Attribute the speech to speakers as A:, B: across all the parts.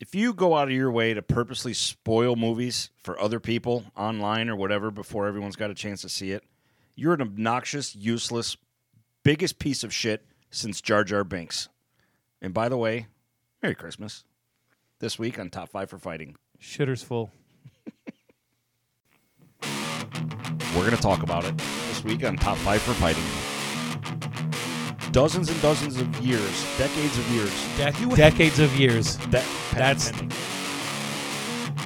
A: if you go out of your way to purposely spoil movies for other people online or whatever before everyone's got a chance to see it, you're an obnoxious, useless, biggest piece of shit since Jar Jar Binks. And by the way, Merry Christmas. This week on Top 5 for Fighting,
B: Shitter's full.
A: we're going to talk about it. This week on Top 5 for Fighting. Dozens and dozens of years, decades of years.
B: Decades of years.
A: That,
B: That's-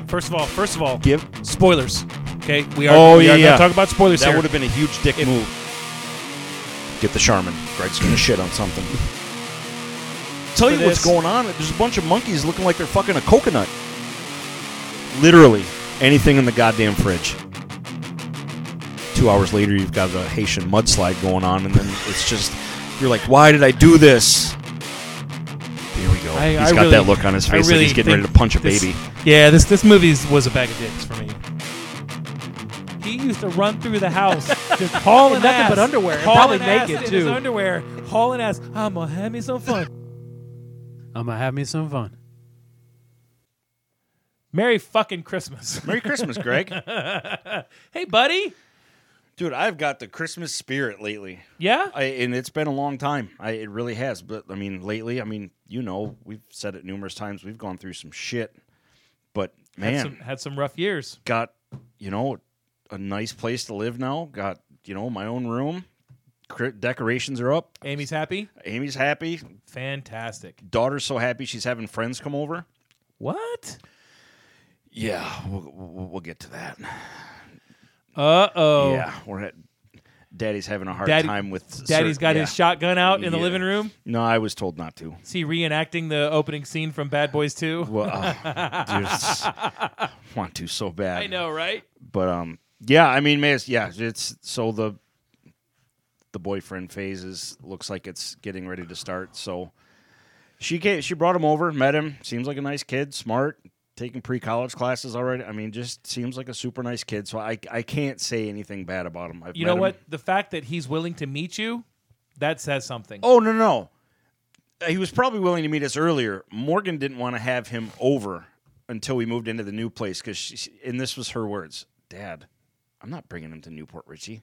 B: First of all, first of all,
A: give
B: spoilers. Okay, we are.
A: Oh,
B: we
A: yeah,
B: are
A: yeah.
B: Gonna talk about spoilers
A: That
B: here.
A: would have been a huge dick
B: If-
A: move. Get the Charmin. Greg's gonna shit on something. Tell you
B: For
A: what's
B: this-
A: going on. There's a bunch of monkeys looking like they're fucking a coconut. Literally anything in the goddamn fridge. Two hours later, you've got the Haitian mudslide going on, and then it's just you're like, "Why did I do this?" Here we go.
B: I-
A: He's
B: I
A: got
B: really-
A: that look on his
B: I
A: face like
B: really
A: he's getting ready to
B: think
A: punch a
B: this-
A: baby.
B: Yeah, this this movie is- was a bag of dicks for me.
C: He used to run through the house just hauling
B: Nothing
C: ass,
B: but underwear, and
C: hauling
B: probably
C: ass
B: naked,
C: in
B: too.
C: His underwear, hauling ass. I'm gonna have me some fun.
B: I'm gonna have me some fun.
C: Merry fucking Christmas.
A: Merry Christmas, Greg.
C: hey, buddy.
A: Dude, I've got the Christmas spirit lately.
C: Yeah.
A: I, and it's been a long time. I, it really has. But I mean, lately, I mean, you know, we've said it numerous times. We've gone through some shit. But man,
C: Had some, had some rough years.
A: got you know a nice place to live now. Got you know my own room. Cri- Decorations are up.
C: Amy's happy.
A: Amy's happy.
C: Fantastic.
A: Daughter's so happy she's having friends come over.
C: What?
A: Yeah, we'll, we'll, we'll get to that.
C: Uh oh.
A: Yeah, we're at. Daddy's having a hard
C: Daddy-
A: time with.
C: Daddy's
A: certain-
C: got
A: yeah.
C: his shotgun out in the
A: Yeah.
C: living room.
A: No, I was told not to.
C: Is he reenacting the opening scene from Bad Boys 2?
A: Well, uh, dude, it's- want to so bad.
C: I know, right?
A: but um, yeah. I mean, man, it's- yeah. It's so the the boyfriend phase is looks like it's getting ready to start. So she came, she brought him over, met him. Seems like a nice kid, smart, taking pre college classes already. I mean, just seems like a super nice kid. So I I can't say anything bad about him. I've
C: You
A: met
C: know
A: him.
C: what? The fact that he's willing to meet you, that says something.
A: Oh no no. He was probably willing to meet us earlier. Morgan didn't want to have him over until we moved into the new place cuz and this was her words. Dad, I'm not bringing him to Newport Richie.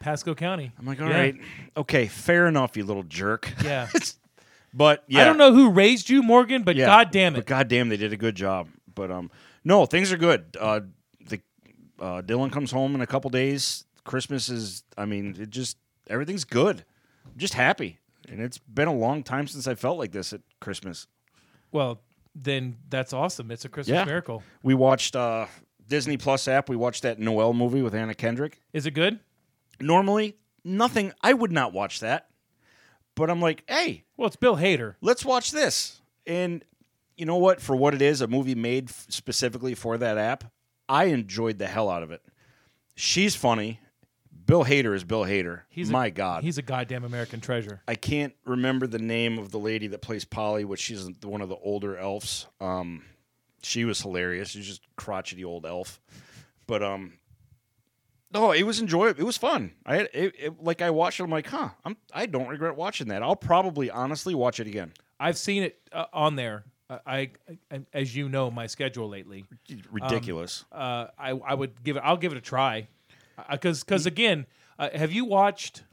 C: Pasco County.
A: I'm like, all
C: Yeah.
A: right, Okay, fair enough, you little jerk."
C: Yeah.
A: but yeah.
C: I don't know who raised you, Morgan, but
A: Yeah.
C: god damn
A: But
C: it.
A: goddamn, they did a good job. But um, no, things are good. Uh, the uh, Dylan comes home in a couple days. Christmas is, I mean, it just everything's good. I'm just happy, and it's been a long time since I felt like this at Christmas.
C: Well, then that's awesome. It's a Christmas
A: Yeah.
C: miracle.
A: We watched uh, Disney Plus app. We watched that Noel movie with Anna Kendrick.
C: Is it good?
A: Normally, nothing. I would not watch that, but I'm like, hey,
C: Well, it's Bill Hader.
A: let's watch this. And you know what? For what it is, a movie made f- specifically for that app, I enjoyed the hell out of it. She's funny. Bill Hader is Bill Hader.
C: He's a-
A: my god.
C: He's a goddamn American treasure.
A: I can't remember the name of the lady that plays Polly, which she's one of the older elves. Um, she was hilarious. She's just crotchety old elf. But um, no, it was enjoyable. It was fun. I had, it, it, like I watched it. I'm like, huh? I'm I don't regret watching that. I'll probably honestly watch it again.
C: I've seen it uh, on there. Uh, I, I, as you know, my schedule lately.
A: Ridiculous.
C: Uh, I, I would give it. I'll give it a try, because because again, uh, have you watched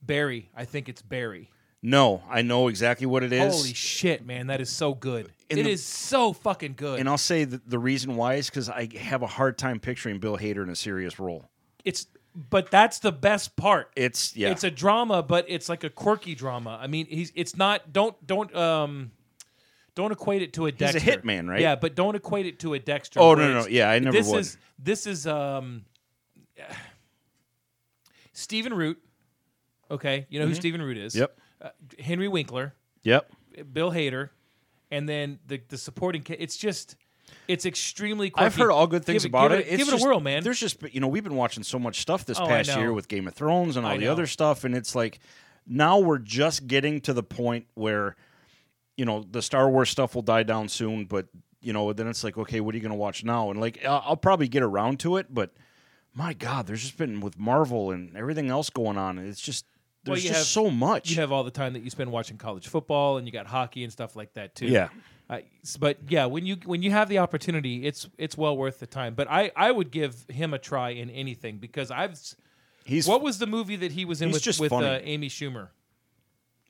C: Barry? I think it's Barry.
A: Um, No, I know exactly what it is.
C: Holy shit, man, that is so good. It
A: In
C: is
A: the-
C: so fucking good.
A: and I'll say that the reason why is because I have a hard time picturing Bill Hader in a serious role.
C: it's but that's the best part.
A: It's yeah,
C: It's a drama, but it's like a quirky drama. I mean, he's it's not don't don't um don't equate it to a
A: a
C: Dexter.
A: hitman, right?
C: Yeah, but don't equate it to a Dexter.
A: Oh,
C: where
A: no, no,
C: it's-
A: no. Yeah, I never
C: This
A: would.
C: is this is um Stephen Root. Okay, you know who Stephen Root is.
A: Mm-hmm. Yep.
C: Uh, Henry Winkler,
A: yep.
C: Bill Hader, and then the the supporting. Ca- it's just it's extremely. Quirky.
A: I've heard all good things
C: Give
A: about
C: give
A: it. It's
C: give
A: just-
C: it a whirl, man.
A: There's just you know we've been watching so much stuff this
C: Oh, I
A: past
C: know.
A: year with Game of Thrones and all
C: I
A: the
C: know.
A: other stuff, and it's like now we're just getting to the point where you know the Star Wars stuff will die down soon, but you know then it's like okay, what are you going to watch now? And like I'll, I'll probably get around to it, but my God, there's just been with Marvel and everything else going on, it's just
C: Well,
A: There's
C: you
A: just
C: have-
A: so much.
C: you have all the time that you spend watching college football and you got hockey and stuff like that too.
A: Yeah.
C: I- s- but yeah, when you when you have the opportunity, it's it's well worth the time. But I I would give him a try in anything because I've s-
A: He's
C: what was the movie that he was in
A: he's
C: with
A: just
C: with
A: funny.
C: uh, Amy Schumer?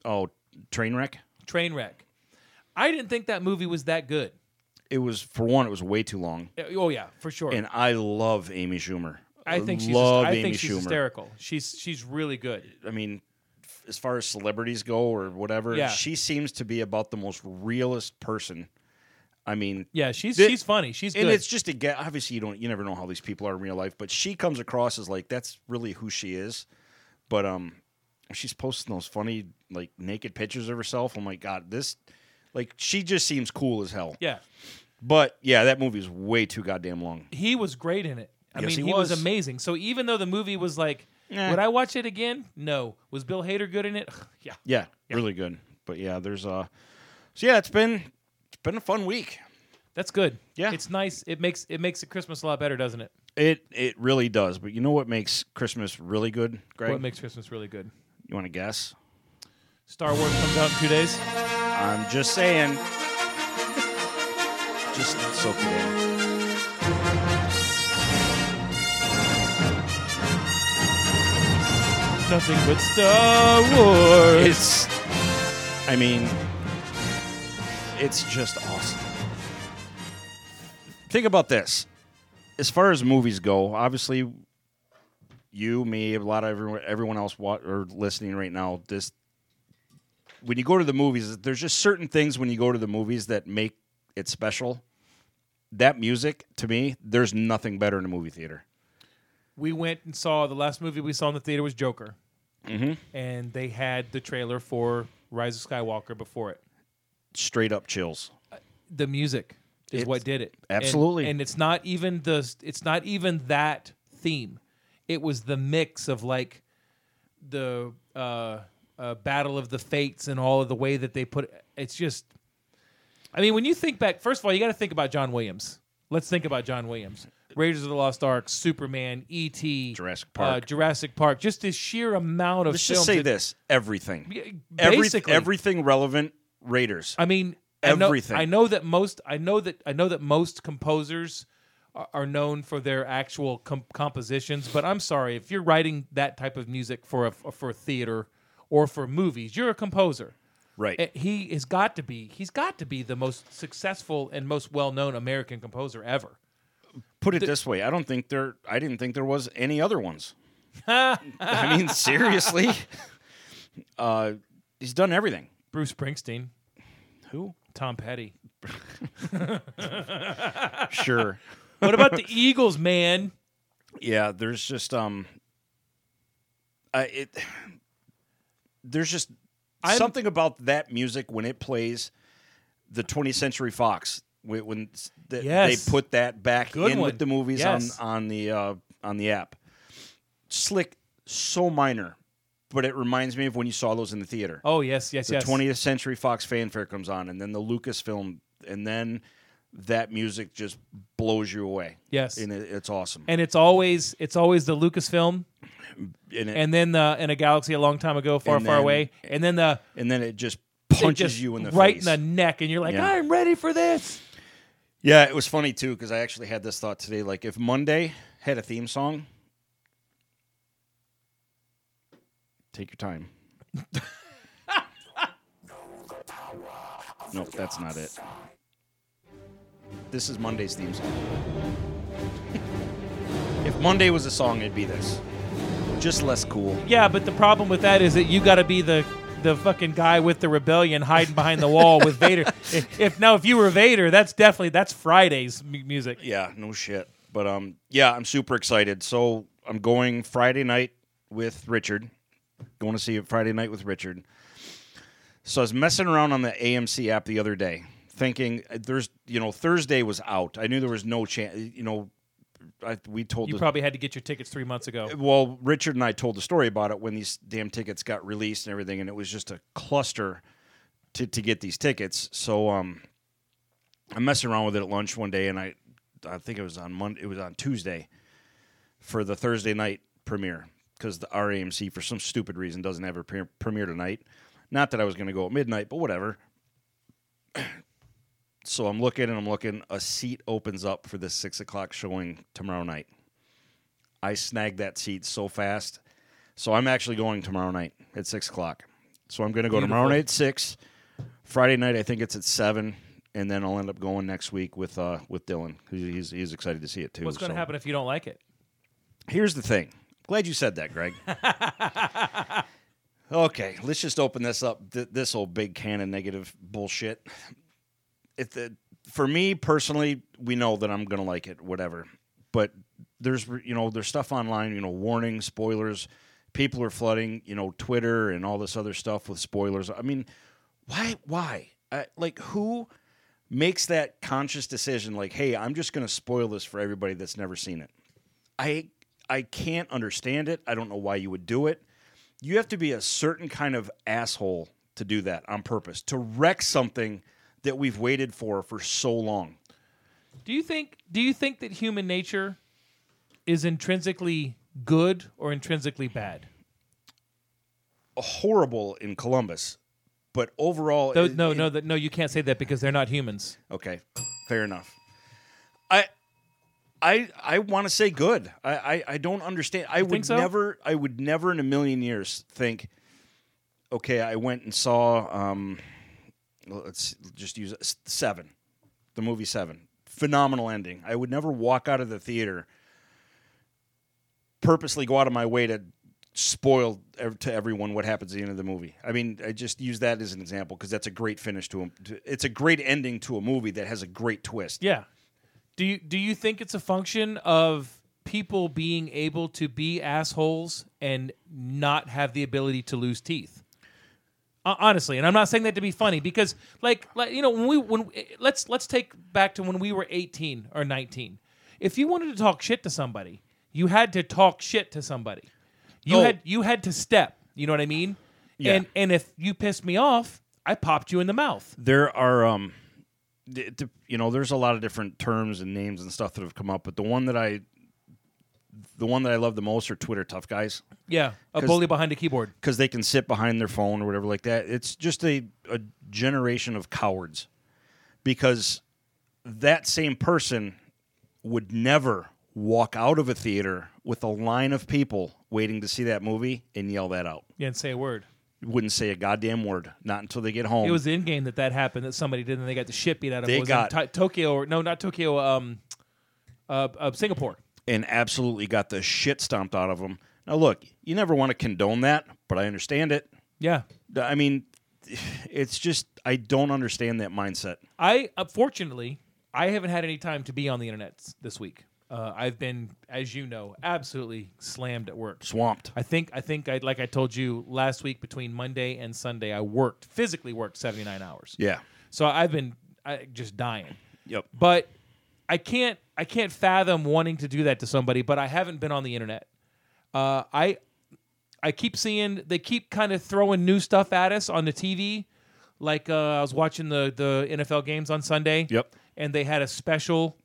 A: oh train wreck.
C: Trainwreck. I didn't think that movie was that good.
A: It was for one. It was way too long,
C: Uh, Oh yeah, for sure.
A: and I love Amy Schumer.
C: I think she's
A: love
C: I
A: Amy
C: think she's
A: Schumer.
C: hysterical. She's she's really good.
A: I mean, f- as far as celebrities go or whatever,
C: Yeah.
A: she seems to be about the most realist person. I mean,
C: Yeah, she's
A: Thi-
C: she's funny. She's good.
A: and it's just a get. Obviously, you don't, you never know how these people are in real life, but she comes across as like that's really who she is. But um, she's posting those funny like naked pictures of herself. I'm like, God, this, like, she just seems cool as hell.
C: yeah.
A: But yeah, that movie is way too goddamn long.
C: he was great in it. I
A: Yes,
C: mean,
A: he
C: he, was.
A: was.
C: amazing. So even though the movie was like,
A: Nah.
C: would I watch it again? No. Was Bill Hader good in it? yeah.
A: Yeah, really good. But yeah, there's uh, so yeah, it's been it's been a fun week.
C: That's good.
A: Yeah.
C: It's nice. It makes it makes the Christmas a lot better, doesn't it?
A: It it really does. But you know what makes Christmas really good, Greg?
C: What makes Christmas really good?
A: you want to guess?
C: Star Wars comes out in two days.
A: I'm just saying. just soak it in.
C: Nothing but Star Wars.
A: It's. I mean, it's just awesome. Think about this. As far as movies go, obviously, you, me, a lot of everyone, everyone else wa- or listening right now, this when you go to the movies, there's just certain things when you go to the movies that make it special. That music, to me, there's nothing better in a movie theater.
C: we went and saw the last movie we saw in the theater was Joker, mm-hmm. and they had the trailer for Rise of Skywalker before it.
A: Straight up chills.
C: the music is
A: It's-
C: what did it And-
A: absolutely.
C: and, it's not even the it's not even that theme it was the mix of like the uh, uh battle of the fates and all of the way that they put it's just i mean when you think back first of all you got to think about john williams let's think about john williams raiders of the lost ark superman et
A: Jurassic
C: uh,
A: Park.
C: jurassic park just the sheer amount of
A: Let's
C: films
A: just say
C: that-
A: this: everything,
C: Yeah,
A: Every-
C: basically. Uh,
A: everything relevant. Raiders.
C: I mean,
A: Everything.
C: I know, I know that most. I know that I know that most composers are, are known for their actual com- compositions. But I'm sorry if you're writing that type of music for a, for theater or for movies, you're a composer.
A: Right.
C: Eh, He has got to be. He's got to be the most successful and most well-known American composer ever.
A: Put it this way: I don't think there. I didn't think there was any other ones. I mean, seriously. Uh, he's done everything.
C: Bruce Springsteen,
A: Who?
C: Tom Petty.
A: Sure.
C: What about the Eagles, man?
A: yeah. There's just um. I it. There's just
C: I'm-
A: something about that music when it plays, the 20th Century Fox when, when s- th-
C: Yes.
A: they put that back
C: Good
A: in
C: one.
A: with the movies
C: Yes.
A: on on the uh, on the app. Slick, so minor, but it reminds me of when you saw those in the theater.
C: Oh yes, yes,
A: the
C: yes.
A: 20th Century Fox fanfare comes on, and then the Lucasfilm, and then that music just blows you away.
C: Yes.
A: and it, it's awesome.
C: and it's always it's always the Lucasfilm
A: And it,
C: and then the in a galaxy a long time ago, far,
A: And
C: far
A: then-
C: away, and then the
A: and then it just
C: it
A: punches
C: just
A: you in the
C: right
A: face.
C: in the neck, and you're like,
A: Yeah.
C: I'm ready for this.
A: Yeah, it was funny too because I actually had this thought today. Like, if Monday had a theme song, take your time. nope, that's not it. This is Monday's theme song. if Monday was a song, it'd be this. Just less cool.
C: Yeah, but the problem with that is that you got to be the the fucking guy with the rebellion hiding behind the wall with Vader. If, if now if you were Vader, that's definitely that's Friday's mu- music.
A: Yeah, no shit. But um, yeah, I'm super excited. So I'm going Friday night with Richard. Going to see it Friday night with Richard. So I was messing around on the AMC app the other day, thinking uh, there's you know Thursday was out. I knew there was no chance. You know, I, we told
C: You
A: the-
C: probably had to get your tickets three months ago.
A: well, Richard and I told the story about it when these damn tickets got released and everything, and it was just a cluster to, to get these tickets. So um, I'm messing around with it at lunch one day, and I I think it was on Monday, it was on Tuesday for the Thursday night premiere because the RAMC for some stupid reason doesn't have a pre- premiere tonight. Not that I was going to go at midnight, but whatever. so I'm looking and I'm looking. A seat opens up for this six o'clock showing tomorrow night. I snagged that seat so fast. So I'm actually going tomorrow night at six o'clock. So I'm going to go tomorrow night at six. Friday night I think it's at seven, and then I'll end up going next week with uh, with Dylan because he's he's excited to see it too.
C: What's going to
A: so.
C: happen if you don't like it?
A: Here's the thing. Glad you said that, Greg. okay, let's just open this up. Th- this old big can of negative bullshit. If the, for me personally, we know that I'm gonna like it, whatever. But there's you know there's stuff online, you know, warnings, spoilers. People are flooding, you know, Twitter and all this other stuff with spoilers. I mean, why? Why? I, like who? makes that conscious decision like hey i'm just going to spoil this for everybody that's never seen it i i can't understand it i don't know why you would do it you have to be a certain kind of asshole to do that on purpose to wreck something that we've waited for for so long
C: Do you think do you think that human nature is intrinsically good or intrinsically bad?
A: horrible in columbus but overall
C: Tho-
A: it-
C: no,
A: it-
C: no, that no, you can't say that because they're not humans.
A: Okay, fair enough. I, I, I want to say good. I, I, I don't understand. I would
C: think so?
A: never. I would never in a million years think. Okay, I went and saw. Um, let's just use S- Seven, the movie Seven. Phenomenal ending. I would never walk out of the theater. Purposely go out of my way to spoil ev- to everyone what happens at the end of the movie. I mean, I just use that as an example because that's a great finish to a. to- It's a great ending to a movie that has a great twist.
C: Yeah. Do you do you think it's a function of people being able to be assholes and not have the ability to lose teeth? Hon- Honestly, and I'm not saying that to be funny because, like, like you know, when we when eh, let's let's take back to when we were 18 or 19. If you wanted to talk shit to somebody, you had to talk shit to somebody. You
A: Oh.
C: had you had to step. You know what I mean?
A: Yeah.
C: And and if you pissed me off, I popped you in the mouth.
A: There are, um, d- d- you know, there's a lot of different terms and names and stuff that have come up, but the one that I, the one that I love the most are Twitter tough guys.
C: Yeah, a
A: 'Cause-
C: bully behind a keyboard.
A: because they can sit behind their phone or whatever like that. It's just a, a generation of cowards because that same person would never walk out of a theater with a line of people waiting to see that movie and yell that out.
C: Yeah, and say a word.
A: Wouldn't say a goddamn word, not until they get home.
C: It was in game that that happened that somebody did and they got the shit beat out of them.
A: They
C: It was in
A: got-
C: Ti- Tokyo or no, not Tokyo, um, uh, uh, Singapore.
A: and absolutely got the shit stomped out of them. Now, look, you never want to condone that, but I understand it.
C: Yeah,
A: I mean, it's just, I don't understand that mindset.
C: I unfortunately I haven't had any time to be on the internet s- this week. Uh, I've been, as you know, absolutely slammed at work.
A: Swamped.
C: I think I think I like I told you last week between Monday and Sunday I worked physically worked seventy nine hours.
A: Yeah.
C: So I've been I, just dying.
A: Yep.
C: but I can't I can't fathom wanting to do that to somebody. But I haven't been on the internet. Uh, I I keep seeing they keep kind of throwing new stuff at us on the TV. Like uh, I was watching the the NFL games on Sunday.
A: Yep.
C: and they had a special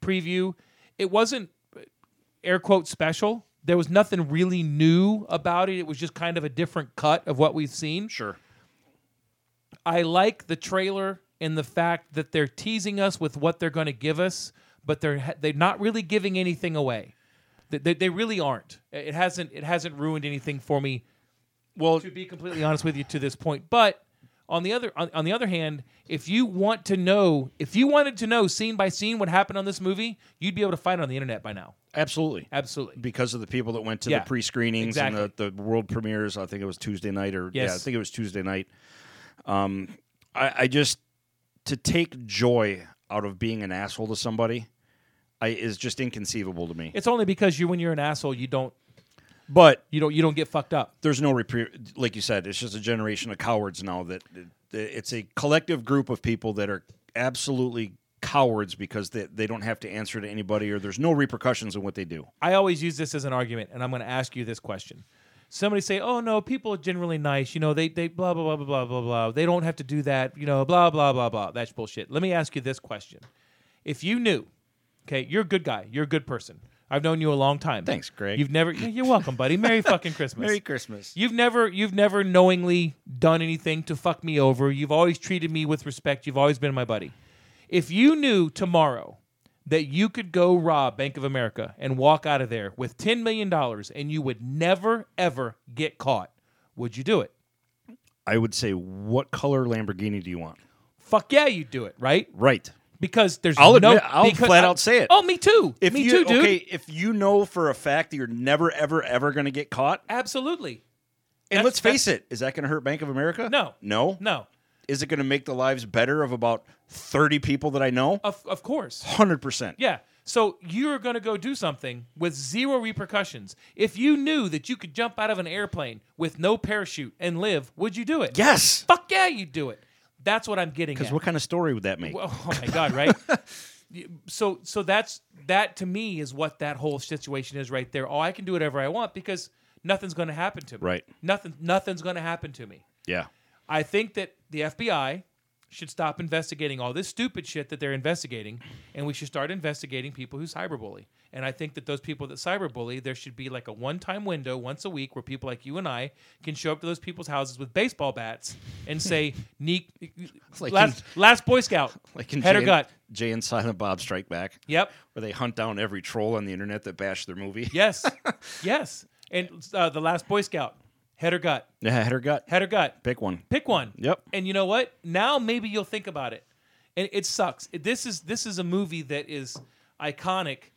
C: preview. It wasn't air quote special. There was nothing really new about it. It was just kind of a different cut of what we've seen.
A: Sure.
C: I like the trailer and the fact that they're teasing us with what they're going to give us, but they're ha- they're not really giving anything away. They, they, they really aren't. It hasn't it hasn't ruined anything for me.
A: Well,
C: To be completely honest with you, to this point, but on the other on, on the other hand, if you want to know if you wanted to know scene by scene what happened on this movie, you'd be able to find it on the internet by now.
A: absolutely.
C: Absolutely.
A: because of the people that went to
C: Yeah,
A: the pre-screenings and
C: exactly.
A: the, the world premieres. I think it was Tuesday night, or yeah, I
C: Yes.
A: think it was Tuesday night. Um, I, I just to take joy out of being an asshole to somebody, I is just inconceivable to me.
C: It's only because you when you're an asshole, you don't
A: But
C: you don't you don't get fucked up.
A: there's no repre- like you said, it's just a generation of cowards now that that it's a collective group of people that are absolutely cowards because they, they don't have to answer to anybody or there's no repercussions in what they do.
C: I always use this as an argument, and I'm going to ask you this question. Somebody say, "Oh no, people are generally nice. You know, they they blah blah blah blah blah blah blah. They don't have to do that. You know, blah blah blah blah. That's bullshit." Let me ask you this question: If you knew, okay, you're a good guy, you're a good person. I've known you a long time.
A: Thanks, Greg.
C: You've never. You're welcome, buddy. Merry fucking Christmas.
A: Merry Christmas.
C: You've never you've never knowingly done anything to fuck me over. You've always treated me with respect. You've always been my buddy. If you knew tomorrow that you could go rob Bank of America and walk out of there with 10 million dollars and you would never ever get caught, would you do it?
A: I would say, what color Lamborghini do you want?
C: Fuck yeah, you'd do it, right?
A: Right.
C: Because there's
A: I'll
C: no
A: admit- I'll
C: because
A: flat out say it.
C: Oh, me too.
A: If
C: me
A: you
C: too, dude.
A: okay, if you know for a fact that you're never ever ever going to get caught,
C: Absolutely.
A: and
C: That's-
A: let's face it, is that going to hurt Bank of America?
C: No.
A: No.
C: No.
A: Is it going to make the lives better of about 30 people that I know?
C: Of of course.
A: 100%.
C: Yeah. So you're going to go do something with zero repercussions. If you knew that you could jump out of an airplane with no parachute and live, would you do it?
A: Yes.
C: Fuck yeah, you'd do it. That's what I'm getting
A: Because
C: at.
A: what kind of story would that make?
C: oh oh my god, right? You- so so that's that to me is what that whole situation is right there. Oh, I can do whatever I want because nothing's going to happen to me.
A: Right.
C: Nothing nothing's going to happen to me.
A: yeah.
C: I think that the FBI should stop investigating all this stupid shit that they're investigating, and we should start investigating people who cyberbully. And I think that those people that cyberbully, there should be like a one-time window once a week where people like you and I can show up to those people's houses with baseball bats and say, "Neek,
A: like
C: last, last Boy Scout,
A: Like in
C: head
A: Jay
C: or gut."
A: And, Jay and Silent Bob Strike Back.
C: Yep.
A: Where they hunt down every troll on the internet that bashed their movie.
C: Yes. yes. And uh, the last Boy Scout, head or gut,
A: Yeah, head or gut.
C: head or gut.
A: Pick one.
C: Pick one.
A: Yep.
C: And you know what? Now maybe you'll think about it. And it sucks. It- This is this is a movie that is iconic.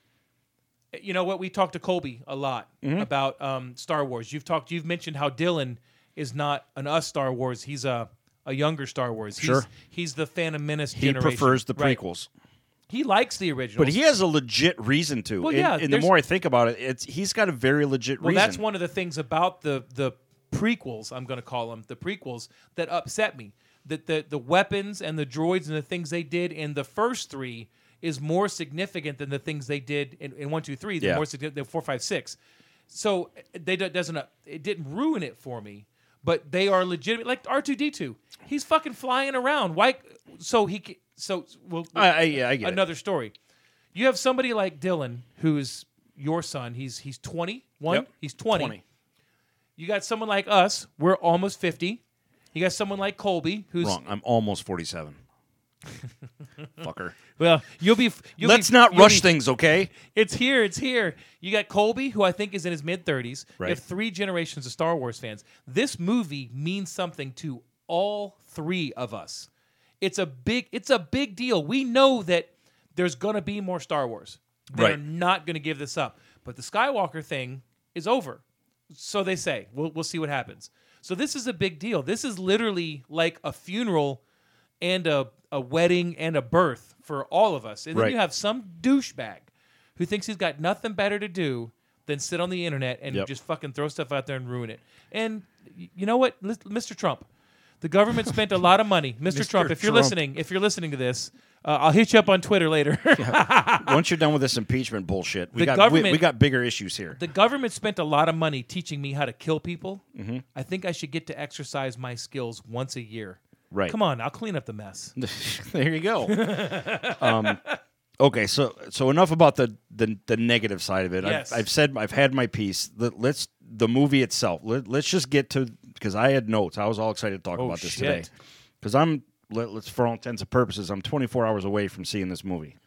C: You know what? We talked to Colby a lot
A: Mm-hmm.
C: about um, Star Wars. You've talked. You've mentioned how Dylan is not an us Star Wars. He's a a younger Star Wars. He's,
A: Sure.
C: He's the Phantom Menace.
A: He prefers the
C: Right.
A: prequels.
C: He likes the original.
A: But he has a legit reason to.
C: Well,
A: and,
C: yeah,
A: and the
C: there's-
A: more I think about it, it's he's got a very legit
C: Well,
A: reason.
C: that's one of the things about the the prequels. I'm going to call them the prequels that upset me. That the the weapons and the droids and the things they did in the first three is more significant than the things they did in, in one, two, three. They're
A: Yeah.
C: more significant than four, five, six. So they do- doesn't uh, it didn't ruin it for me. But they are legitimate. Like R two D two, he's fucking flying around. Why? So he ca- so well.
A: I, I, yeah, I get it.
C: another story. You have somebody like Dylan, who's your son. He's he's twenty one.
A: Yep.
C: He's 20.
A: 20.
C: You got someone like us. We're almost fifty. You got someone like Colby, who's
A: Wrong. I'm almost 47. Fucker.
C: well. You'll be. f- You'll
A: Let's
C: be-
A: not
C: you'll
A: rush
C: be-
A: things, okay?
C: It's here. It's here. You got Colby, who I think is in his mid thirties. You
A: Right.
C: have three generations of Star Wars fans. This movie means something to all three of us. It's a big. It's a big deal. We know that there's gonna be more Star Wars. They're
A: Right.
C: not gonna give this up. But the Skywalker thing is over. So they say. We'll we'll see what happens. So this is a big deal. This is literally like a funeral and a, a wedding and a birth for all of us. And then
A: Right.
C: you have some douchebag who thinks he's got nothing better to do than sit on the internet and
A: Yep.
C: just fucking throw stuff out there and ruin it. And y- you know what, Lis- Mr. Trump, the government spent a lot of money. Mr. Trump, if you're
A: Trump.
C: listening, if you're listening to this, uh, I'll hit you up on Twitter later.
A: Once you're done with this impeachment bullshit, we
C: The
A: got we,
C: government-
A: we got bigger issues here.
C: the government spent a lot of money teaching me how to kill people.
A: Mm-hmm.
C: I think I should get to exercise my skills once a year.
A: Right.
C: Come on, I'll clean up the mess.
A: there you go. um, okay, so so enough about the the, the negative side of it.
C: Yes.
A: I've, I've said I've had my piece. Let, let's the movie itself. Let, let's just get to because I had notes. I was all excited to talk about this today
C: shit.
A: because I'm let, let's for all intents and purposes I'm 24 hours away from seeing this movie.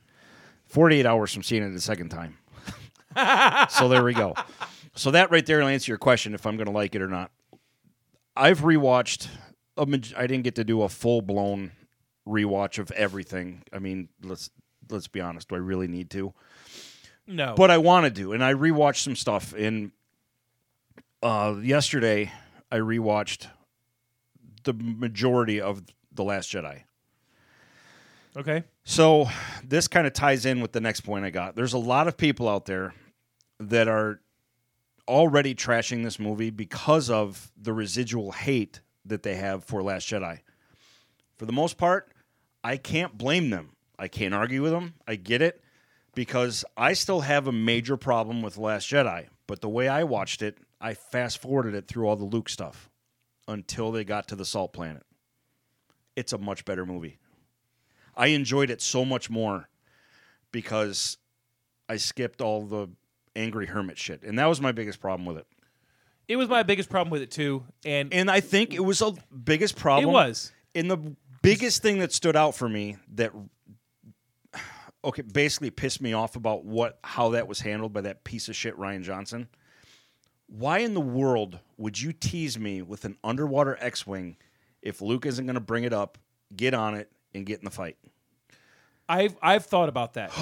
A: 48 hours from seeing it the second time. so there we go. So that right there will answer your question if I'm going to like it or not. I've rewatched. A maj- I didn't get to do a full blown rewatch of everything. I mean, let's let's be honest. Do I really need to?
C: No.
A: But I want to do, and I rewatched some stuff. And uh, yesterday, I rewatched the majority of the Last Jedi.
C: okay.
A: So this kind of ties in with the next point I got. There's a lot of people out there that are already trashing this movie because of the residual hate that they have for Last Jedi. For the most part, I can't blame them. I can't argue with them. I get it because I still have a major problem with Last Jedi, but the way I watched it, I fast forwarded it through all the Luke stuff until they got to the Salt Planet. It's a much better movie. I enjoyed it so much more because I skipped all the angry hermit shit, and that was my biggest problem with it.
C: It was my biggest problem with it too, and,
A: And I think it was the biggest problem.
C: it was.
A: And the biggest thing that stood out for me that okay, basically pissed me off about what how that was handled by that piece of shit Ryan Johnson. Why in the world would you tease me with an underwater X-wing if Luke isn't going to bring it up, get on it and get in the fight?
C: I've I've thought about that.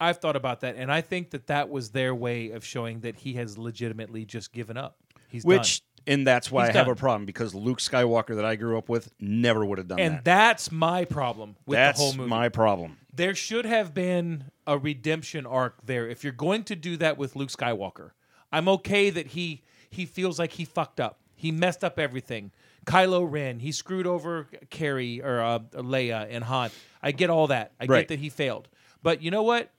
C: I've thought about that, and I think that that was their way of showing that he has legitimately just given up. He's
A: Which and that's why
C: He's
A: I have
C: done.
A: a problem because Luke Skywalker that I grew up with never would have done
C: done. and
A: that.
C: that's my problem with
A: that's
C: the whole movie.
A: my problem.
C: there should have been a redemption arc there. If you're going to do that with Luke Skywalker, I'm okay that he he feels like he fucked up. He messed up everything. Kylo Ren, he screwed over Carrie or uh, Leia and Han. I get all that. I
A: Right.
C: get that he failed. But you know what?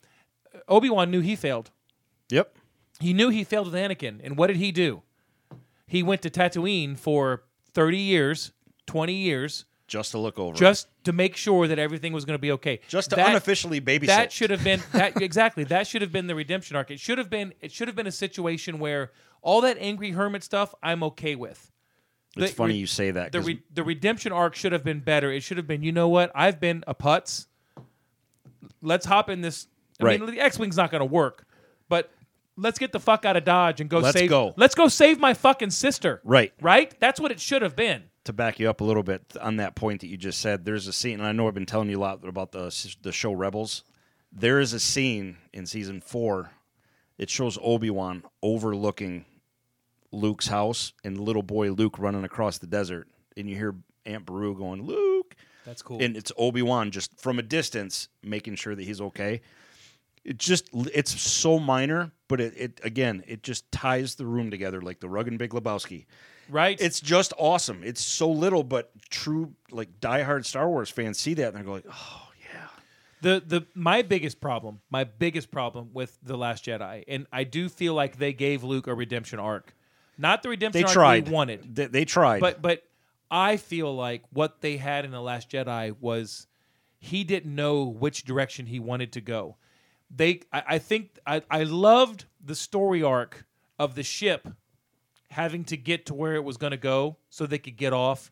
C: Obi Wan knew he failed.
A: Yep.
C: He knew he failed with Anakin, and what did he do? He went to Tatooine for 30 years, 20 years,
A: Just to look over. it.
C: just to make sure that everything was going to be okay.
A: just to
C: That-
A: unofficially babysit.
C: That should have been that exactly. That should have been the redemption arc. It should have been it should have been a situation where all that angry hermit stuff I'm okay with.
A: It's
C: The-
A: funny you say that.
C: The
A: 'cause-
C: re- the redemption arc should have been better. It should have been, you know what? I've been a putz. Let's hop in this. I
A: Right.
C: mean, the X wing's not going to work, but let's get the fuck out of Dodge and go
A: Let's
C: save.
A: go.
C: Let's go save my fucking sister.
A: right.
C: Right. That's what it should have been.
A: To back you up a little bit on that point that you just said, there's a scene, and I know I've been telling you a lot about the s- the show Rebels. There is a scene in season four. It shows Obi Wan overlooking Luke's house and little boy Luke running across the desert, and you hear Aunt Beru going, "Luke,"
C: That's cool.
A: and it's Obi Wan just from a distance making sure that he's okay. It just it's so minor, but it, it again it just ties the room together like the rug and Big Lebowski.
C: right.
A: It's just awesome. It's so little, but true like diehard Star Wars fans see that and they're going, "Oh yeah."
C: the the my biggest problem, my biggest problem with the Last Jedi, and I do feel like they gave Luke a redemption arc, not the redemption
A: They
C: arc
A: tried.
C: we wanted,
A: They, they tried.
C: but but I feel like what they had in the Last Jedi was he didn't know which direction he wanted to go. They, I, I think, I, I loved the story arc of the ship having to get to where it was going to go so they could get off.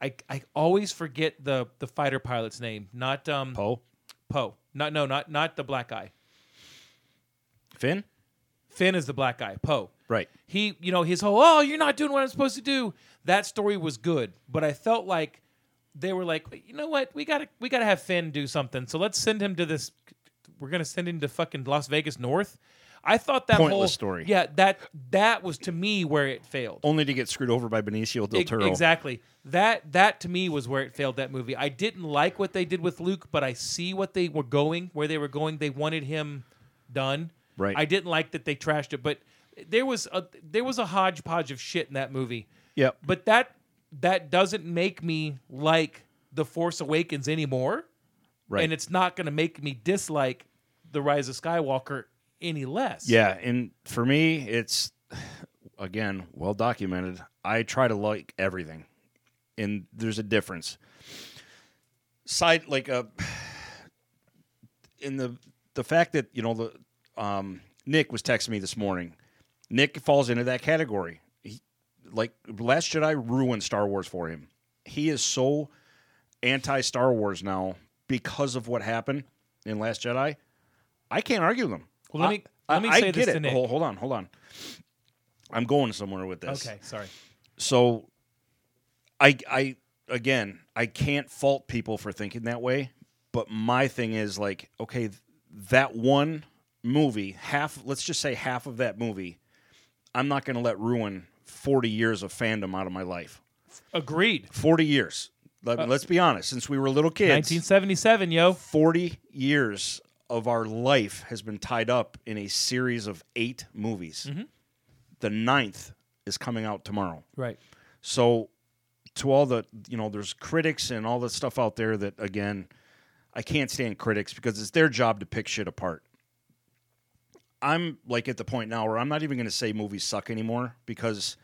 C: I, I always forget the the fighter pilot's name, not um
A: Poe,
C: Poe. Not no, not not the black guy.
A: Finn,
C: Finn is the black guy. Poe.
A: right.
C: He, you know, his whole oh, you're not doing what I'm supposed to do. That story was good, but I felt like they were like, you know what, we gotta we gotta have Finn do something. So let's send him to this. We're gonna send him to fucking Las Vegas North. I thought that
A: Pointless
C: whole
A: story.
C: Yeah, that that was to me where it failed.
A: Only to get screwed over by Benicio del
C: Ex-
A: Toro.
C: Exactly. That that to me was where it failed that movie. I didn't like what they did with Luke, but I see what they were going, where they were going. They wanted him done.
A: Right.
C: I didn't like that they trashed it, but there was a there was a hodgepodge of shit in that movie.
A: Yep.
C: But that that doesn't make me like The Force Awakens anymore.
A: Right.
C: And it's not going to make me dislike The Rise of Skywalker any less.
A: Yeah, and for me, it's again well documented. I try to like everything, and there's a difference. Side like a in the the fact that you know the um, Nick was texting me this morning. Nick falls into that category. He, like Last Jedi ruined Star Wars for him. He is so anti Star Wars now because of what happened in Last Jedi. I can't argue with him.
C: Well, let me-
A: I,
C: let me
A: I- I
C: say
A: get
C: this
A: it.
C: to Nick.
A: Hold, hold on, hold on. I'm going somewhere with this.
C: Okay, sorry.
A: So, I, I again, I can't fault people for thinking that way. But my thing is like, okay, th- that one movie, half. Let's just say half of that movie. I'm not going to let ruin 40 years of fandom out of my life.
C: Agreed.
A: 40 years. Let,
C: Uh,
A: us be honest. Since we were little kids,
C: 1977, yo.
A: 40 years of our life has been tied up in a series of eight movies. The ninth is coming out tomorrow.
C: Right.
A: So, to all the, you know, there's critics and all the stuff out there that, again, I can't stand critics because it's their job to pick shit apart. I'm like at the point now where I'm not even going to say movies suck anymore because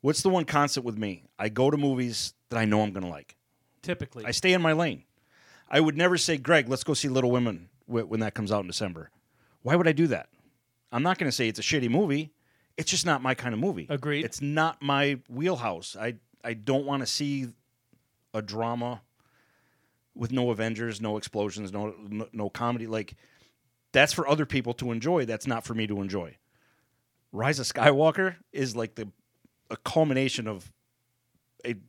A: what's the one constant with me? I go to movies that I know I'm going to like.
C: Typically.
A: I stay in my lane. I would never say, Greg, let's go see Little Women wh- when that comes out in December. Why would I do that? I'm not going to say it's a shitty movie. It's just not my kind of movie.
D: Agreed.
A: It's not my wheelhouse. I I don't want to see a drama with no Avengers, no explosions, no, no no comedy. Like that's for other people to enjoy. That's not for me to enjoy. Rise of Skywalker is like the a culmination of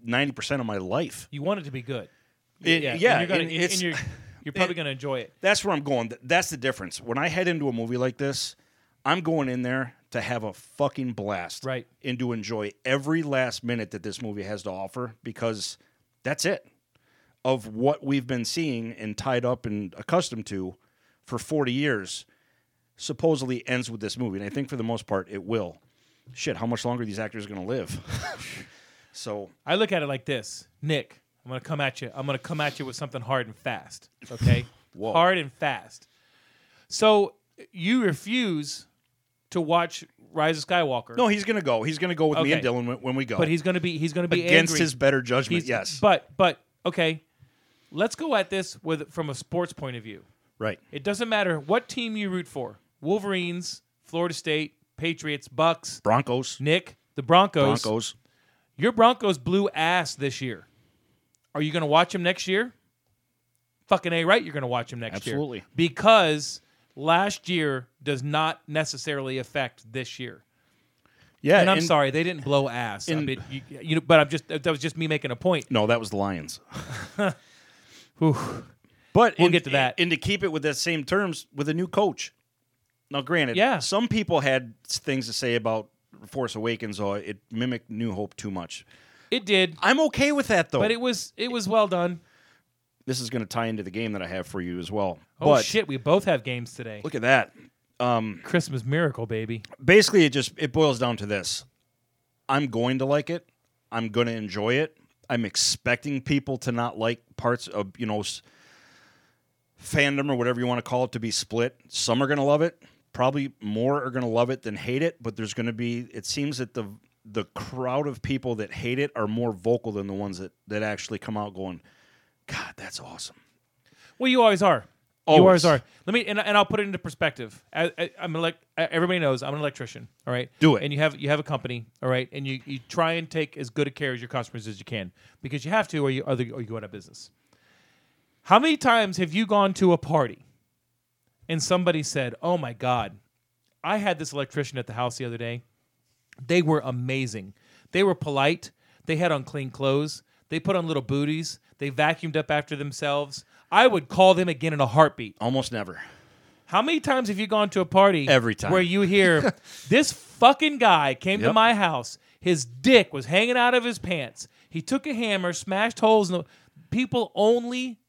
A: ninety percent of my life.
C: You want it to be good.
A: It-
D: and
A: yeah,
D: you're gonna,
A: and
D: and
A: it's-
D: you're, you're probably going to enjoy it.
A: That's where I'm going. Th- That's the difference. When I head into a movie like this, I'm going in there to have a fucking blast.
C: Right.
A: And to enjoy every last minute that this movie has to offer because that's it. Of what we've been seeing and tied up and accustomed to for 40 years supposedly ends with this movie. And I think for the most part, it will. Shit, how much longer are these actors going to live? so,
C: I look at it like this, Nick. I'm gonna come at you. I'm gonna come at you with something hard and fast. Okay,
A: Whoa.
C: hard and fast. So you refuse to watch Rise of Skywalker.
A: no, he's going to go. He's going to go with me and
C: Okay.
A: Dylan when- when we go.
C: but he's gonna be he's gonna be
A: against
C: angry.
A: his better judgment.
C: He's-
A: yes.
C: but but okay, let's go at this with from a sports point of view.
A: right.
C: It doesn't matter what team you root for: Wolverines, Florida State, Patriots, Bucks,
A: Broncos.
C: Nick, the Broncos.
A: Broncos.
C: Your Broncos blew ass this year. Are you going to watch them next year? Fucking A right, you're going to watch them next year.
A: Absolutely.
C: Because last year does not necessarily affect this year.
A: Yeah,
C: And I'm sorry, they didn't blow ass. I
A: and-
C: mean, you, you know, but I'm just that was just me making a point.
A: No, that was the Lions.
C: Whew.
A: But
C: We'll
A: and-
C: get to that.
A: And to keep it with that same terms with a new coach. Now, granted,
C: Yeah.
A: some people had s- things to say about Force Awakens, or it mimicked New Hope too much.
C: It did,
A: I'm okay with that though.
C: but it was it was well done.
A: this is going to tie into the game that I have for you as well.
C: Oh
A: but
C: shit, we both have games today.
A: look at that. Um,
C: Christmas miracle, baby.
A: basically it just it boils down to this i'm going to like it i'm going to enjoy it i'm expecting people to not like parts of you know s- fandom or whatever you want to call it to be split some are going to love it probably more are going to love it than hate it but there's going to be it seems that the the crowd of people that hate it are more vocal than the ones that that actually come out going god that's awesome
C: Well, you always are. You always
A: Always.
C: are. Let me and, and I'll put it into perspective. I, I, I'm like everybody knows I'm an electrician. All right,
A: Do it.
C: And you have you have a company. All right, and you, you try and take as good a care as your customers as you can because you have to, or you or you go out of business. How many times have you gone to a party and somebody said, "Oh my god, I had this electrician at the house the other day. They were amazing. They were polite. They had on clean clothes. They put on little booties. They vacuumed up after themselves. I would call them again in a heartbeat.
A: almost never
C: How many times have you gone to a party?
A: Every time.
C: Where you hear, this fucking guy came to
A: Yep.
C: my house. His dick was hanging out of his pants. He took a hammer, smashed holes in the. People only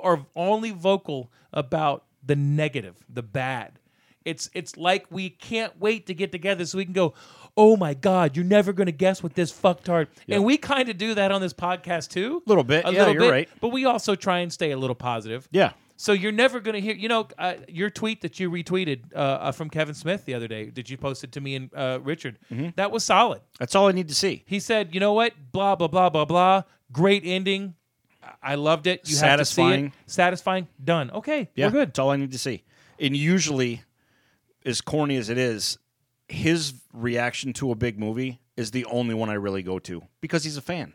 C: are only vocal about the negative, the bad. It's it's like we can't wait to get together so we can go, oh my god, you're never gonna guess what this fucktard. And we kind of do that on this podcast too,
A: Little bit.
C: a
A: Yeah,
C: little
A: you're
C: bit.
A: right.
C: But we also try and stay a little positive.
A: yeah
C: So you're never going to hear, you know, uh, your tweet that you retweeted uh, uh, from Kevin Smith the other day that you posted to me and uh, Richard.
A: Mm-hmm.
C: That was solid.
A: that's all i need to see
C: He said, you know what, blah blah blah blah blah. Great ending. I- I loved it. You
A: Satisfying.
C: Have to see it. Satisfying. Done. Okay.
A: Yeah,
C: We're good.
A: That's all I need to see. And usually, as corny as it is, his reaction to a big movie is the only one I really go to because he's a fan.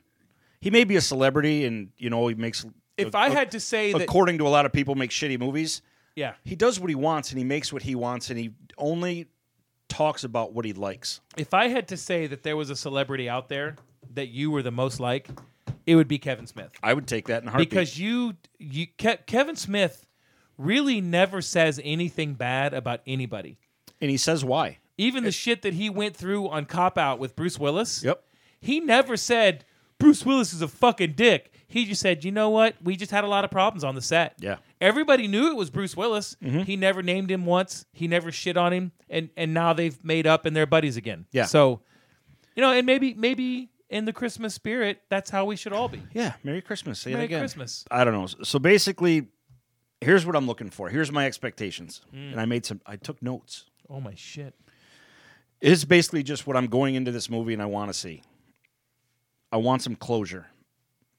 A: He may be a celebrity, and you know he makes.
C: If
A: I
C: I had to say that,
A: according to a lot of people, makes shitty movies.
C: yeah,
A: He does what he wants, and he makes what he wants, and he only talks about what he likes.
C: if I had to say that there was a celebrity out there that you were the most like, it would be Kevin Smith.
A: I would take that in a heartbeat.
C: because you you Ke- Kevin Smith really never says anything bad about anybody.
A: and he says why.
C: Even the shit that he went through on Cop Out with Bruce Willis.
A: Yep.
C: He never said Bruce Willis is a fucking dick. He just said, "You know what? We just had a lot of problems on the set."
A: Yeah. Mm-hmm.
C: Everybody knew it was Bruce Willis. He never named him once. He never shit on him, and and now they've made up and they're buddies again.
A: Yeah.
C: So, you know, and maybe maybe in the Christmas spirit, that's how we should all be.
A: Yeah, Merry Christmas. Say
C: Merry
A: it again.
C: Christmas.
A: I don't know. So basically, here's what I'm looking for. Here's my expectations, and I made some. I took notes.
C: Oh my shit.
A: It's basically just what I'm going into this movie and I want to see. I want some closure.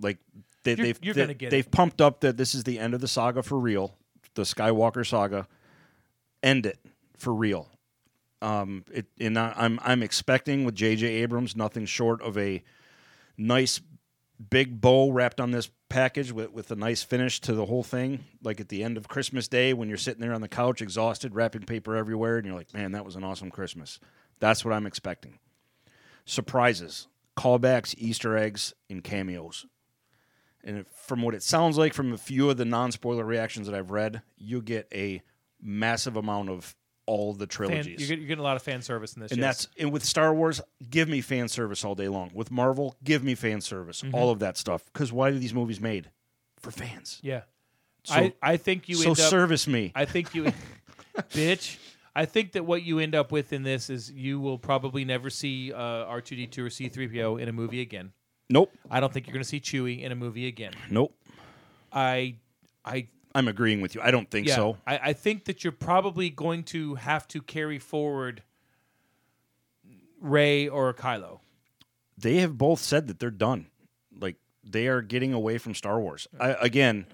A: Like they,
C: You're-
A: they've
C: you're
A: they,
C: gonna get it.
A: have pumped up that this is the end of the saga for real, the Skywalker saga. End it for real. Um, it, and I- I'm I'm expecting with J.J. Abrams nothing short of a nice big bow wrapped on this package with, with a nice finish to the whole thing. Like at the end of Christmas Day, when you're sitting there on the couch, exhausted, wrapping paper everywhere, and you're like, man, that was an awesome Christmas. That's what I'm expecting. Surprises, callbacks, Easter eggs, and cameos. And if, from what it sounds like from a few of the non spoiler reactions that I've read, you get a massive amount of all the
C: Fan,
A: trilogies.
C: you're, get- you're getting a lot of fan service in this.
A: And
C: yes.
A: that's and with Star Wars, give me fan service all day long. With Marvel, give me fan service.
C: Mm-hmm.
A: All of that stuff. Because why are these movies made? For fans.
C: yeah.
A: So-
C: I, I think you
A: so
C: end up,
A: service me.
C: I think you, bitch. I think that what you end up with in this is you will probably never see uh, R2D2 or C3PO in a movie again.
A: nope.
C: I don't think you're going to see Chewie in a movie again.
A: Nope.
C: I, I
A: I'm agreeing with you. I don't think so.
C: I, I think that you're probably going to have to carry forward Ray or Kylo.
A: They have both said that they're done. Like they are getting away from Star Wars. I, again,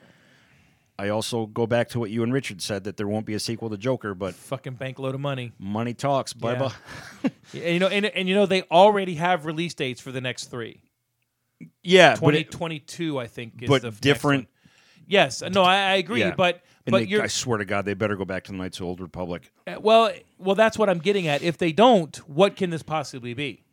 A: I also go back to what you and Richard said that there won't be a sequel to Joker, but
C: Fucking bankload of money.
A: money talks. Bye
C: Yeah.
A: bye.
C: And, you know, and, and you know they already have release dates for the next three.
A: Yeah, but,
C: Twenty
A: it-
C: twenty two, I think, is
A: but
C: the next
A: different.
C: one. Yes, no, I, I agree,
A: Yeah.
C: but
A: And
C: but
A: they-
C: you're
A: I swear to God, they better go back to the Knights of the Old Republic.
C: Uh, Well, well, that's what I'm getting at. If they don't, what can this possibly be?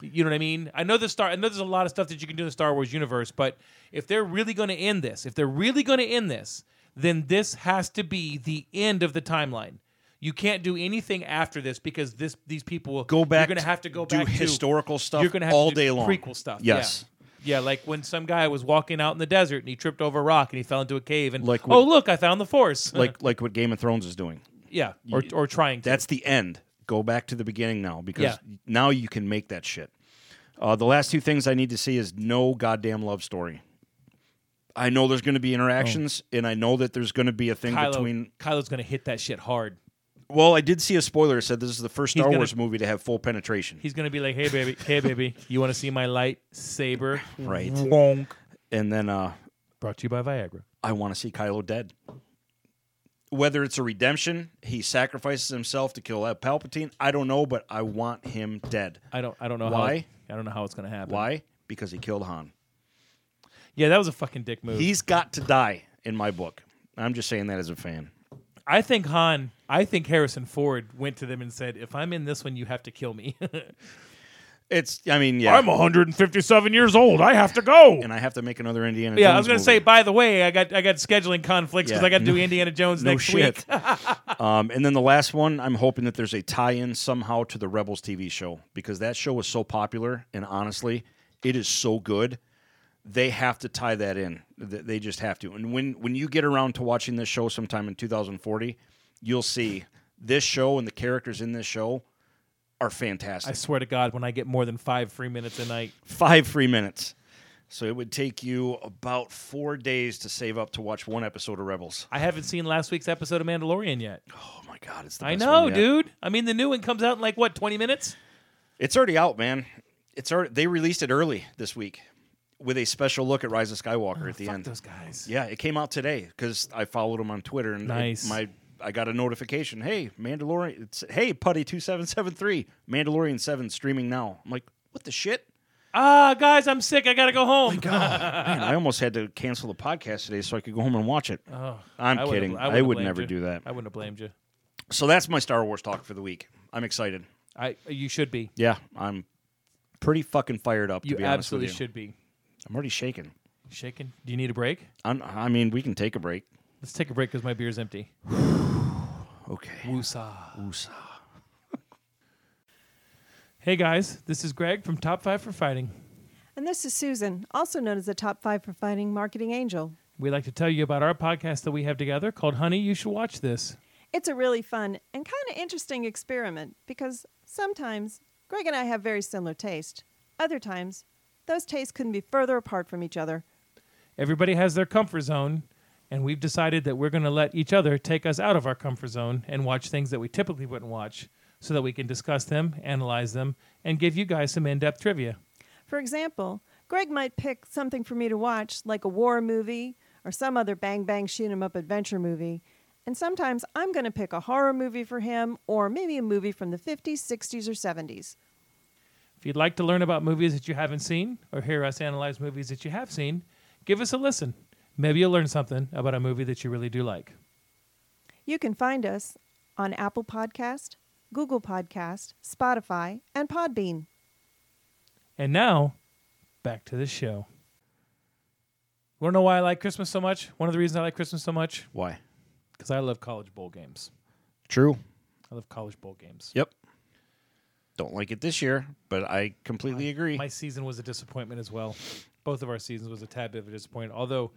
C: You know what I mean? I know the star. I know there's a lot of stuff that you can do in the Star Wars universe, but if they're really going to end this, if they're really going to end this, then this has to be the end of the timeline. You can't do anything after this because this these people will
A: go back.
C: You're going to have to go
A: do
C: back
A: historical
C: to,
A: stuff.
C: You're going to have
A: all
C: to do
A: day long.
C: prequel stuff.
A: Yes,
C: Yeah. Yeah, like when some guy was walking out in the desert and he tripped over a rock and he fell into a cave and
A: Like
C: oh
A: when-
C: look, I found the force.
A: like like what Game of Thrones is doing.
C: yeah, or or trying to.
A: That's the end. Go back to the beginning now because
C: Yeah.
A: now you can make that shit. Uh, the last two things I need to see is no goddamn love story. I know there's going to be interactions, and I know that there's going to be a thing
C: Oh. Kylo,
A: between.
C: Kylo's gonna hit that shit hard.
A: Well, I did see a spoiler that said this is the first
C: He's
A: Star
C: gonna-
A: Wars movie to have full penetration,
C: He's gonna be like, "Hey baby, hey baby, you want to see my light saber?"
A: Right.
C: Wonk.
A: and then uh,
C: Brought to you by Viagra.
A: I want to see Kylo dead. Whether it's a redemption, he sacrifices himself to kill Palpatine. I don't know, but I want him dead.
C: I don't. I don't know
A: Why?
C: How, I don't know how it's gonna happen.
A: Why? Because he killed Han.
C: Yeah, that was a fucking dick move.
A: He's got to die in my book. I'm just saying that as a fan.
C: I think Han. I think Harrison Ford went to them and said, "If I'm in this one, you have to kill me."
A: It's, I mean, yeah.
E: 157 years old. I have to go.
A: and I have to make another Indiana
C: yeah, I
A: Jones
C: was gonna
A: movie.
C: say. By the way, I got I got scheduling conflicts because
A: Yeah.
C: I got to do Indiana Jones
A: no
C: next
A: Oh, shit.
C: week.
A: um, and then the last one, I'm hoping that there's a tie-in somehow to the Rebels TV show because that show was so popular, and honestly, it is so good. They have to tie that in. Th- They just have to. And when when you get around to watching this show sometime in 2040, you'll see this show and the characters in this show are fantastic.
C: I swear to God, when I get more than five free minutes a night,
A: five free minutes. So it would take you about four days to save up to watch one episode of Rebels.
C: I haven't seen last week's episode of Mandalorian yet.
A: Oh my god, it's the
C: I
A: best
C: know,
A: one yet.
C: dude. I mean, the new one comes out in like what twenty minutes.
A: It's already out, man. It's already they released it early this week with a special look at Rise of Skywalker at Oh, the
C: Fuck
A: end.
C: those guys.
A: Yeah, it came out today because I followed him on Twitter and it-
C: Nice.
A: my I got a notification. Hey, Mandalorian. It's, hey, Putty two seven seven three. Mandalorian seven streaming now. I'm like, what the shit?
C: Ah, guys, I'm sick. I gotta go home.
A: Man, I almost had to cancel the podcast today so I could go home and watch it. I'm
C: Oh, I would've-
A: kidding. I,
C: would've
A: would
C: blamed
A: never
C: you.
A: do that.
C: I wouldn't have blamed you.
A: So that's my Star Wars talk for the week. I'm excited.
C: I you should be.
A: Yeah, I'm pretty fucking fired up. To
C: You
A: be honest
C: absolutely
A: with you,
C: should be.
A: I'm already shaking.
C: Shaking. Do you need a break?
A: I'm, I mean, we can take a break.
C: Let's take a break because my beer's empty.
A: Okay.
C: Woosah. Hey guys, this is Greg from Top Five for Fighting.
B: And this is Susan, also known as the top five for fighting marketing angel.
C: We'd like to tell you about our podcast that we have together called Honey, You Should Watch This.
B: It's a really fun and kind of interesting experiment because sometimes Greg and I have very similar taste. Other times, those tastes couldn't be further apart from each other.
C: Everybody has their comfort zone, and we've decided that we're going to let each other take us out of our comfort zone and watch things that we typically wouldn't watch so that we can discuss them, analyze them, and give you guys some in depth trivia.
B: For example, Greg might pick something for me to watch, like a war movie or some other bang bang shoot 'em up adventure movie, And sometimes I'm going to pick a horror movie for him or maybe a movie from the 50s, 60s, or 70s.
C: If you'd like to learn about movies that you haven't seen or hear us analyze movies that you have seen, give us a listen. Maybe you'll learn something about a movie that you really do like.
B: You can find us on Apple Podcast, Google Podcast, Spotify, and Podbean.
C: And now, back to the show. Want to know why I like Christmas so much? One of the reasons I like Christmas so much?
A: Why?
C: Because I love college bowl games.
A: True.
C: I love college bowl games.
A: Yep. Don't like it this year, but I completely agree.
C: My season was a disappointment as well. Both of our seasons was a tad bit of a disappointment. Although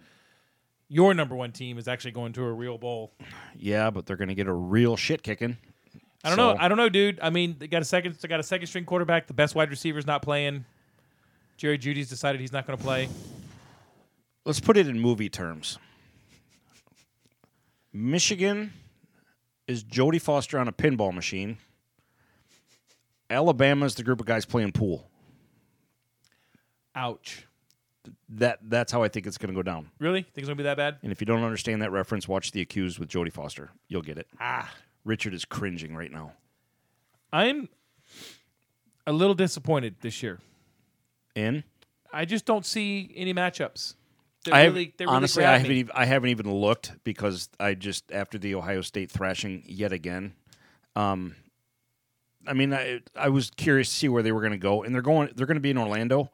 C: your number one team is actually going to a real bowl.
A: yeah, but they're going to get a real shit kicking.
C: I don't know. I don't know, dude. I mean, they got a second. They got a second string quarterback. The best wide receiver's not playing. Jerry Judy's decided he's not going to play.
A: Let's put it in movie terms. Michigan is Jodie Foster on a pinball machine. Alabama's the group of guys playing pool.
C: Ouch.
A: That that's how I think it's going to go down.
C: Really? Think it's going to be that bad?
A: And if you don't understand that reference, watch The Accused with Jodie Foster. You'll get it. Ah, Richard is cringing right now.
C: I'm a little disappointed this year.
A: In
C: I just don't see any matchups. That
A: I have-
C: that
A: honestly,
C: grab
A: I
C: me.
A: haven't e- even, I haven't even looked because I just after the Ohio State thrashing yet again. Um, I mean, I I was curious to see where they were going to go, and they're going they're going to be in Orlando.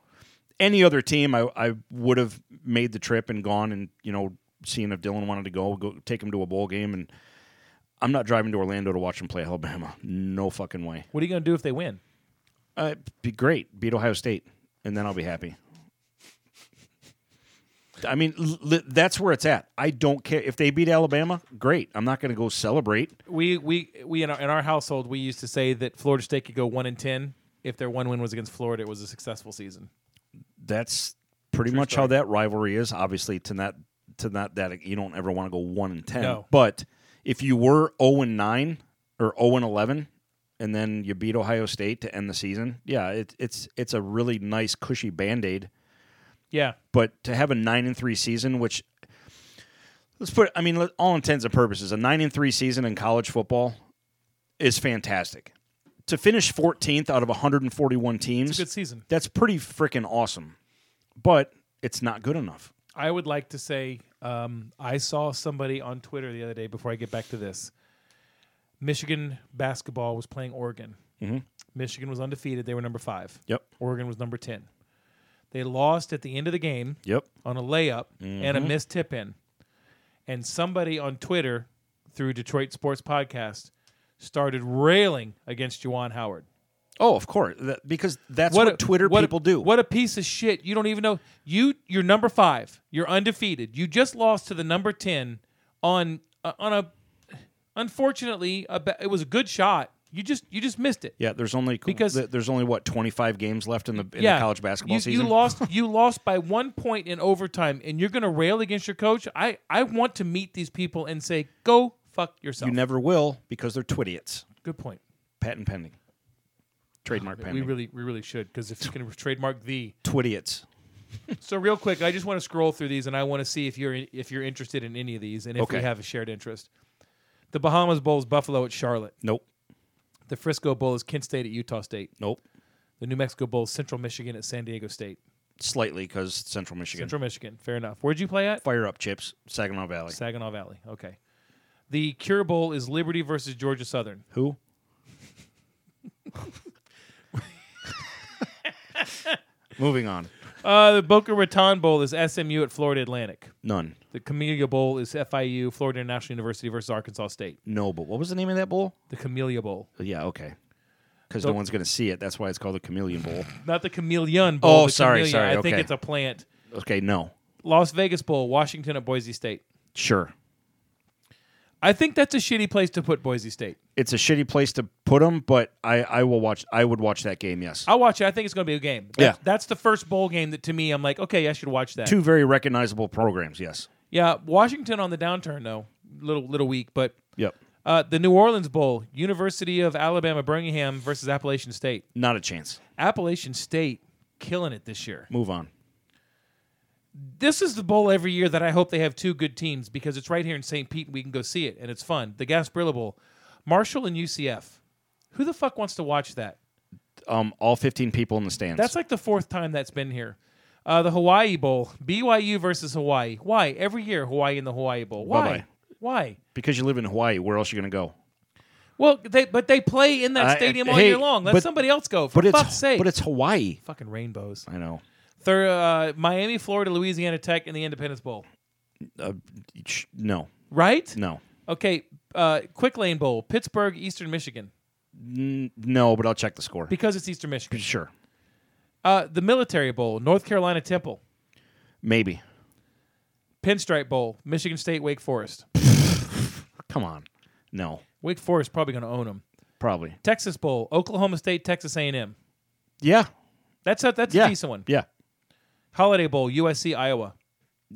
A: Any other team, I I would have made the trip and gone and you know seeing if Dylan wanted to go, go take him to a bowl game, and I'm not driving to Orlando to watch him play Alabama. No fucking way.
C: What are you going to do if they win?
A: Uh, be great. Beat Ohio State, and then I'll be happy. I mean, l- li- that's where it's at. I don't care if they beat Alabama. Great. I'm not going to go celebrate.
C: We we we in our, in our household we used to say that Florida State could go one and ten if their one win was against Florida. It was a successful season.
A: That's pretty much how that rivalry is. Obviously, to not to not that you don't ever want to go one and ten.
C: No.
A: But if you were zero and nine or zero and eleven, and then you beat Ohio State to end the season, yeah, it, it's it's a really nice cushy band aid.
C: Yeah,
A: but to have a nine and three season, which let's put, I mean, let- all intents and purposes, a nine and three season in college football is fantastic. To finish 14th out of 141 teams,
C: it's a good season.
A: that's pretty freaking awesome, but it's not good enough.
C: I would like to say um, I saw somebody on Twitter the other day before I get back to this. Michigan basketball was playing Oregon. Mm-hmm. Michigan was undefeated. They were number five.
A: Yep.
C: Oregon was number 10. They lost at the end of the game
A: Yep.
C: on a layup and
A: Mm-hmm.
C: a missed tip in. And somebody on Twitter through Detroit Sports Podcast started railing against Juwan Howard.
A: Oh, of course, that, because that's what,
C: a-
A: Twitter
C: what a-
A: people do.
C: What a piece of shit. You don't even know you you're number 5. You're undefeated. You just lost to the number 10 on uh, on a unfortunately a, ba- it was a good shot. You just you just missed it.
A: yeah, there's only
C: Because-
A: th- there's only what 25 games left in the, in the college basketball
C: you,
A: season.
C: You lost. you lost by one point in overtime, and you're going to rail against your coach. I I want to meet these people and say, go fuck yourself.
A: You never will because they're twidiots.
C: Good point.
A: Patent pending, trademark
C: We
A: pending.
C: really we really should because if you can trademark the.
A: twidiots.
C: So real quick, I just want to scroll through these, and I want to see if you're in, if you're interested in any of these, and if we
A: Okay.
C: have a shared interest. The Bahamas Bowl is Buffalo at Charlotte.
A: Nope.
C: The Frisco Bowl is Kent State at Utah State.
A: Nope.
C: The New Mexico Bowl is Central Michigan at San Diego State.
A: slightly because Central Michigan.
C: Central Michigan, fair enough. Where'd you play at?
A: Fire up chips, Saginaw Valley.
C: Saginaw Valley. Okay. The Cure Bowl is Liberty versus Georgia Southern.
A: Who? Moving on.
C: Uh, the Boca Raton Bowl is SMU at Florida Atlantic.
A: None.
C: The Camellia Bowl is FIU, Florida International University versus Arkansas State.
A: No, but what was the name of that bowl?
C: The Camellia Bowl,
A: Yeah, okay. Because no
C: The-
A: one's going to see it. That's why it's called the Chameleon Bowl.
C: not the Chameleon Bowl.
A: Oh,
C: the
A: sorry,
C: Camellia.
A: sorry,
C: I think
A: okay.
C: it's a plant.
A: Okay, no.
C: Las Vegas Bowl, Washington at Boise State.
A: Sure.
C: I think that's a shitty place to put Boise State.
A: It's a shitty place to put them, but I, I will watch. I would watch that game. Yes.
C: I'll watch it. I think it's going to be a game.
A: Yeah.
C: That's- That's the first bowl game that to me I'm like, okay, I should watch that.
A: Two very recognizable programs. Yes.
C: Yeah, Washington on the downturn though, little little weak, but
A: Yep.
C: Uh, the New Orleans Bowl, University of Alabama Birmingham versus Appalachian State.
A: Not a chance.
C: Appalachian State killing it this year.
A: Move on.
C: This is the bowl every year that I hope they have two good teams because it's right here in St. Pete and we can go see it and it's fun. The Gasparilla Bowl, Marshall and UCF. Who the fuck wants to watch that?
A: Um, all 15 people in the stands.
C: That's like the fourth time that's been here. Uh, the Hawaii Bowl, BYU versus Hawaii. Why every year Hawaii in the Hawaii Bowl? Why?
A: Bye-bye.
C: Why?
A: because you live in Hawaii. Where else are you going to go?
C: Well, they but they play in
A: I-
C: that stadium all
A: hey,
C: year long. Let
A: but-
C: somebody else go. For
A: But it's
C: fuck's sake.
A: but it's Hawaii.
C: fucking rainbows.
A: I know.
C: Third, uh, Miami, Florida, Louisiana Tech, in the Independence Bowl.
A: Sh- No,
C: Right?
A: no,
C: Okay. Uh, Quick Lane Bowl, Pittsburgh, Eastern Michigan,
A: N- no. But I'll check the score.
C: because it's Eastern Michigan.
A: sure,
C: Uh, the Military Bowl, North Carolina Temple,
A: maybe.
C: Pinstripe Bowl, Michigan State, Wake Forest.
A: Come on, no,
C: Wake Forest probably going to own them.
A: probably.
C: Texas Bowl, Oklahoma State, Texas A&M.
A: Yeah,
C: That's a that's
A: yeah,
C: a decent one.
A: Yeah,
C: Holiday Bowl, USC, Iowa.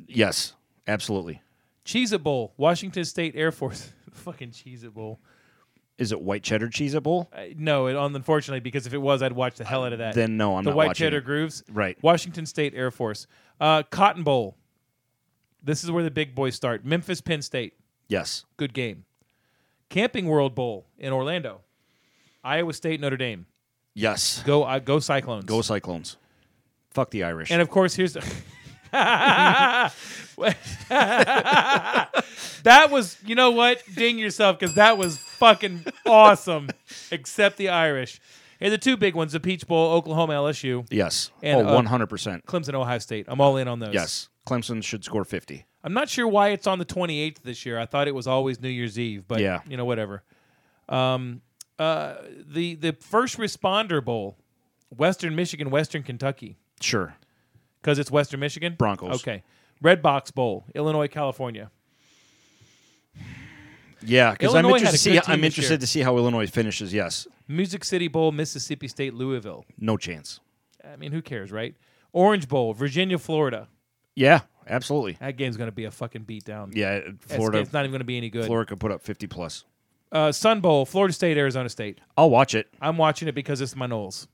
A: yes, absolutely.
C: Cheez It Bowl, Washington State Air Force. Fucking Cheez It Bowl.
A: Is it white cheddar cheese at bowl?
C: Uh, no, it, un- unfortunately, because if it was, I'd watch the hell out of that.
A: Then no, I'm
C: the
A: not
C: White
A: watching
C: Cheddar
A: it.
C: Grooves,
A: Right.
C: Washington State Air Force, uh, Cotton Bowl. This is where the big boys start. Memphis, Penn State,
A: Yes,
C: good game. Camping World Bowl in Orlando, Iowa State, Notre Dame.
A: yes.
C: Go, uh, go Cyclones.
A: Go Cyclones. Fuck the Irish.
C: And of course, here's the. that was, you know what? Ding yourself because that was fucking awesome. Except the Irish. And the two big ones the Peach Bowl, Oklahoma, LSU,
A: yes.
C: and,
A: oh,
C: uh,
A: 100 percent.
C: Clemson, Ohio State. I'm all in on those.
A: Yes, Clemson should score 50.
C: I'm not sure why it's on the 28th this year. I thought it was always New Year's Eve, but
A: Yeah.
C: you know whatever. Um, uh, the the first responder bowl, Western Michigan, Western Kentucky,
A: Sure.
C: because it's Western Michigan
A: Broncos.
C: Okay, Red Box Bowl, Illinois, California.
A: Yeah, because I'm
C: Illinois had
A: interested. To
C: a
A: see,
C: good team
A: I'm
C: this
A: interested
C: year.
A: to see how Illinois finishes. Yes,
C: Music City Bowl, Mississippi State, Louisville.
A: no chance.
C: I mean, who cares, right? Orange Bowl, Virginia, Florida.
A: Yeah, absolutely.
C: That game's gonna be a fucking beatdown.
A: Yeah,
C: That's-
A: Florida.
C: it's not even gonna be any good.
A: Florida could put up 50 plus.
C: Uh, Sun Bowl, Florida State, Arizona State.
A: I'll watch it.
C: I'm watching it because it's my Knowles.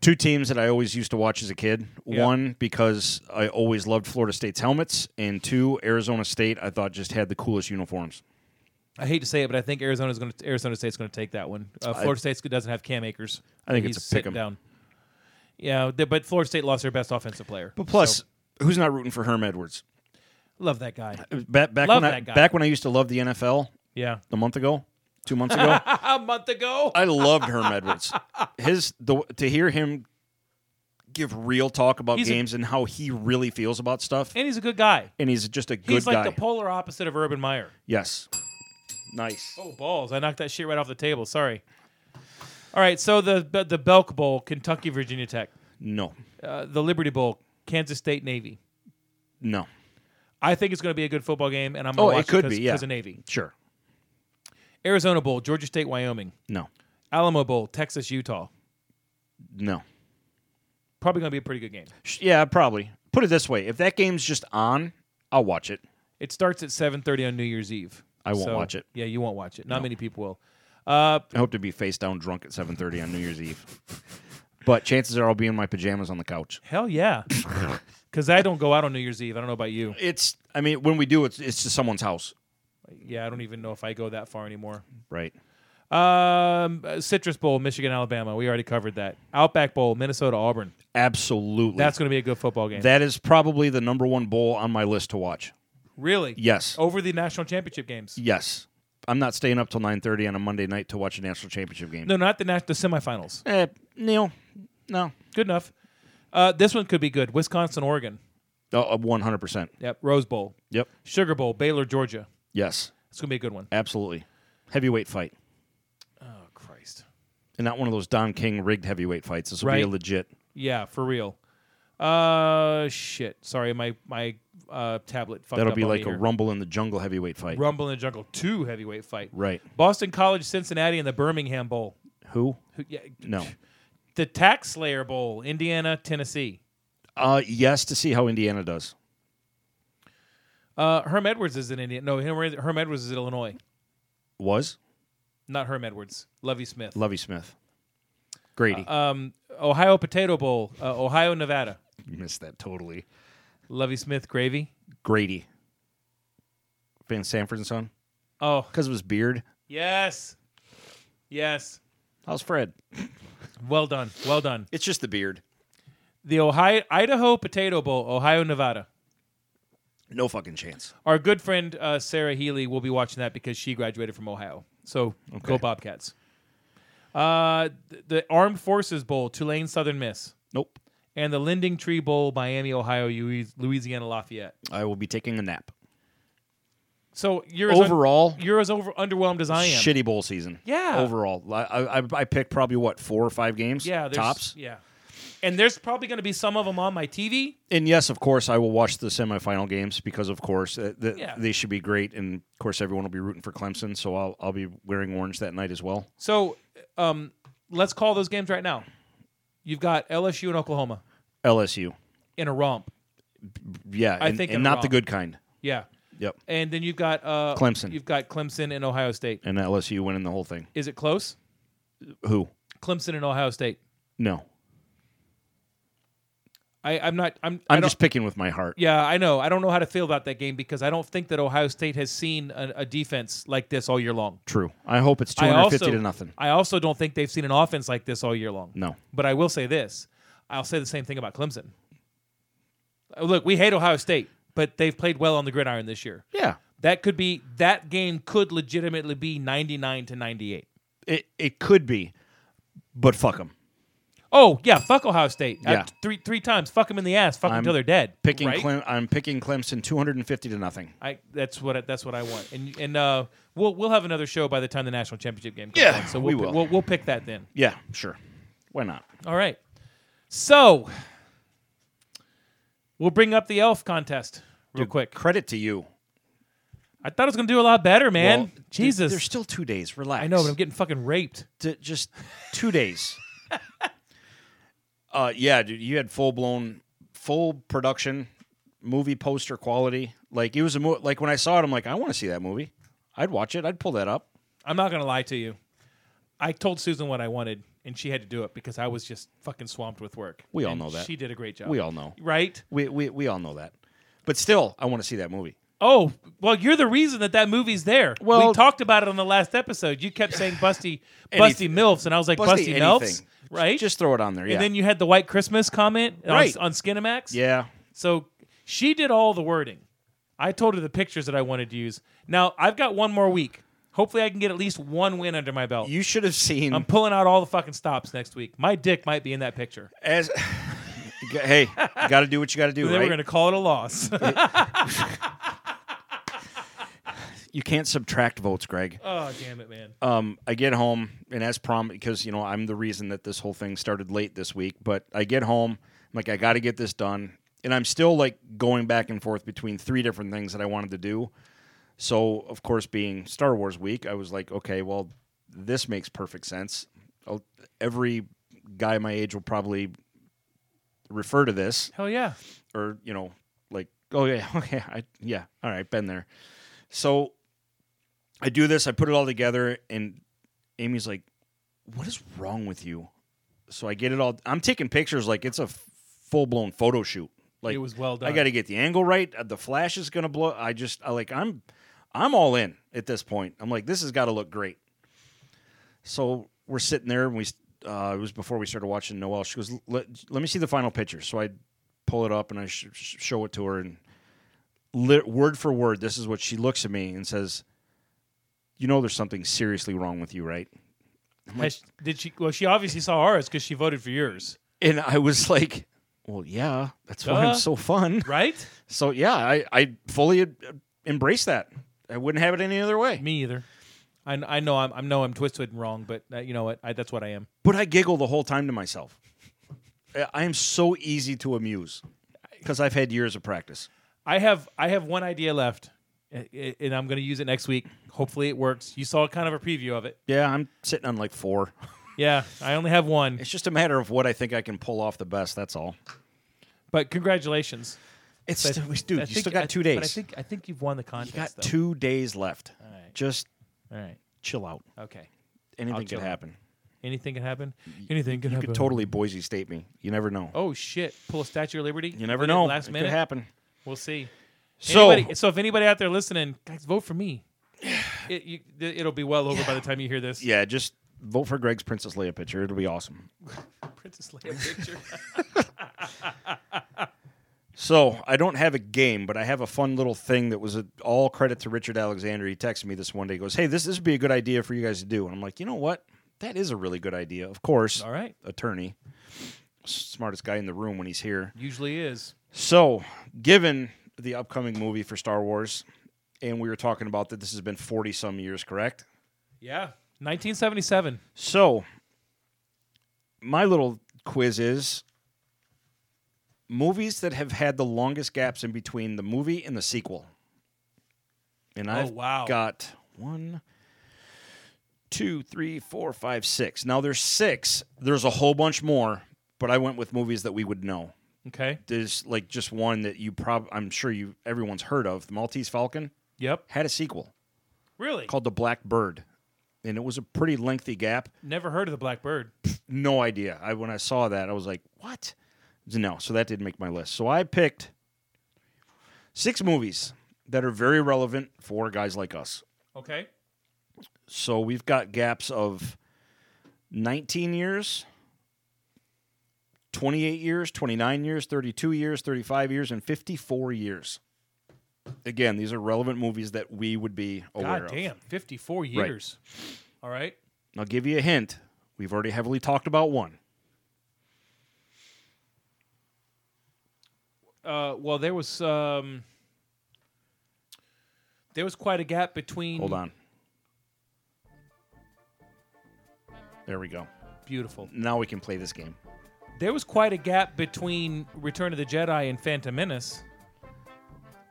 A: Two teams that I always used to watch as a kid.
C: Yeah.
A: One because I always loved Florida State's helmets, and two Arizona State. I thought just had the coolest uniforms.
C: I hate to say it, but I think Arizona's going to Arizona State's going to take that one. Uh, Florida State's State doesn't have Cam Akers.
A: I think it's
C: He's
A: a pick
C: sitting
A: 'em.
C: down. Yeah, th- but Florida State lost their best offensive player.
A: But plus, who's not rooting for Herm Edwards?
C: Love that guy.
A: Back, back
C: Love
A: when I,
C: that guy.
A: back when I used to love the NFL
C: Yeah,
A: a month ago, two months ago,
C: a month ago.
A: I loved Herm Edwards. His the, to hear him give real talk about
C: He's a-
A: games and how he really feels about stuff,
C: and he's a good guy.
A: and he's just a good
C: he's like
A: guy.
C: the polar opposite of Urban Meyer.
A: yes, nice.
C: Oh balls! I knocked that shit right off the table. Sorry. All right, so the the- the Belk Bowl, Kentucky, Virginia Tech,
A: No,
C: uh, the Liberty Bowl, Kansas State, Navy.
A: no.
C: I think it's going to be a good football game, and I'm
A: Oh,
C: going to
A: it
C: watch
A: could
C: because
A: be. Yeah,
C: of Navy.
A: Sure.
C: Arizona Bowl, Georgia State, Wyoming,
A: No,
C: Alamo Bowl, Texas, Utah.
A: no.
C: probably going to be a pretty good game.
A: Sh- Yeah, probably. Put it this way: if that game's just on, I'll watch it.
C: It starts at 7:30 on New Year's Eve.
A: I won't watch it.
C: Yeah, you won't watch it. Not many people will. Uh,
A: I hope to be face down drunk at 7:30 on New Year's Eve. But chances are I'll be in my pajamas on the couch.
C: hell yeah. Cuz I don't go out on New Year's Eve. I don't know about you.
A: It's I mean when we do it's it's just someone's house,
C: Yeah, I don't even know if I go that far anymore.
A: right?
C: Um, uh, Citrus Bowl, Michigan, Alabama. We already covered that. Outback Bowl, Minnesota, Auburn.
A: Absolutely.
C: That's going to be a good football game.
A: That is probably the number one bowl on my list to watch.
C: really?
A: Yes.
C: Over the national championship games.
A: Yes. I'm not staying up till 9:30 on a Monday night to watch a national championship game.
C: No, not the national the semifinals.
A: Eh, Neil. No.
C: Good enough. Uh, this one could be good. Wisconsin, Oregon.
A: Oh, uh, 100%.
C: Yep. Rose Bowl.
A: Yep.
C: Sugar Bowl, Baylor, Georgia.
A: Yes.
C: It's going to be a good one.
A: Absolutely. Heavyweight fight.
C: Oh, Christ.
A: And not one of those Don King rigged heavyweight fights. This will be
C: Right.
A: a legit.
C: Yeah, for real. Uh, shit. Sorry, my my uh tablet. Fucked
A: That'll
C: up
A: be
C: on me
A: like a
C: here.
A: rumble in the jungle heavyweight fight.
C: rumble in the jungle two heavyweight fight.
A: Right.
C: Boston College, Cincinnati, and the Birmingham Bowl.
A: Who?
C: Who- yeah,
A: No.
C: The Tax Slayer Bowl, Indiana, Tennessee.
A: Uh, yes, to see how Indiana does.
C: Uh, Herm Edwards is in Indiana. No, Herm, Herm Edwards is in Illinois.
A: Was
C: Not Herm Edwards. Lovey Smith.
A: Lovey Smith. Grady.
C: uh, Um, Ohio Potato Bowl, uh, Ohio, Nevada.
A: you missed that totally.
C: Lovey Smith gravy.
A: Grady. Van Sanford and Son.
C: Oh
A: Because of his beard.
C: yes, yes.
A: How's Fred?
C: Well done, well done.
A: It's just the beard.
C: The Ohio Idaho Potato Bowl, Ohio Nevada.
A: No fucking chance.
C: Our good friend uh, Sarah Healy will be watching that because she graduated from Ohio. So go Bobcats. Uh, th- the Armed Forces Bowl, Tulane Southern Miss,
A: Nope.
C: and the Lending Tree Bowl, Miami, Ohio, Louis- Louisiana Lafayette.
A: I will be taking a nap.
C: So you're as un-
A: Overall,
C: you're as over- underwhelmed as I am.
A: Shitty bowl season.
C: Yeah.
A: Overall, I, I, I picked probably what four or five games.
C: Yeah, there's-
A: tops.
C: Yeah, and there's probably going to be some of them on my TV.
A: And yes, of course, I will watch the semifinal games because, of course, uh, th-
C: Yeah.
A: they should be great. And of course, everyone will be rooting for Clemson, so I'll I'll be wearing orange that night as well.
C: So um, let's call those games right now. You've got LSU and Oklahoma
A: LSU.
C: in a romp.
A: Yeah,
C: I
A: and,
C: think
A: and
C: I'm
A: not the
C: wrong.
A: good kind.
C: Yeah,
A: Yep.
C: and then you've got uh,
A: Clemson.
C: You've got Clemson and Ohio State.
A: And LSU winning the whole thing.
C: Is it close?
A: Who?
C: Clemson and Ohio State.
A: No.
C: I, I'm not. I'm. I
A: I'm
C: don't-
A: just picking with my heart.
C: Yeah, I know. I don't know how to feel about that game because I don't think that Ohio State has seen a, a defense like this all year long.
A: True. I hope it's
C: I
A: 250
C: also-
A: to nothing.
C: I also don't think they've seen an offense like this all year long.
A: No.
C: But I will say this: I'll say the same thing about Clemson. Uh, Look, we hate Ohio State, but they've played well on the gridiron this year.
A: Yeah.
C: That could be that game could legitimately be 99 to 98.
A: It it could be, but fuck them.
C: Oh yeah, fuck Ohio State. Uh,
A: Yeah.
C: three three times. Fuck them in the ass. Fuck them
A: I'm
C: until they're dead.
A: Picking
C: right?
A: Clem- I'm picking Clemson 250 to nothing.
C: I that's what I, that's what I want. And and uh, we'll we'll have another show by the time the national championship game comes.
A: Yeah,
C: on. so
A: we
C: we'll, pi-
A: will.
C: We'll, we'll pick that then.
A: Yeah, sure. Why not?
C: All right. So we'll bring up the elf contest real quick.
A: Credit to you,
C: I thought I was gonna do a lot better, man.
A: Well, th-
C: Jesus,
A: There's still two days. Relax.
C: I know, but I'm getting fucking raped.
A: D- just two days. uh, yeah, dude, you had full blown, full production, movie poster quality. Like it was a mo- like when I saw it, I'm like, I want to see that movie. I'd watch it. I'd pull that up.
C: I'm not gonna lie to you. I told Susan what I wanted, and she had to do it because I was just fucking swamped with work.
A: We all
C: And
A: know that.
C: she did a great job.
A: We all know.
C: right?
A: We we we all know that. But still, I want to see that movie.
C: Oh, well, you're the reason that that movie's there.
A: Well-
C: we talked about it on the last episode. You kept saying Busty, Busty
A: Anything.
C: Milfs, and I was like,
A: Busty
C: Busty, Milfs,
A: anything.
C: right?
A: Just throw it on there. Yeah.
C: and then you had the White Christmas comment on,
A: Right.
C: on Skinamax.
A: yeah.
C: So she did all the wording. I told her the pictures that I wanted to use. Now I've got one more week. Hopefully, I can get at least one win under my belt.
A: You should have seen
C: I'm pulling out all the fucking stops next week. My dick might be in that picture.
A: as. G- hey, you got to do what you got to do,
C: Then
A: right?
C: we're going to call it a loss.
A: You can't subtract votes, Greg.
C: oh, damn it, man.
A: um, I get home, and as prom, because you know I'm the reason that this whole thing started late this week. But I get home, I'm like I got to get this done, and I'm still like going back and forth between three different things that I wanted to do. So of course, being Star Wars week, I was like, okay, well, this makes perfect sense. I'll, every guy my age will probably refer to this
C: Hell yeah.
A: or you know, like, oh yeah, okay, I, yeah, all right, been there. So I do this, I put it all together, and Amy's like, "What is wrong with you?" So I get it all. I'm taking pictures like it's a full blown photo shoot. Like
C: It was well
A: I
C: done.
A: got to get the angle right. uh, The flash is gonna blow. I just I like I'm I'm all in at this point. I'm like, this has got to look great. So we're sitting there, and we uh, it was before we started watching Noel. She goes, let, "Let me see the final picture." So I pull it up and I sh- sh- show it to her, and lit, word for word, this is what she looks at me and says, "You know, there's something seriously wrong with you, right?"
C: Has- did she? Well, she obviously saw ours because she voted for yours,
A: And I was like, "Well, yeah, that's why
C: Duh.
A: I'm so fun."
C: right?
A: So yeah, I I fully uh, embrace that. I wouldn't have it any other way.
C: Me either. I, kn- I know I'm I know I'm twisted and wrong, but uh, you know what? I, that's what I am.
A: But I giggle the whole time to myself. I- I am so easy to amuse because I've had years of practice.
C: I have I have one idea left, a- a- and I'm going to use it next week. Hopefully, it works. You saw kind of a preview of it.
A: Yeah, I'm sitting on like four.
C: Yeah, I only have one,
A: It's just a matter of what I think I can pull off the best. That's all.
C: but congratulations.
A: It's
C: But
A: still, dude,
C: I
A: you
C: think-
A: still got
C: I-
A: two days.
C: But I think I think you've won the contest.
A: you got
C: though.
A: two days left.
C: right.
A: Just
C: All right.
A: chill out.
C: Okay.
A: Anything
C: chill
A: could
C: out.
A: happen.
C: Anything can happen. Anything can
A: You
C: happen.
A: could totally Boise State me. You never know.
C: Oh shit! Pull a Statue of Liberty.
A: you never
C: Win it
A: know.
C: Last
A: it
C: minute.
A: could happen.
C: We'll see.
A: So-
C: Anybody- so if anybody out there listening, guys, vote for me. It, you, th- it'll be well over by the time you hear this.
A: Yeah, just vote for Greg's Princess Leia picture. It'll be awesome.
C: Princess Leia picture.
A: So I don't have a game, but I have a fun little thing that was a, all credit to Richard Alexander. He texted me this one day. He goes, "Hey, this this would be a good idea for you guys to do." And I'm like, you know what? That is a really good idea. Of course,
C: All right.
A: attorney, smartest guy in the room when he's here.
C: Usually is.
A: So, given the upcoming movie for Star Wars, and we were talking about that this has been 40 some years, correct?
C: Yeah. 1977.
A: So, my little quiz is movies that have had the longest gaps in between the movie and the sequel. And I've
C: wow.
A: got one, two, three, four, five, six. Now there's six. There's a whole bunch more, but I went with movies that we would know.
C: Okay.
A: There's like just one that you prob I'm sure you everyone's heard of. The Maltese Falcon
C: Yep.
A: had a sequel
C: Really?
A: called The Black Bird. And it was a pretty lengthy gap
C: Never heard of the Black Bird.
A: no idea. I when I saw that, I was like, "What?" No, so that didn't make my list. So I picked six movies that are very relevant for guys like us.
C: Okay.
A: So we've got gaps of 19 years, 28 years, 29 years, 32 years, 35 years, and 54 years. Again, these are relevant movies that we would be aware
C: God
A: of.
C: damn. 54 years. All right.
A: I'll give you a hint. We've already heavily talked about one.
C: Uh, well, there was um, there was quite a gap between.
A: Hold on. There we go.
C: Beautiful.
A: Now we can play this game.
C: There was quite a gap between Return of the Jedi and Phantom Menace,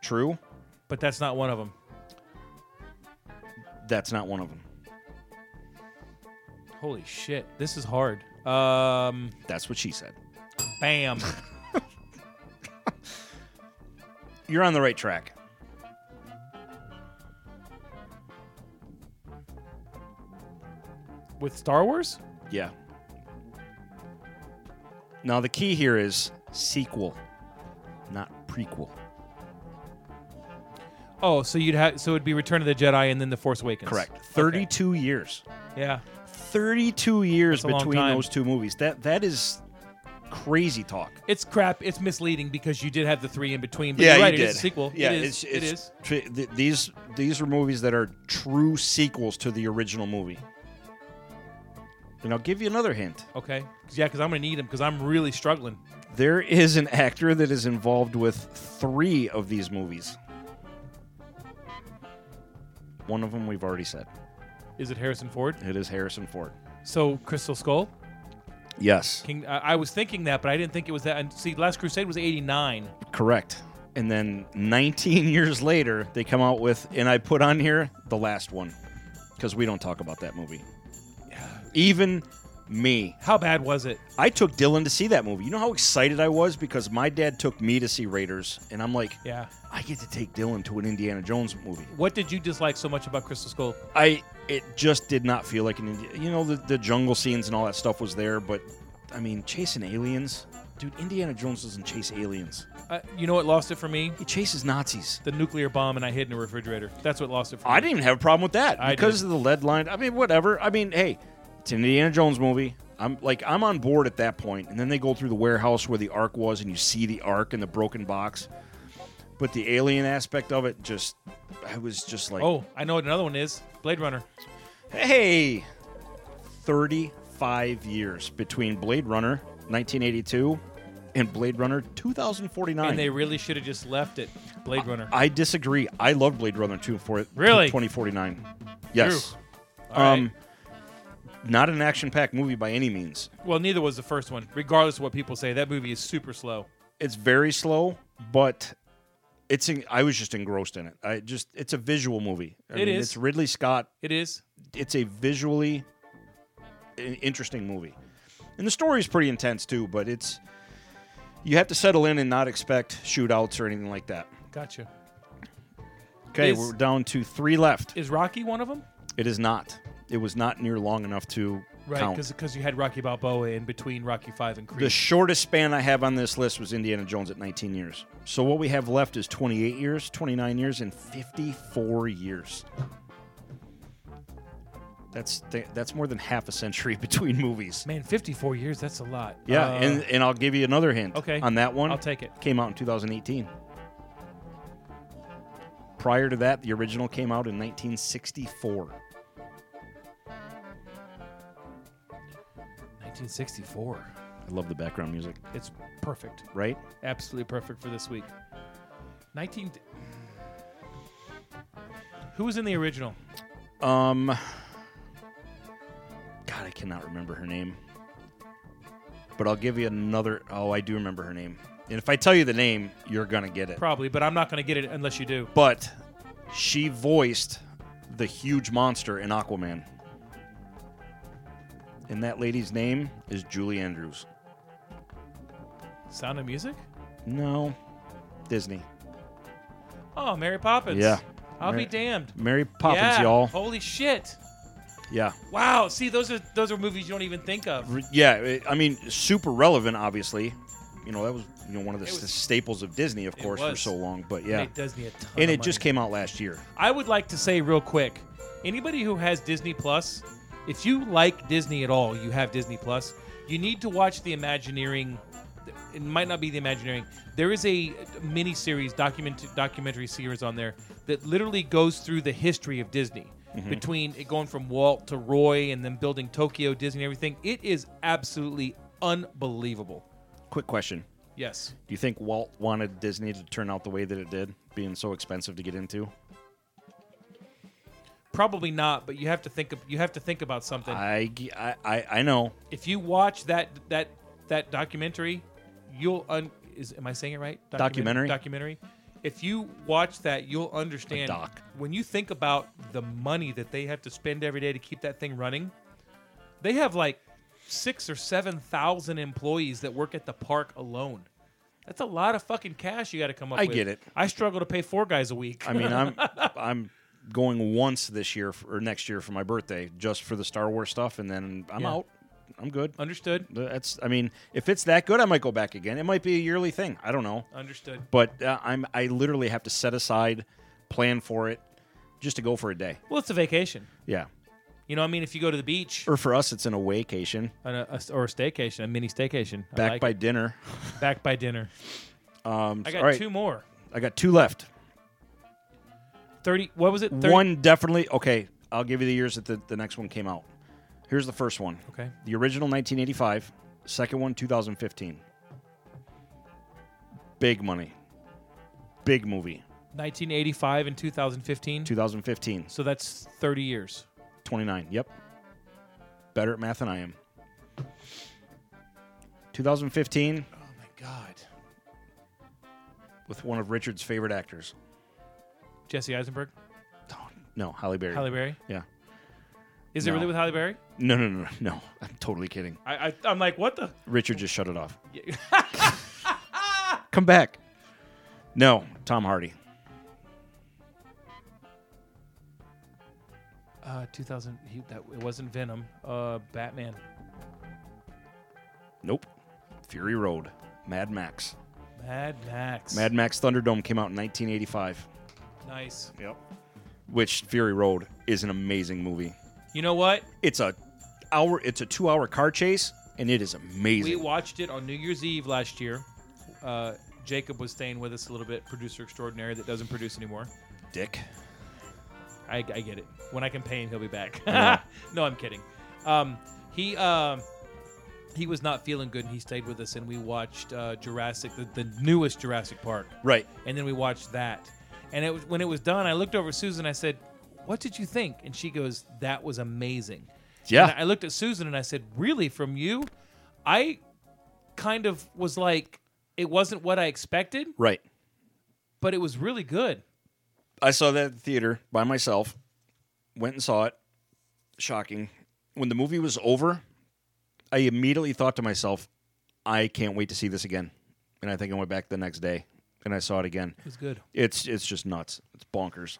A: True.
C: but that's not one of them.
A: That's not one of them.
C: Holy shit, this is hard. Um,
A: That's what she said.
C: bam.
A: You're on the right track.
C: With Star Wars?
A: Yeah. Now the key here is sequel, not prequel.
C: Oh, so you'd have so it'd be Return of the Jedi and then The Force Awakens.
A: Correct. 32 years.
C: Yeah.
A: 32 years
C: That's a long
A: between
C: time.
A: those two movies. That that is crazy talk.
C: It's crap. It's misleading because you did have the three in between. But you're right, It is a sequel.
A: Yeah,
C: it
A: It's,
C: is. it
A: it's
C: is.
A: tr- th- these these are movies that are true sequels to the original movie. And I'll give you another hint.
C: Okay. 'Cause- yeah, because I'm gonna need them because I'm really struggling.
A: There is an actor that is involved with three of these movies. One of them we've already said.
C: Is it Harrison Ford?
A: It is Harrison Ford.
C: So Crystal Skull.
A: Yes,
C: King. I I was thinking that, but I didn't think it was that. And see, Last Crusade was '89.
A: correct. And then 19 years later, they come out with, and I put on here the last one because we don't talk about that movie. Even me,
C: How bad was it?
A: I took Dylan to see that movie. You know how excited I was because my dad took me to see Raiders, and I'm like,
C: Yeah.
A: I get to take Dylan to an Indiana Jones movie.
C: What did you dislike so much about Crystal Skull?
A: I it just did not feel like an Indi- you know the the jungle scenes and all that stuff was there, but I mean chasing aliens, dude. Indiana Jones doesn't chase aliens.
C: Uh, you know what lost it for me?
A: He chases Nazis.
C: The nuclear bomb, and I hid in a refrigerator. That's what lost it for me.
A: I didn't even have a problem with that
C: I
A: because
C: did.
A: of the lead line. I mean, whatever. I mean, hey, it's an Indiana Jones movie. I'm like I'm on board at that point, and then they go through the warehouse where the Ark was, and you see the Ark and the broken box. But the alien aspect of it, just I was just like,
C: Oh, I know what another one is. Blade Runner.
A: Hey! 35 years between Blade Runner 1982 and Blade Runner 2049.
C: And they really should have just left it. Blade Runner.
A: I disagree. I love Blade Runner 2 for
C: Really?
A: 2049. Yes.
C: All right.
A: Um, Not an action packed movie by any means.
C: Well, neither was the first one. Regardless of what people say, that movie is super slow.
A: It's very slow, but. It's. En- I was just engrossed in it. I just. It's a visual movie. I
C: It
A: mean,
C: is.
A: It's Ridley Scott.
C: It is.
A: it's a visually i- interesting movie, and the story is pretty intense too. But it's you have to settle in and not expect shootouts or anything like that.
C: Gotcha.
A: Okay,
C: Is-
A: we're down to three left.
C: Is Rocky one of them?
A: It is not. It was not near long enough to
C: right?
A: count.
C: Because you had Rocky Balboa in between Rocky Five and Creed.
A: The shortest span I have on this list was Indiana Jones at 19 years. So what we have left is 28 years, 29 years, and 54 years. That's th- that's more than half a century between movies.
C: Man, fifty-four years—that's a lot.
A: Yeah,
C: Uh,
A: and and I'll give you another hint.
C: okay.
A: On that one,
C: I'll take it.
A: Came out in 2018. Prior to that, the original came out in 1964.
C: 1964.
A: I love the background music,
C: It's perfect.
A: right?
C: Absolutely perfect for this week. 19. Who was in the original?
A: Um, God, I cannot remember her name. But I'll give you another. Oh, I do remember her name. And if I tell you the name, you're gonna get it.
C: Probably, but I'm not going to get it unless you do.
A: But she voiced the huge monster in Aquaman. And that lady's name is Julie Andrews.
C: Sound of Music?
A: No, Disney.
C: Oh, Mary Poppins.
A: Yeah.
C: I'll
A: Mary-
C: be damned.
A: Mary Poppins,
C: yeah.
A: y'all.
C: Holy shit.
A: Yeah.
C: Wow. See, those are those are movies you don't even think of.
A: R- yeah, it- I mean, super relevant, obviously. You know, that was you know one of the
C: It
A: s
C: was-
A: staples of Disney, of course, for
C: was.
A: so long. But yeah,
C: It does need a ton
A: and
C: of
A: it just
C: money.
A: came out last year.
C: I would like to say real quick, anybody who has Disney Plus, if you like Disney at all, you have Disney Plus, you need to watch the Imagineering. It might not be the Imagineering. There is a mini series, document documentary series on there that literally goes through the history of Disney.
A: Mm-hmm.
C: Between it going from Walt to Roy and then building Tokyo Disney and everything, it is absolutely unbelievable.
A: Quick question:
C: Yes.
A: Do you think Walt wanted Disney to turn out the way that it did, being so expensive to get into?
C: Probably not, but you have to think of, you have to think about something.
A: I g- I I, I know.
C: if you watch that that that documentary, you'll un is am I saying it right?
A: Documentary.
C: Documentary. If you watch that, you'll understand.
A: doc.
C: When you think about the money that they have to spend every day to keep that thing running, they have like six or seven thousand employees that work at the park alone. That's a lot of fucking cash you got to come up
A: I
C: with.
A: get it.
C: I struggle to pay four guys a week.
A: I mean, I'm I'm going once this year f or next year for my birthday, just for the Star Wars stuff, and then I'm
C: Yeah. Uh,
A: out. I'm good.
C: understood.
A: That's I mean, if it's that good, I might go back again. It might be a yearly thing. I don't know.
C: Understood.
A: but uh, I'm I literally have to set aside, plan for it, just to go for a day.
C: Well, it's a vacation.
A: Yeah.
C: You know, what I mean, if you go to the beach
A: Or for us, it's an awaycation,
C: on a- a s- or a staycation, a mini staycation, I
A: back
C: like
A: by dinner.
C: back by dinner.
A: Um,
C: I got
A: all right,
C: two more.
A: I got two left.
C: Thirty. What was it? 30?
A: One definitely. Okay, I'll give you the years that the, the next one came out. Here's the first one.
C: Okay.
A: The original 1985. Second one 2015. Big money. Big movie.
C: 1985 and 2015.
A: 2015.
C: So that's 30 years.
A: 29. Yep. Better at math than I am. 2015
C: Oh my God.
A: with one of Richard's favorite actors.
C: Jesse Eisenberg,
A: No, Halle Berry.
C: Halle Berry.
A: Yeah.
C: Is
A: No.
C: it really with Halle Berry?
A: No, no, no, no, no. I'm totally kidding.
C: I, I I'm like, what the?
A: Richard just shut it off. Come back. No, Tom Hardy.
C: Uh, 2000. He, that it wasn't Venom. Uh, Batman.
A: Nope. Fury Road. Mad Max.
C: Mad Max.
A: Mad Max Thunderdome came out in 1985.
C: Nice.
A: Yep. Which Fury Road is an amazing movie.
C: You know what?
A: It's a hour. It's a two-hour car chase, and it is amazing.
C: We watched it on New Year's Eve last year. Uh, Jacob was staying with us a little bit. Producer extraordinary that doesn't produce anymore.
A: Dick.
C: I, I get it. When I can pay him, he'll be back. no, I'm kidding. Um, he um, he was not feeling good, and he stayed with us, and we watched uh, Jurassic, the, the newest Jurassic Park,
A: Right.
C: and then we watched that. And it was when it was done, I looked over at Susan. I said, "What did you think?" And she goes, "That was amazing."
A: Yeah.
C: And I looked at Susan and I said, "Really, from you?" I kind of was like, "It wasn't what I expected,
A: Right.
C: but it was really good."
A: I saw that at the theater by myself. Went and saw it. Shocking. When the movie was over, I immediately thought to myself, I can't wait to see this again. And I think I went back the next day and I saw it again.
C: It was good.
A: It's it's just nuts. It's bonkers.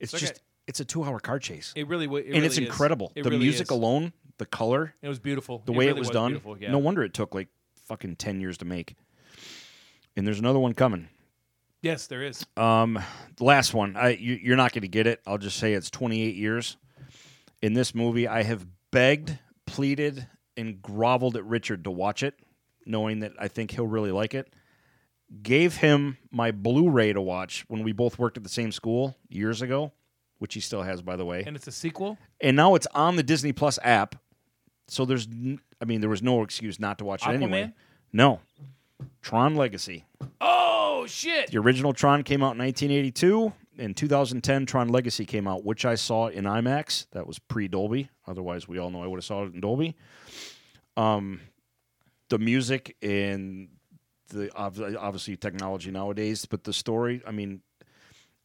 A: It's
C: Okay.
A: just it's a 2-hour car chase.
C: It really, wa- it
A: and it's
C: really is.
A: incredible.
C: It
A: the
C: really
A: music
C: is.
A: alone, the color,
C: It was beautiful.
A: the way it
C: really
A: was, done.
C: beautiful, yeah.
A: No wonder it took like fucking ten years to make. And there's another one coming.
C: Yes, there is.
A: Um, the last one, I you, you're not going to get it. I'll just say it's 28 years. In this movie, I have begged, pleaded, and groveled at Richard to watch it, knowing that I think he'll really like it. Gave him my Blu-ray to watch when we both worked at the same school years ago, which he still has, by the way.
C: and it's a sequel.
A: And now it's on the Disney Plus app, so there's, n- I mean, there was no excuse not to watch it anyway.
C: Aquaman?
A: No, Tron Legacy.
C: Oh shit!
A: The original Tron came out in 1982. In 2010, Tron Legacy came out, which I saw in IMAX. That was pre Dolby. Otherwise, we all know I would have saw it in Dolby. Um, the music and the ob- obviously technology nowadays, but the story. I mean,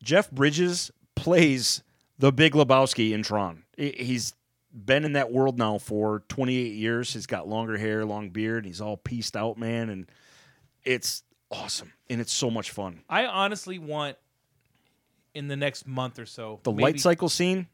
A: Jeff Bridges plays the Big Lebowski in Tron. I- He's been in that world now for 28 years. He's got longer hair, long beard. And he's all pieced out, man, and it's awesome and it's so much fun.
C: I honestly want in the next month or so.
A: The
C: maybe-
A: light cycle scene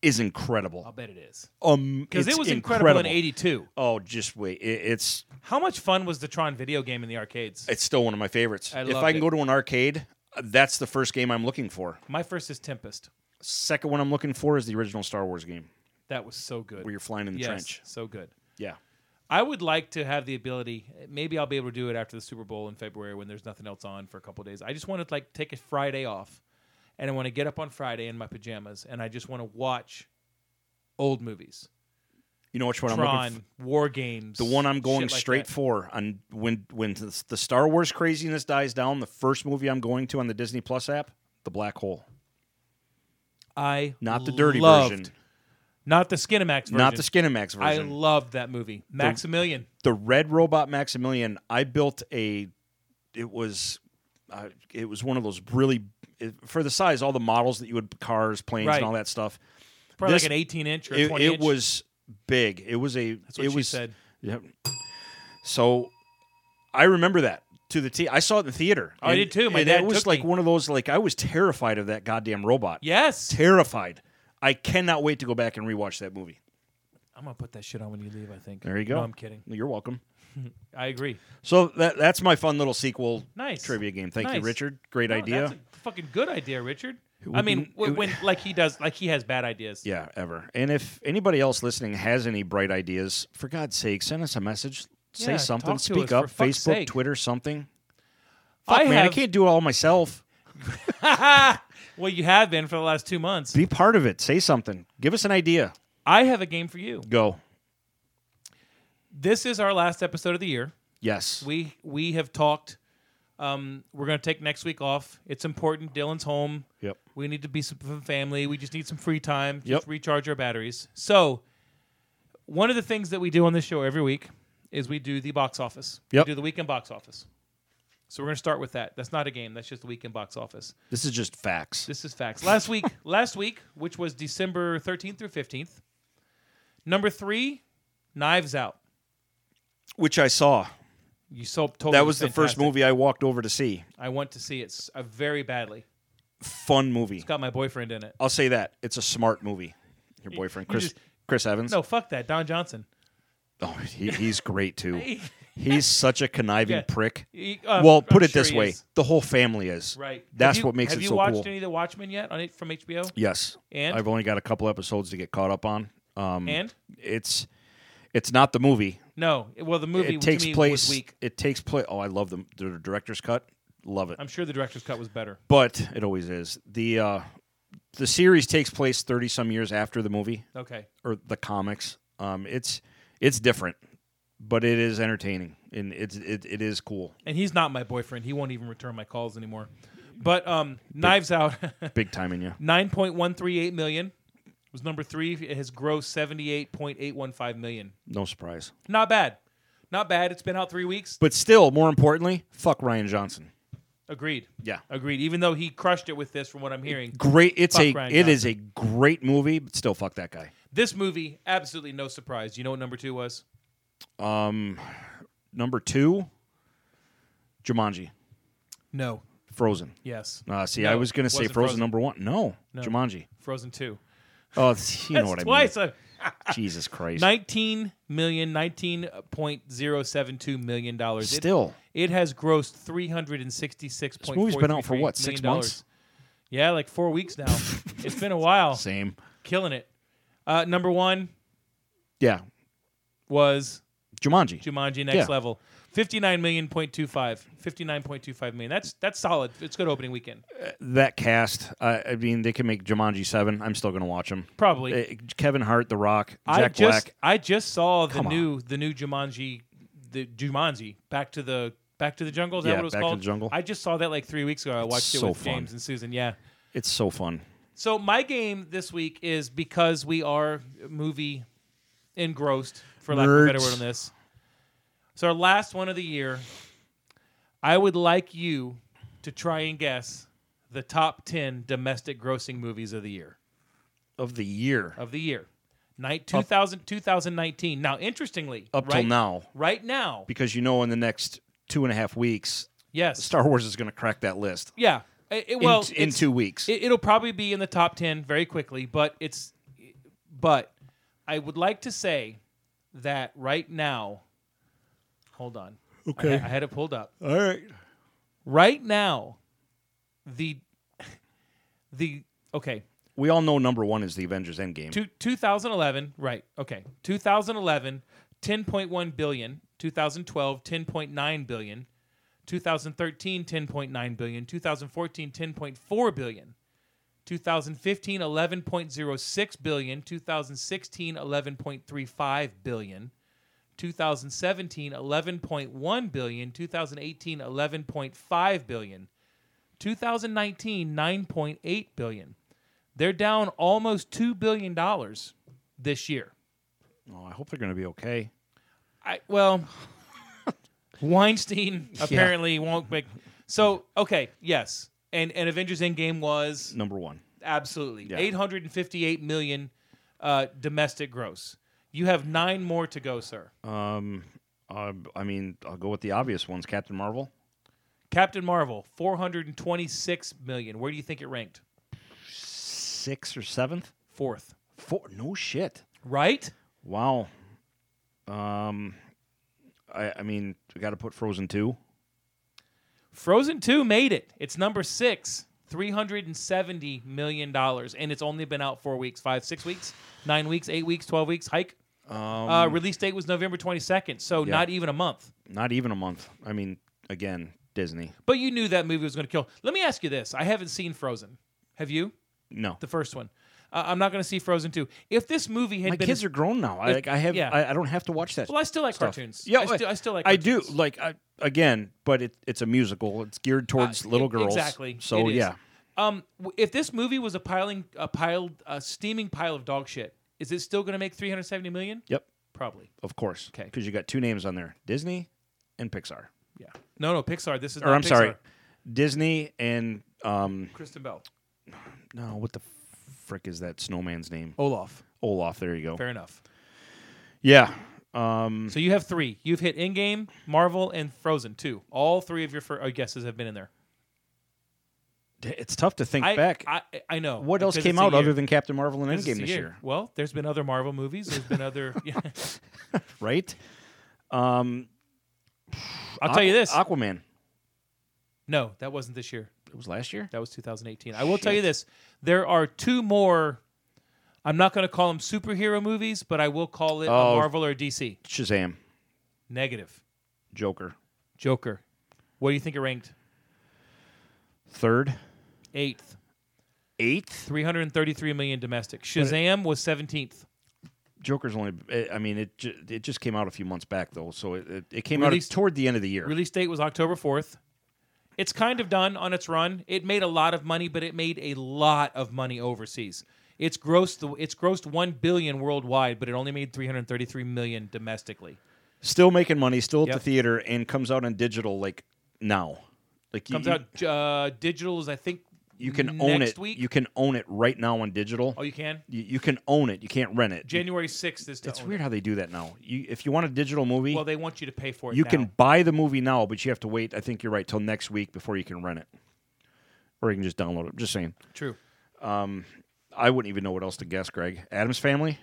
A: is
C: I'll
A: incredible.
C: bet it is
A: Um,
C: because
A: it's
C: it was incredible, in '82.
A: Oh, just wait! It, it's
C: How much fun was the Tron video game in the arcades?
A: it's still one of my favorites.
C: I
A: if
C: loved
A: I can
C: it.
A: go to an arcade, uh, that's the first game I'm looking for.
C: My first is Tempest.
A: Second one I'm looking for is the original Star Wars game
C: That was so good.
A: where you're flying in the
C: yes,
A: trench.
C: so good.
A: Yeah,
C: I would like to have the ability. Maybe I'll be able to do it after the Super Bowl in February when there's nothing else on for a couple of days. I just want to like take a Friday off, and I want to get up on Friday in my pajamas, and I just want to watch old movies,
A: you know which one I'm looking
C: Tron,
A: for.
C: War Games.
A: The one I'm going
C: shit like
A: straight
C: that.
A: for on when when the, the Star Wars craziness dies down, the first movie I'm going to on the Disney Plus app, The Black Hole,
C: I
A: not the dirty
C: loved-
A: version,
C: not the Skinamax version,
A: not the Skinamax version.
C: I loved that movie, Maximilian.
A: the red robot maximilian i built a it was uh, it was one of those really it, for the size all the models that you would cars planes
C: Right.
A: and all that stuff
C: Probably
A: This-
C: like an 18 inch or a
A: it,
C: 20
A: it
C: inch.
A: was big it was a That's
C: what
A: it
C: she
A: was
C: said.
A: yep so i remember that to the t i saw it in the theater
C: Oh, I did too. My
A: and
C: dad
A: that was
C: took
A: like
C: me.
A: one of those like i was terrified of that goddamn robot
C: yes.
A: terrified i cannot wait to go back and rewatch that movie
C: I'm gonna put that shit on when you leave. I think.
A: there you go
C: No, I'm kidding.
A: you're welcome
C: I agree.
A: So that that's my fun little sequel
C: Nice.
A: trivia game. Thank you,
C: Nice.
A: Richard. Great
C: No,
A: idea.
C: That's a fucking good idea, Richard.
A: would
C: I mean,
A: be-
C: wh-
A: it-
C: when like he does, like he has bad ideas.
A: yeah, ever. And if anybody else listening has any bright ideas, for God's sake, send us a message. Say
C: Yeah,
A: something.
C: talk to
A: Speak
C: us,
A: up.
C: for fuck's
A: Facebook,
C: sake.
A: Twitter, something. Fuck,
C: I
A: man, I
C: have.
A: can't do it all myself.
C: well, you have been for the last two months.
A: Be part of it. Say something. Give us an idea.
C: I have a game for you.
A: Go.
C: This is our last episode of the year.
A: Yes.
C: We we have talked. Um, we're gonna take next week off. It's important. Dylan's home.
A: Yep.
C: We need to be some some family. We just need some free time. Just
A: Yep.
C: recharge our batteries. So, one of the things that we do on this show every week is we do the box office.
A: Yep.
C: We do the weekend box office. So we're going to start with that. That's not a game. That's just the weekend box office.
A: This is just facts.
C: This is facts. Last week, last week, which was December 13th through 15th, number three, Knives Out.
A: Which I saw.
C: You so totally.
A: That was the first
C: Oh, fantastic.
A: movie I walked over to see.
C: I want to see it s- uh, very badly.
A: Fun movie.
C: It's got my boyfriend in it.
A: I'll say that. It's a smart movie. Your boyfriend, Chris
C: just-
A: Chris Evans.
C: No, fuck that, Don Johnson.
A: Oh, he, he's great too. He's such a conniving
C: Yeah.
A: prick.
C: He- uh,
A: well,
C: I'm
A: put it
C: sure
A: this
C: he
A: way:
C: is.
A: the whole family is
C: Right.
A: That's
C: Have you-
A: what makes
C: have
A: it
C: you
A: so
C: watched
A: cool.
C: any of the Watchmen yet on it from HBO?
A: yes,
C: And?
A: I've only got a couple episodes to get caught up on. Um,
C: And
A: it's it's not the movie.
C: no, It- well the movie
A: it takes
C: to me
A: place.
C: was weak.
A: It takes place. Oh, I love the, the director's cut. Love it,
C: I'm sure the director's cut was better.
A: but it always is. the uh, The series takes place thirty some years after the movie
C: Okay,
A: or the comics. Um, it's it's different, but it is entertaining and it's it, it is cool.
C: and he's not my boyfriend. He won't even return my calls anymore. But um, Knives Out,
A: Big time in you.
C: nine point one three eight million was number three. It has grossed seventy eight point eight one five million.
A: No surprise.
C: Not bad, not bad. It's been out three weeks.
A: But still, more importantly, fuck Ryan Johnson.
C: Agreed.
A: Yeah.
C: agreed. Even though he crushed it with this, from what I'm hearing,
A: Great. It's
C: Fuck
A: a.
C: Ryan
A: It is a great movie, but still, fuck that guy.
C: this movie absolutely no surprise. You know what number two was?
A: Number two, Jumanji,
C: No.
A: Frozen.
C: Yes.
A: Uh, see,
C: No,
A: I was gonna say
C: wasn't
A: Frozen,
C: Frozen.
A: number one. No, Jumanji.
C: Frozen two.
A: Oh, you know what I mean.
C: twice. I,
A: Jesus Christ.
C: 19 million, 19.072 million dollars.
A: Still.
C: it, it has grossed 366.
A: This movie's been out for what, six months?
C: Yeah, like four weeks now. it's been a while.
A: Same.
C: Killing it. Uh, number one
A: Yeah.
C: was
A: Jumanji.
C: Jumanji Next
A: Yeah.
C: Level. 59 million point two five. 59.25 million. That's that's solid. It's good opening weekend.
A: Uh, that cast, uh, I mean, they can make Jumanji 7. I'm still going to watch them. Uh,
C: Probably.
A: Kevin Hart, The Rock, Jack
C: I just
A: Black.
C: I just saw the
A: Come on.
C: new the new Jumanji the Jumanji back to the back to the jungle is that
A: Yeah,
C: what it was
A: Back to
C: called
A: the Jungle.
C: I just saw that like three weeks ago I watched it
A: so
C: with
A: fun.
C: James and Susan yeah
A: It's so fun.
C: so my game this week is because we are movie engrossed for lack of a better
A: Nerds.
C: word on this so our last one of the year I would like you to try and guess the top ten domestic grossing movies of the year
A: Of the year.
C: of the year. Night 2000, 2019. Now, interestingly,
A: Up till
C: right,
A: now.
C: right now,
A: Because you know, in the next two and a half weeks,
C: yes,
A: Star Wars is going to crack that list.
C: yeah. It- it- well,
A: in, in
C: it's-
A: two weeks.
C: it, it'll probably be in the top ten very quickly, but it's, but I would like to say that right now. Hold on. Okay, I, I had it pulled up.
A: All right.
C: Right now, the, the okay.
A: We all know number one is the Avengers Endgame.
C: Two, 2011, right. Okay. 2011, 10.1 billion. 2012, 10.9 billion. 2013, 10.9 billion. 2014, 10.4 billion. 2015, 11.06 billion. 2016, 11.35 billion. 2017, 11.1 billion. 2018, 11.5 billion. 2019, 9.8 billion. They're down almost two billion dollars this year.
A: Oh, I hope they're going to be okay.
C: I well, Weinstein apparently won't make. So okay, yes, and and Avengers Endgame was
A: Number one.
C: absolutely eight hundred and fifty eight million uh, domestic gross. You have nine more to go, sir.
A: Um, uh, I mean, I'll go with the obvious ones Captain Marvel.
C: Captain Marvel, four hundred and twenty six million. Where do you think it ranked?
A: Sixth or seventh?
C: Fourth,
A: Four. No shit.
C: right?
A: Wow. Um, I, I mean, we got to put Frozen 2.
C: Frozen 2 made it. It's number six, $370 million. And it's only been out four weeks, five, six weeks, nine weeks, eight weeks, 12 weeks, hike.
A: Um,
C: uh, release date was November 22nd, so not even a month.
A: Not even a month. I mean, again, Disney.
C: But you knew that movie was going to kill. Let me ask you this I haven't seen Frozen. Have you?
A: No.
C: The first one. Uh, I'm not going to see Frozen 2. If this movie had
A: My
C: been.
A: kids are grown now. I, like, I have.
C: yeah.
A: I, I don't have to watch that.
C: well, I still like
A: stuff.
C: cartoons.
A: Yeah, oh,
C: I still, I still like
A: I do
C: cartoons.
A: like I, again, but it, it's a musical. It's geared towards
C: Uh,
A: little
C: e-
A: girls.
C: Exactly.
A: So
C: It is.
A: yeah,
C: Um, w- if this movie was a piling, a piled, a steaming pile of dog shit, is it still going to make 370 million?
A: yep,
C: Probably.
A: of course.
C: 'Kay.
A: because you got two names on there: Disney and Pixar.
C: Yeah. No, no, Pixar. This is.
A: Or
C: not
A: I'm
C: Uh, Pixar.
A: sorry, Disney and um
C: Kristen Bell.
A: no, what the frick is that snowman's name?
C: Olaf.
A: Olaf. There you go.
C: Oh. Fair enough.
A: Yeah. Um.
C: So you have three. You've hit In Game, Marvel, and Frozen. Two. All three of your fir- uh, guesses have been in there.
A: d- It's tough to think
C: I,
A: back.
C: I, I know.
A: what else
C: because
A: came
C: it's a
A: out
C: year.
A: other than Captain Marvel and
C: Because it's
A: Endgame
C: a
A: this
C: year.
A: year?
C: Well, there's been other Marvel movies. There's been other. Yeah.
A: Right. Um.
C: I'll tell you this.
A: Aquaman.
C: no, that wasn't this year.
A: It was last year.
C: That was 2018. I will tell you
A: Shit.
C: this: there are two more. I'm not going to call them superhero movies, but I will call it
A: Oh.
C: a Marvel or a DC.
A: Shazam.
C: Negative.
A: Joker.
C: Joker. What do you think it ranked?
A: Third.
C: Eighth.
A: Eighth.
C: 333 million domestic. Shazam was 17th.
A: Joker's only. eh, I mean, it ju- it just came out a few months back though, so it it, it came
C: Released-
A: out toward the end of the year.
C: Release date was October 4th. It's kind of done on its run. It made a lot of money, but it made a lot of money overseas. It's grossed the it's grossed 1 billion worldwide, but it only made 333 million domestically.
A: Still making money, still at
C: Yep.
A: the theater, and comes out on digital like now. Like you,
C: Comes
A: you-
C: out uh, digital is I think
A: you can
C: next
A: own it.
C: week.
A: You can own it right now on digital.
C: oh, you can.
A: you, you can own it. You can't rent it.
C: January 6th is to
A: it's
C: own
A: weird how they do that now. You, if you want a digital movie,
C: It. Well, they want you to pay for it.
A: you
C: now.
A: can buy the movie now, but you have to wait. I think you're right till next week before you can rent it, or you can just download it. Just saying.
C: True.
A: I wouldn't even know what else to guess, Greg. Adam's Family.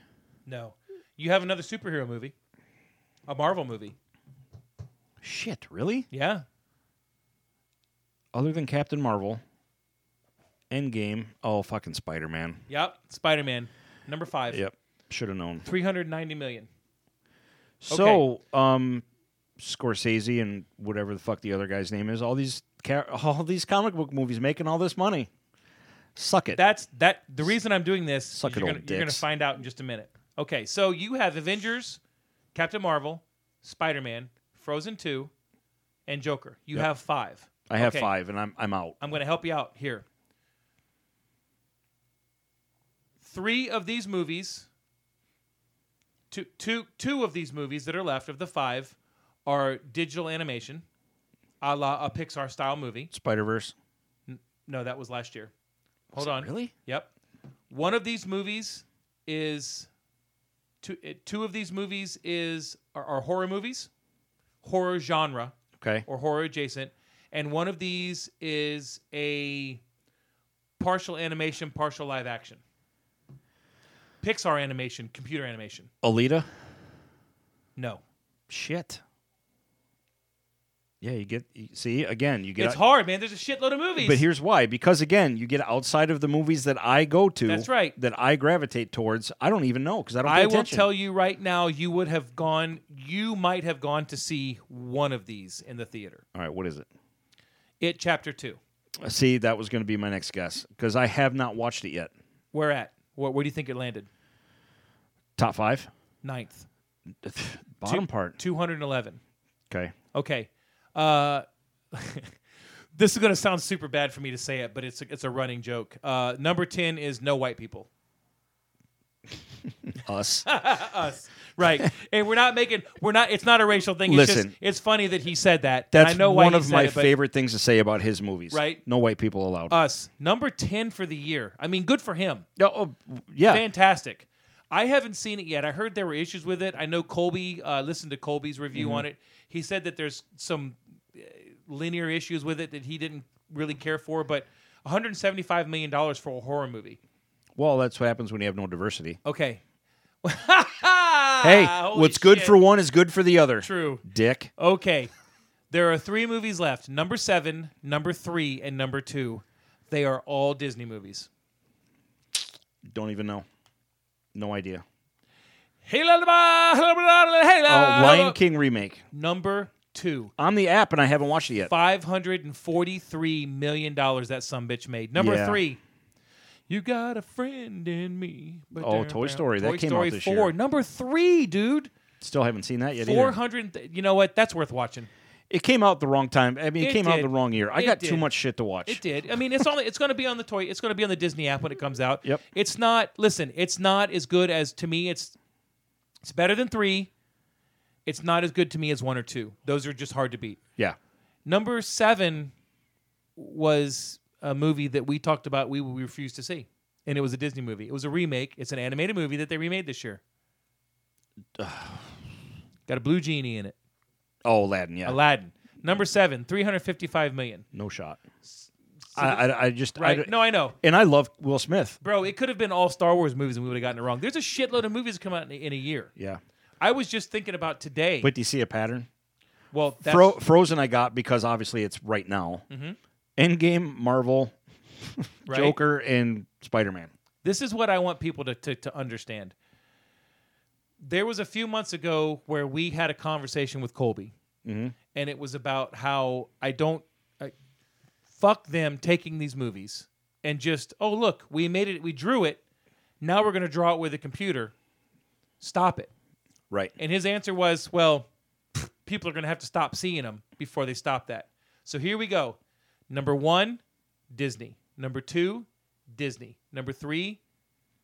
C: No. You have another superhero movie, a Marvel movie.
A: Shit, really?
C: Yeah.
A: Other than Captain Marvel, Endgame, oh fucking Spider Man.
C: Yep. Spider Man, number five.
A: Yep, should have known.
C: 390 million.
A: So, um, Scorsese and whatever the fuck the other guy's name is, all these ca- all these comic book movies making all this money. Suck it.
C: That's that. The reason I'm doing this,
A: Suck
C: is
A: it,
C: you're, gonna,
A: old
C: you're gonna
A: dicks.
C: find out in just a minute. Okay, so you have Avengers, Captain Marvel, Spider Man, Frozen Two, and Joker. You have five.
A: I have
C: Okay,
A: five, and I'm I'm out.
C: I'm gonna help you out here. Three of these movies, two, two, two of these movies that are left of the five, are digital animation, a la a Pixar style movie.
A: Spider Verse.
C: No, that was last year. Hold on.
A: Really?
C: Yep. One of these movies is two. uh, Two of these movies is are, are horror movies, horror genre
A: Okay.
C: or horror adjacent, and one of these is a partial animation, partial live action. Pixar animation, computer animation.
A: Alita.
C: No,
A: Shit. Yeah, you get you- see again. You get
C: it's hard, man. There's a shitload of movies.
A: But here's why: because again, you get outside of the movies that I go to.
C: That's right.
A: That I gravitate towards. I don't even know because I don't. Pay
C: I will
A: attention.
C: tell you right now, you would have gone, you might have gone to see one of these in the theater.
A: All right, what is it?
C: It Chapter Two.
A: Uh, See, that was going to be my next guess because I have not watched it yet.
C: Where at? Where, where do you think it landed?
A: Top five,
C: Ninth.
A: bottom part.
C: 211.
A: Okay,
C: Okay. Uh, this is going to sound super bad for me to say it, but it's a, it's a running joke. Uh, number 10 is no white people.
A: us.
C: Us. Right. and we're not making, we're not, it's not a racial thing. It's
A: Listen.
C: just, it's funny that he said that. And
A: That's
C: I know why
A: one
C: he
A: of
C: said
A: my
C: it, but
A: favorite things to say about his movies.
C: Right. Uh,
A: No white people allowed.
C: Us. Number 10 for the year. I mean, good for him.
A: No, oh, yeah.
C: Fantastic. I haven't seen it yet. I heard there were issues with it. I know Colby uh, listened to Colby's review on it. He said that there's some uh, linear issues with it that he didn't really care for, but 175 million dollars for a horror movie.
A: well, that's what happens when you have no diversity.
C: Okay.
A: hey,
C: Ah, Holy
A: what's good
C: shit.
A: for one is good for the other.
C: True.
A: Dick.
C: Okay. There are three movies left: number seven, number three, and number two. They are all Disney movies.
A: Don't even know. No idea.
C: Hey, la, la, la, la, la, la, hey,
A: Oh,
C: la, la, la.
A: Lion King remake
C: Number two.
A: on the app, and I haven't watched it yet.
C: five hundred and forty-three million dollars that some bitch made. Number
A: Yeah.
C: three, you got a friend in me. But
A: Oh,
C: there-
A: Toy
C: there-
A: Story. That
C: Toy
A: came out
C: Story
A: this
C: four.
A: year.
C: Number three, dude.
A: Still haven't seen that yet.
C: Four
A: Either.
C: hundred. you know what? That's worth watching.
A: It came out the wrong time. I mean, it,
C: It
A: came out
C: did.
A: the wrong year. I
C: It
A: got too
C: did.
A: much shit to watch.
C: It did. I mean, it's only. It's going to be on the toy. It's going to be on the Disney app when it comes out.
A: Yep.
C: It's not. Listen, it's not as good as to me. It's. It's better than three. It's not as good to me as one or two. Those are just hard to beat.
A: Yeah.
C: Number seven was a movie that we talked about we we refused to see. And it was a Disney movie. It was a remake. It's an animated movie that they remade this year. Got a blue genie in it.
A: Oh, Aladdin. Yeah.
C: Aladdin. Number seven, 355 million.
A: no shot. I, I, I just I
C: Right?
A: don't-
C: no, I know.
A: and I love Will Smith.
C: Bro, it could have been all Star Wars movies and we would have gotten it wrong. There's a shitload of movies that come out in, in a year.
A: Yeah.
C: I was just thinking about today.
A: But do you see a pattern?
C: well, that's, Mm-hmm.
A: Fro- Frozen, I got because obviously it's right now. Endgame, Marvel,
C: right?
A: Joker, and Spider Man.
C: This is what I want people to, to, to understand. There was a few months ago where we had a conversation with Colby, and it was about how I don't I, fuck them taking these movies and just, oh, look, we made it, we drew it. Now we're going to draw it with a computer. Stop it.
A: Right.
C: And his answer was, well, pff, people are going to have to stop seeing them before they stop that. So here we go. Number one, Disney. Number two, Disney. Number three,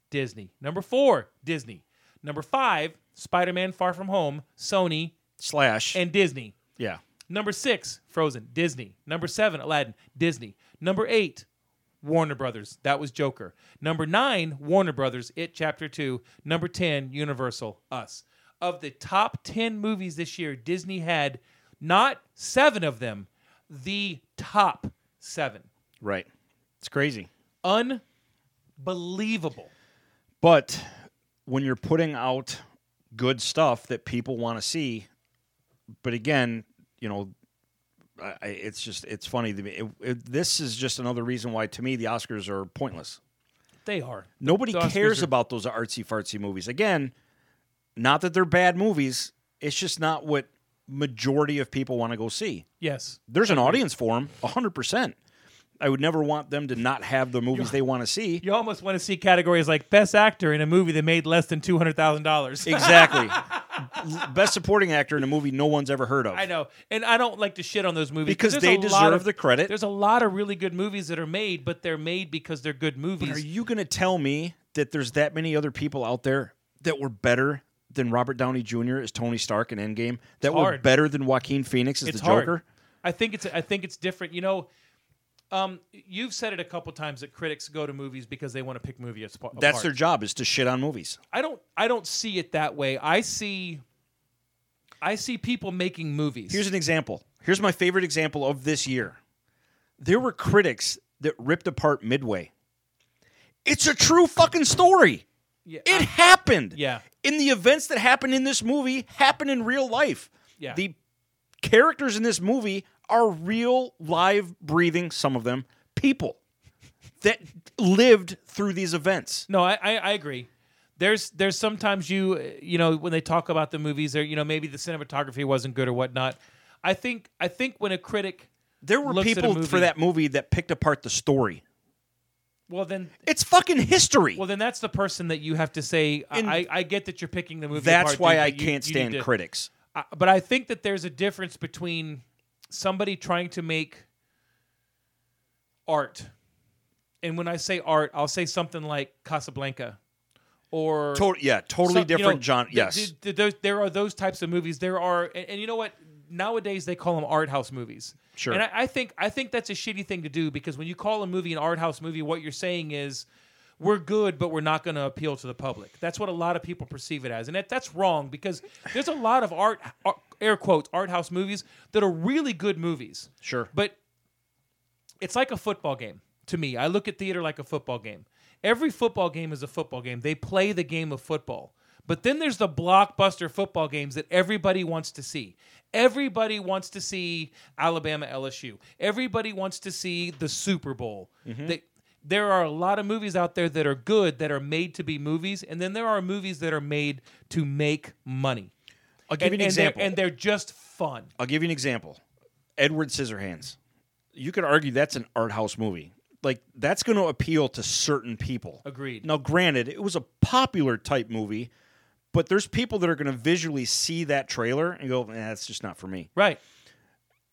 C: Disney. Number four, Disney. Number five, Spider Man Far From Home, Sony,
A: Slash.
C: and Disney.
A: yeah.
C: Number six, Frozen, Disney. Number seven, Aladdin, Disney. Number eight, Warner Brothers. That was Joker. Number nine, Warner Brothers, It Chapter Two. Number 10, Universal, Us. Of the top 10 movies this year, Disney had not seven of them, the top seven.
A: Right. It's crazy.
C: Unbelievable.
A: But when you're putting out good stuff that people want to see, but again, you know, I, I- it's just it's funny to me. It- it- this is just another reason why, to me, the Oscars are pointless.
C: They are.
A: Nobody
C: The Oscars
A: cares
C: are-
A: about those artsy fartsy movies. Again, not that they're bad movies. It's just not what majority of people want to go see.
C: Yes.
A: There's an audience for them, 100%. I would never want them to not have the movies they want to see.
C: You almost want to see categories like Best Actor in a movie that made less than two hundred thousand dollars.
A: Exactly. Best supporting actor in a movie no one's ever heard of.
C: I know, and I don't like to shit on those movies
A: Because
C: there's
A: they
C: a lot
A: deserve
C: of-
A: the credit.
C: There's a lot of really good movies that are made, but they're made because they're good
A: Are
C: movies.
A: you going to tell me that there's that many other people out there that were better than Robert Downey Jr. as Tony Stark in Endgame? That were
C: hard.
A: better than Joaquin Phoenix as
C: it's
A: the Joker?
C: hard. I think it's I think it's different. You know, um, you've said it a couple times that critics go to movies because they want to pick movies apart.
A: That's their job is to shit on movies.
C: I don't I don't see it that way. I see I see people making movies.
A: Here's an example. Here's my favorite example of this year. There were critics that ripped apart Midway. It's a true fucking story.
C: Yeah,
A: It happened.
C: yeah.
A: And the events that happened in this movie happened in real life.
C: Yeah.
A: The characters in this movie are real, live, breathing, some of them, people that lived through these events.
C: No, I, I, I agree. There's there's sometimes you uh, you know when they talk about the movies, there you know maybe the cinematography wasn't good or whatnot. I think I think when a critic,
A: There were
C: Looks at a
A: people for
C: movie.
A: that movie that picked apart the story.
C: well then
A: It's fucking history.
C: well then that's the person that you have to say. I-
A: And
C: I, I get that you're picking the movie.
A: That's
C: apart,
A: why
C: dude,
A: I
C: but you-
A: can't
C: you need
A: stand
C: to-
A: critics.
C: I- but I think that there's a difference between somebody trying to make art, and when I say art, I'll say something like Casablanca, or
A: Tot- yeah, totally
C: some- you
A: different
C: know,
A: genre.
C: th-
A: Yes.
C: th- th- those- there are those types of movies. There are, and, and you know what? Nowadays they call them art house movies.
A: Sure.
C: And I, I think I think that's a shitty thing to do because when you call a movie an art house movie, what you're saying is we're good, but we're not going to appeal to the public. That's what a lot of people perceive it as, and that, that's wrong because there's a lot of art, ar- air quotes, art house movies that are really good movies.
A: Sure.
C: But it's like a football game to me. I look at theater like a football game. Every football game is a football game. They play the game of football. But then there's the blockbuster football games that everybody wants to see. Everybody wants to see Alabama LSU. Everybody wants to see the Super Bowl.
A: Mm-hmm.
C: They- there are a lot of movies out there that are good that are made to be movies, and then there are movies that are made to make money.
A: I'll give you an
C: and, and they're-
A: example.
C: and they're just fun.
A: I'll give you an example. Edward Scissorhands. You could argue that's an art house movie. Like that's going to appeal to certain people.
C: Agreed.
A: Now, granted, it was a popular type movie, but there's people that are going to visually see that trailer and go, eh, "That's just not for me."
C: Right.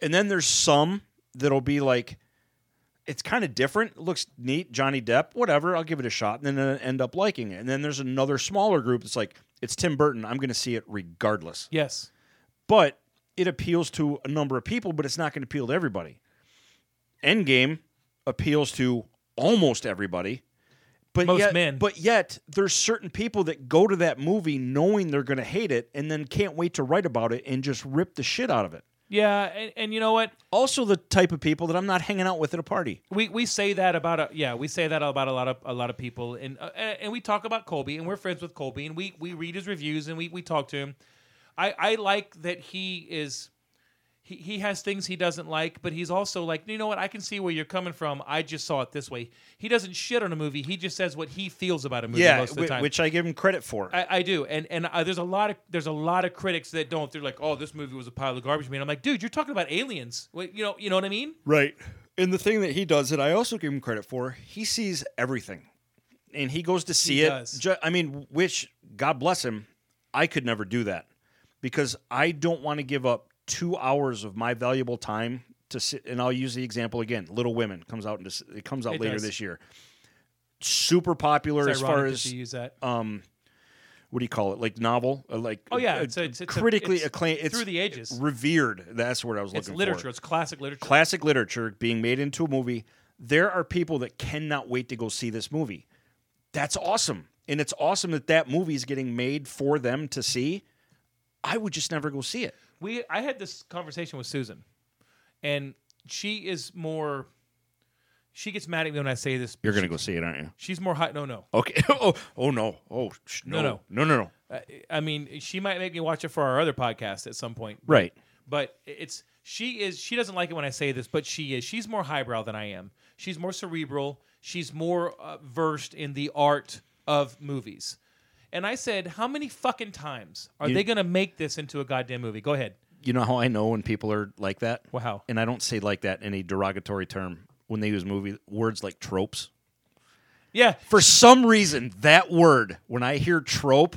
A: And then there's some that'll be like, "It's kind of different. It looks neat. Johnny Depp, whatever. I'll give it a shot." And then I end up liking it. And then there's another smaller group that's like, "It's Tim Burton. I'm going to see it regardless."
C: Yes.
A: but it appeals to a number of people, but it's not going to appeal to everybody. Endgame appeals to almost everybody, but
C: Most
A: yet,
C: men.
A: But yet, there's certain people that go to that movie knowing they're going to hate it, and then can't wait to write about it and just rip the shit out of it.
C: Yeah. And, and you know what?
A: Also, the type of people that I'm not hanging out with at a party.
C: we we say that about a, yeah we say that about a lot of a lot of people and uh, and and we talk about Colby and we're friends with Colby and we we read his reviews and we we talk to him. I I like that he is he, he has things he doesn't like, but he's also like, you know what? I can see where you're coming from. I just saw it this way. He doesn't shit on a movie. He just says what he feels about a movie most of the
A: whi-
C: time.
A: which I give him credit for.
C: I, I do, and and uh, there's a lot of there's a lot of critics that don't. They're like, oh, this movie was a pile of garbage. Man, I'm like, dude, you're talking about aliens. Wait, you know, you know what I mean?
A: Right. And the thing that he does that I also give him credit for, he sees everything. And he goes to see
C: He
A: it.
C: does.
A: Ju- I mean, which, God bless him, I could never do that because I don't want to give up two hours of my valuable time to sit. And I'll use the example again Little Women comes out, in this, it comes out
C: It
A: later
C: does.
A: this year. Super popular
C: It's
A: as
C: ironic
A: far
C: that
A: as
C: you use that.
A: what do you call it? Like novel, Uh, like
C: Oh, yeah,
A: uh,
C: it's a- it's- it's a-
A: critically
C: it's
A: acclaimed. It's
C: through the ages.
A: revered. That's what I was
C: it's
A: looking
C: literature.
A: for.
C: It's classic literature.
A: classic literature being made into a movie. There are people that cannot wait to go see this movie. That's awesome. And it's awesome that that movie is getting made for them to see. I would just never go see it.
C: we I had this conversation with Susan, and she is more She gets mad at me when I say this. but
A: You're gonna
C: she-
A: go see it, aren't you?
C: She's more hot. No, no.
A: Okay. oh, oh no. Oh sh- no.
C: No,
A: no, no, no.
C: I- I mean, she might make me watch it for our other podcast at some point.
A: Right.
C: But it's she is she doesn't like it when I say this, but she is. She's more highbrow than I am. She's more cerebral. She's more uh, versed in the art of movies. And I said, how many fucking times are
A: You-
C: they going to make this into a goddamn movie? Go ahead.
A: You know how I know when people are like that?
C: Well, how?
A: And I don't say like that in a derogatory term when they use movie words like tropes.
C: Yeah,
A: For some reason, that word when I hear trope,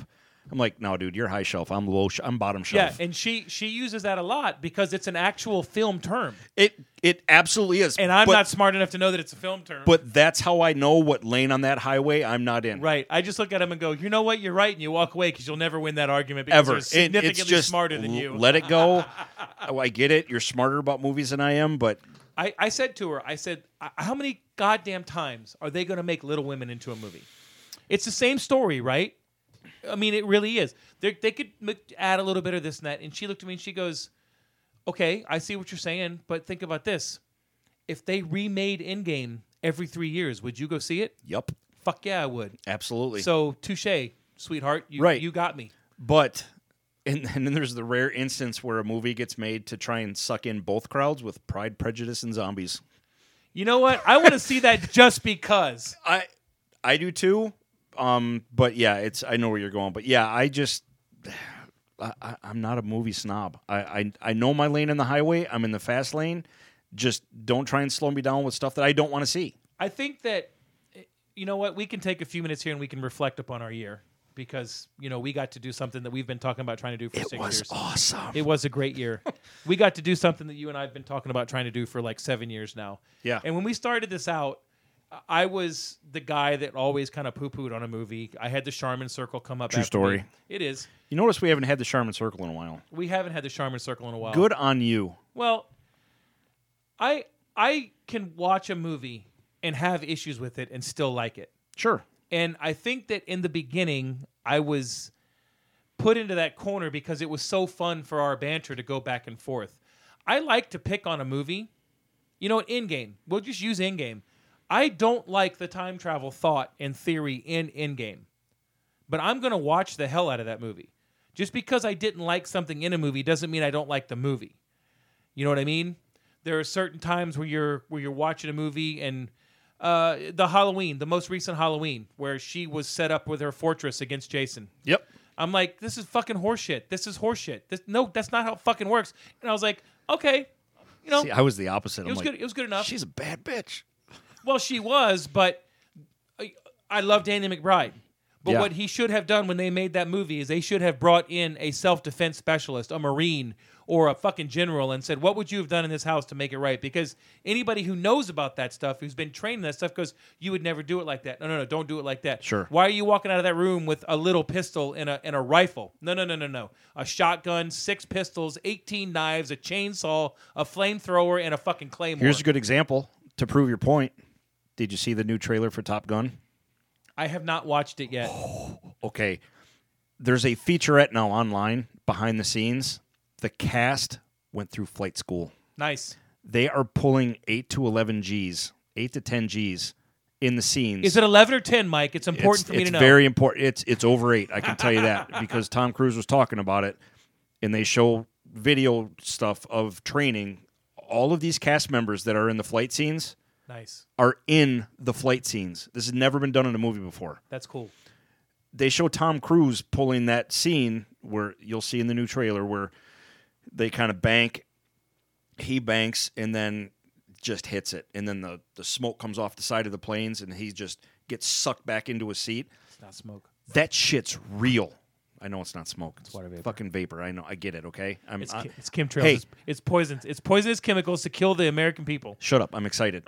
A: I'm like, no, dude, you're high shelf. I'm low. Sh- I'm bottom
C: yeah.
A: shelf.
C: And she she uses that a lot because it's an actual film term,
A: it it absolutely is.
C: and I'm
A: but,
C: not smart enough to know that it's a film term.
A: But that's how I know what lane on that highway I'm not in.
C: Right. I just look at him and go, you know what? You're right. And you walk away because you'll never win that argument because
A: ever.
C: they're
A: And
C: significantly
A: it's just
C: smarter than
A: l-
C: you.
A: Let it go. oh, I get it. You're smarter about movies than I am, but
C: I, I said to her, I said, "I- how many goddamn times are they going to make Little Women into a movie? It's the same story, right? I mean, it really is. They're, they could m- add a little bit of this and that. And she looked at me and she goes, okay, I see what you're saying, but think about this. If they remade Endgame every three years, would you go see it?
A: yep,
C: Fuck yeah, I would.
A: absolutely.
C: So, touche, sweetheart. You,
A: Right.
C: You got me.
A: but and, and then there's the rare instance where a movie gets made to try and suck in both crowds with Pride, Prejudice, and Zombies.
C: You know what? I want to see that just because.
A: I I do too. Um, but yeah, it's I know where you're going. But yeah, I just I, I, I'm not a movie snob. I, I I know my lane in the highway. I'm in the fast lane. Just don't try and slow me down with stuff that I don't want to see.
C: I think that eh, you know what we can take a few minutes here and we can reflect upon our year because you know we got to do something that we've been talking about trying to do for six years.
A: awesome.
C: It was a great year. we got to do something that you and I've been talking about trying to do for like seven years now.
A: Yeah.
C: And when we started this out, I- I was the guy that always kind of poo pooed on a movie. I had the Charmin Circle come up. True
A: story.
C: It is.
A: You notice we haven't had the Charmin Circle in a while.
C: We haven't had the Charmin Circle in a while.
A: Good on you.
C: Well, I I can watch a movie and have issues with it and still like it.
A: Sure.
C: And I think that in the beginning, I was put into that corner because it was so fun for our banter to go back and forth. I like to pick on a movie. You know, in game. We'll just use in game. I don't like the time travel thought and theory in in game, but I'm going to watch the hell out of that movie. Just because I didn't like something in a movie doesn't mean I don't like the movie. You know what I mean? There are certain times where you're where you're watching a movie and uh, the Halloween, the most recent Halloween, where she was set up with her fortress against Jason.
A: Yep.
C: I'm like, this is fucking horseshit. This is horseshit. This no, that's not how it fucking works. And I was like, okay, you know,
A: See, I was the opposite.
C: it was good. It was good enough.
A: She's a bad bitch.
C: well, she was, but I, I love Danny McBride. But
A: Yeah.
C: what he should have done when they made that movie is they should have brought in a self defense specialist, a marine, or a fucking general, and said, "What would you have done in this house to make it right?" Because anybody who knows about that stuff, who's been trained in that stuff, goes, "You would never do it like that. No, no, no, don't do it like that.
A: Sure.
C: Why are you walking out of that room with a little pistol and a and a rifle? No, no, no, no, no. A shotgun, six pistols, eighteen knives, a chainsaw, a flamethrower, and a fucking claymore."
A: Here's a good example to prove your point. Did you see the new trailer for Top Gun?
C: I have not watched it yet.
A: Okay. There's a featurette now online behind the scenes. The cast went through flight school.
C: Nice.
A: They are pulling 8 to 11 Gs, 8 to 10 Gs in the scenes.
C: Is it 11 or 10, Mike? It's important
A: it's,
C: for me
A: it's
C: to know.
A: very important. It's it's over eight. I can tell you that because Tom Cruise was talking about it, and they show video stuff of training. All of these cast members that are in the flight scenes
C: nice.
A: are in the flight scenes. This has never been done in a movie before.
C: That's cool.
A: They show Tom Cruise pulling that scene where you'll see in the new trailer where they kind of bank, he banks, and then just hits it, and then the the smoke comes off the side of the planes, and he just gets sucked back into a seat.
C: It's not smoke.
A: That shit's real. I know it's not smoke. It's water vapor. Fucking vapor. I know. I get it. Okay. I'm.
C: It's,
A: I-
C: chi- it's chemtrails.
A: Uh, hey.
C: It's, it's poisons. It's poisonous chemicals to kill the American people.
A: shut up. I'm excited.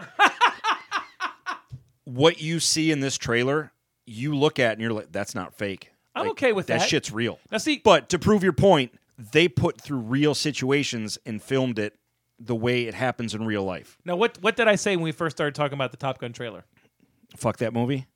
A: what you see in this trailer, you look at and you're like, "That's not fake."
C: I'm
A: Like,
C: okay with that.
A: That shit's real.
C: Now, see,
A: But to prove your point, they put through real situations and filmed it the way it happens in real life.
C: now what, what did I say when we first started talking about the Top Gun trailer?
A: Fuck that movie.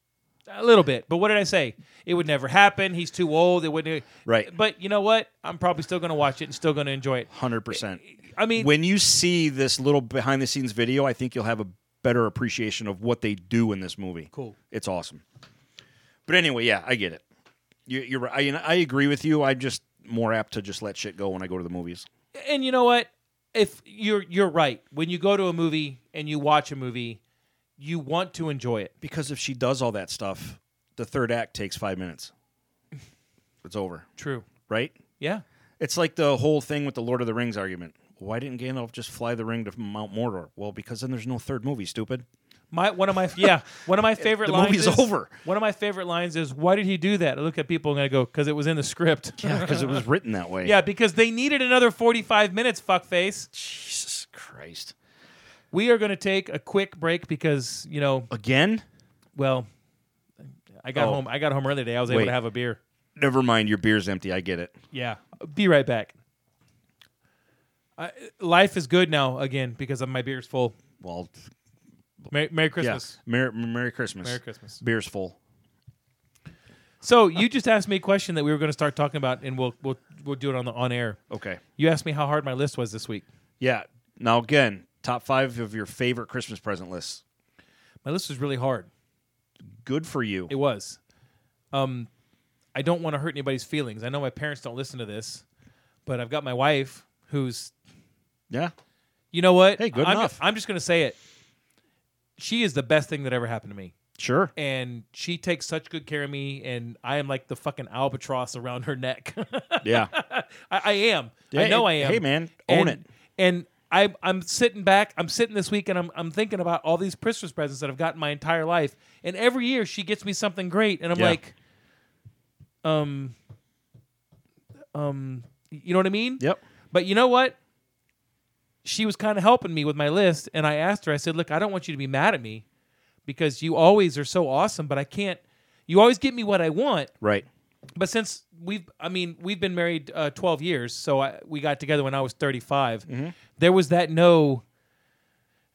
C: A little bit, but what did I say? It would never happen. He's too old. It wouldn't. e-,
A: Right.
C: But you know what? I'm probably still going to watch it and still going to enjoy it.
A: Hundred percent.
C: I mean,
A: When you see this little behind the scenes video, I think you'll have a better appreciation of what they do in this movie.
C: Cool.
A: It's awesome. But anyway, yeah, I get it. You, you're right. I, and I agree with you. I'm just more apt to just let shit go when I go to the movies.
C: and you know what if you're you're right when you go to a movie and you watch a movie you want to enjoy it
A: Because if she does all that stuff, the third act takes five minutes. It's over,
C: true
A: right?
C: yeah
A: It's like the whole thing with the Lord of the Rings argument. Why didn't Gandalf just fly the ring to Mount Mordor? Well, because then there's no third movie, stupid.
C: my one of my yeah one of my favorite
A: The
C: lines
A: movie's
C: is-
A: over.
C: one of my favorite lines is why did he do that i look at people and i go because it was in the script
A: Yeah, because it was written that way.
C: yeah because they needed another 45 minutes fuckface
A: Jesus Christ.
C: we are going to take a quick break because you know
A: Again?
C: well i got
A: Oh.
C: home i got home early today i was
A: Wait.
C: able to have a beer
A: Never mind, your beer's empty. I get it.
C: Yeah. Be right back. I, life is good now again because of my beer's full.
A: Well,
C: Merry, Merry
A: yeah.
C: Christmas.
A: Merry, Merry Christmas.
C: Merry Christmas.
A: Beer's full.
C: So you just asked me a question that we were going to start talking about, and we'll we'll we'll do it on the on air.
A: Okay.
C: You asked me how hard my list was this week.
A: Yeah. Now, again, top five of your favorite Christmas present lists.
C: My list was really hard.
A: Good for you.
C: It was. Um, I don't want to hurt anybody's feelings. I know my parents don't listen to this, but I've got my wife who's
A: yeah.
C: you know what?
A: Hey, good
C: I'm,
A: enough.
C: I'm just going to say it. She is the best thing that ever happened to me.
A: Sure.
C: and she takes such good care of me, and I am like the fucking albatross around her neck. I,
A: Yeah.
C: I am. I
A: Hey,
C: know I am.
A: hey, man, own
C: And-
A: it.
C: And I, I'm sitting back. I'm sitting this week, and I'm, I'm thinking about all these Christmas presents that I've gotten my entire life. And every year she gets me something great, and I'm
A: Yeah.
C: like, um, um, you know what I mean?
A: Yep.
C: But you know what? She was kind of helping me with my list, and I asked her, I said, Look, I don't want you to be mad at me because you always are so awesome, but I can't, you always get me what I want.
A: Right.
C: But since we've, I mean, we've been married uh, 12 years, so I, we got together when I was 35.
A: Mm-hmm.
C: There was that no,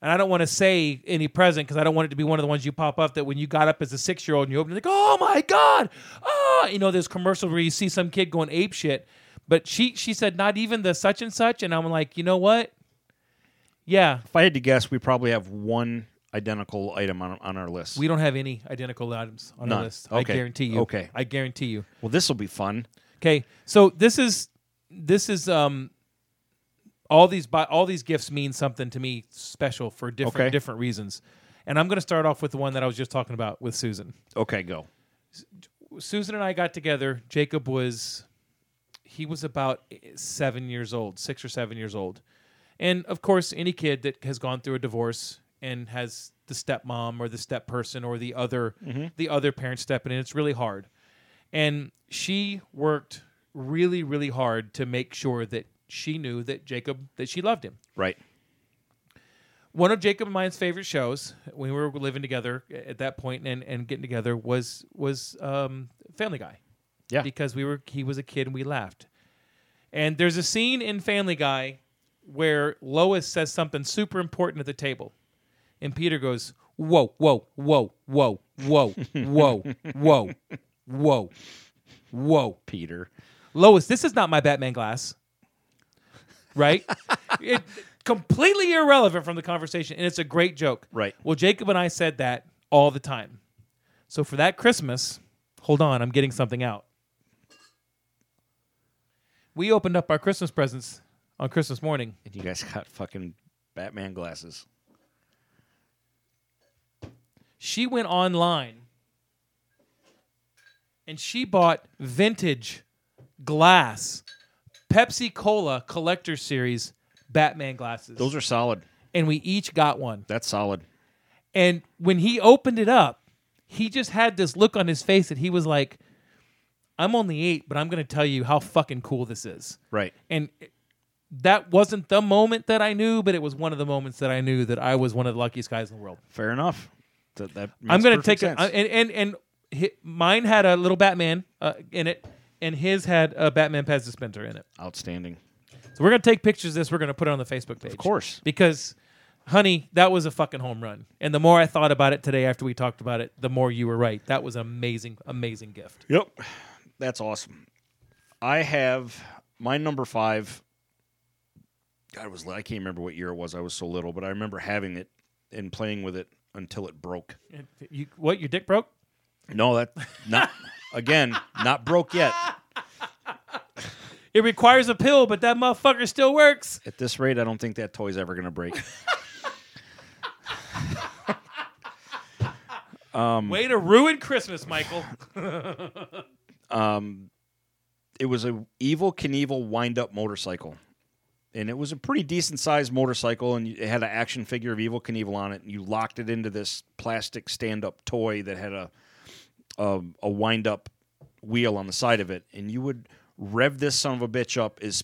C: and I don't want to say any present because I don't want it to be one of the ones you pop up that when you got up as a six year old and you opened it, like, oh my God, ah, you know, there's commercials where you see some kid going ape shit. But she she said not even the such and such, and I'm like, you know what? Yeah,
A: If I had to guess, we probably have one identical item on, on our list.
C: we don't have any identical items on
A: None.
C: our list.
A: Okay.
C: I guarantee you.
A: Okay.
C: I guarantee you.
A: well, this will be fun.
C: Okay, so this is this is um all these bi- all these gifts mean something to me special for different
A: Okay.
C: different reasons, and I'm going to start off with the one that I was just talking about with Susan.
A: Okay, go.
C: Susan and I got together. Jacob was he was about seven years old, six or seven years old, and of course, any kid that has gone through a divorce and has the stepmom or the step person or the other the other parent stepping in, it's really hard. And she worked really, really hard to make sure that she knew that Jacob that she loved him
A: Right.
C: one of Jacob and mine's favorite shows when we were living together at that point and, and getting together was was um, Family Guy.
A: Yeah.
C: Because we were he was a kid and we laughed. And there's a scene in Family Guy where Lois says something super important at the table. And Peter goes, Whoa, whoa, whoa, whoa, whoa, whoa, whoa, whoa, whoa.
A: Peter.
C: Lois, this is not my Batman glass. Right? it, completely irrelevant from the conversation. And it's a great joke.
A: Right.
C: Well, Jacob and I said that all the time. So for that Christmas, hold on, I'm getting something out. We opened up our Christmas presents on Christmas morning.
A: And you guys got fucking Batman glasses.
C: She went online and she bought vintage glass Pepsi Cola collector series Batman glasses.
A: Those are solid.
C: and we each got one.
A: That's solid.
C: And when he opened it up, he just had this look on his face that he was like, I'm only eight, but I'm going to tell you how fucking cool this is.
A: Right.
C: And it- that wasn't the moment that I knew, but it was one of the moments that I knew that I was one of the luckiest guys in the world.
A: Fair enough. That, that
C: I'm
A: makes
C: going to
A: perfect
C: take
A: sense.
C: a, I- and, and, and hi mine had a little Batman uh, in it, and his had a Batman Pez dispenser in it.
A: Outstanding.
C: So we're gonna take pictures of this. We're gonna put it on the Facebook page. Of
A: course.
C: Because honey, that was a fucking home run. And the more I thought about it today after we talked about it, the more you were right. That was an amazing, amazing gift.
A: Yep. That's awesome. I have my number five. God, it was I can't remember what year it was. I was so little, but I remember having it and playing with it until it broke.
C: You, what? Your dick broke?
A: No, that not again, not broke yet.
C: It requires a pill, but that motherfucker still works.
A: At this rate, I don't think that toy's ever gonna break. Um,
C: Way to ruin Christmas, Michael.
A: It was a evil Knievel wind up motorcycle. And it was a pretty decent sized motorcycle, and it had an action figure of Evil Knievel on it. And you locked it into this plastic stand up toy that had a a, a wind up wheel on the side of it, and you would rev this son of a bitch up as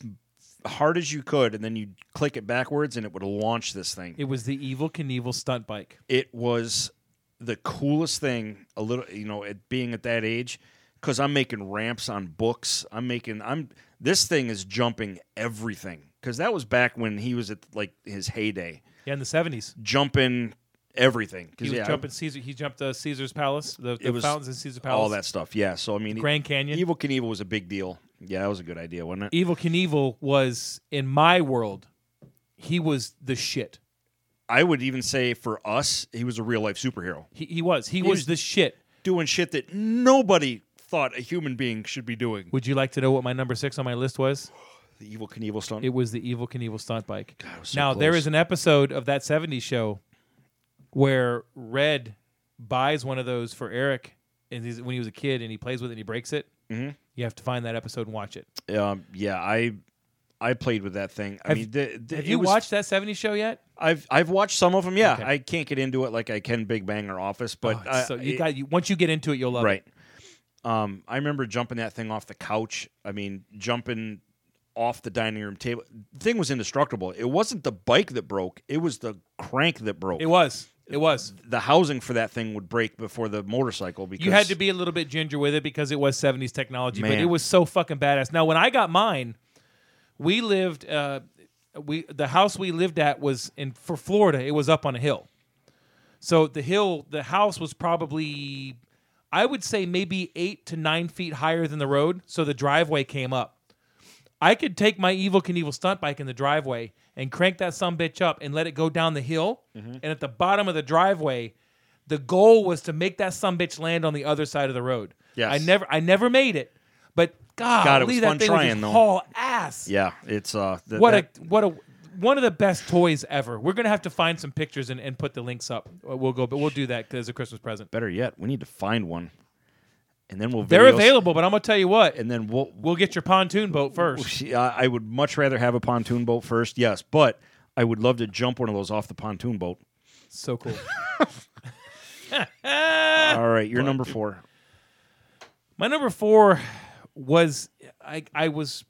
A: hard as you could, and then you'd click it backwards, and it would launch this thing.
C: it was the evil Knievel stunt bike.
A: it was the coolest thing a little you know at being at that age because i'm making ramps on books i'm making i'm this thing is jumping everything because that was back when he was at like his heyday
C: Yeah, in the seventies,
A: jumping everything
C: he
A: because
C: was
A: yeah
C: jumping Caesar. He jumped uh, Caesar's Palace, the,
A: it
C: the
A: was
C: fountains in Caesar Palace,
A: all that stuff yeah so i mean
C: Grand Canyon.
A: evil knievel was a big deal yeah that was a good idea wasn't it
C: Evil Knievel was in my world. He was the shit.
A: i would even say for us he was a real life superhero
C: He, he was. He,
A: was-
C: was the shit.
A: doing shit that nobody thought a human being should be doing
C: Would you like to know what my number six on my list was?
A: the evil knievel stunt
C: It was the Evil Knievel stunt bike.
A: I was so
C: now there
A: close.
C: is an episode of that '70s show where Red buys one of those for Eric, and he's, when he was a kid, and he plays with it, and he breaks it. Mm-hmm. You have to find that episode and watch it.
A: Um, yeah, I I played with that thing. I mean, the, the,
C: Have
A: it
C: you
A: was-
C: watched that '70s show yet?
A: I've I've watched some of them. Yeah,
C: Okay.
A: I can't get into it like I can Big Bang or Office, but
C: Oh,
A: I,
C: so you
A: I-
C: got you, once you get into it, you'll love
A: right. Um, I remember jumping that thing off the couch. I mean, jumping off the dining room table. The thing was indestructible. It wasn't the bike that broke. It was the crank that broke.
C: it. It was. It was.
A: the housing for that thing would break before the motorcycle because
C: You had to be a little bit ginger with it because it was 70s technology, but
A: Man.
C: it was so fucking badass. Now, when I got mine, we lived, uh, we the house we lived at was in for Florida. It was up on a hill, so the hill, the house was probably, I would say maybe eight to nine feet higher than the road. So the driveway came up. I could take my evil Knievel stunt bike in the driveway and crank that some bitch up and let it go down the hill.
A: Mm-hmm.
C: And at the bottom of the driveway, the goal was to make that some bitch land on the other side of the road.
A: Yes.
C: I never, I never made it, but God,
A: it was
C: that
A: fun
C: thing
A: trying,
C: was just
A: though.
C: haul ass.
A: Yeah, it's uh. th-
C: What
A: that,
C: a what a one of the best toys ever. We're gonna have to find some pictures and, and put the links up. Uh, We'll go, but we'll do that as a Christmas present.
A: better yet, we need to find one, and then we'll
C: They're
A: video-
C: available, but I'm gonna tell you what.
A: and then we'll
C: We'll get your pontoon boat first.
A: Oh, She, I I would much rather have a pontoon boat first, yes, but I would love to jump one of those off the pontoon boat.
C: So cool. Ah!
A: All right, you're number four.
C: My number four was I, I was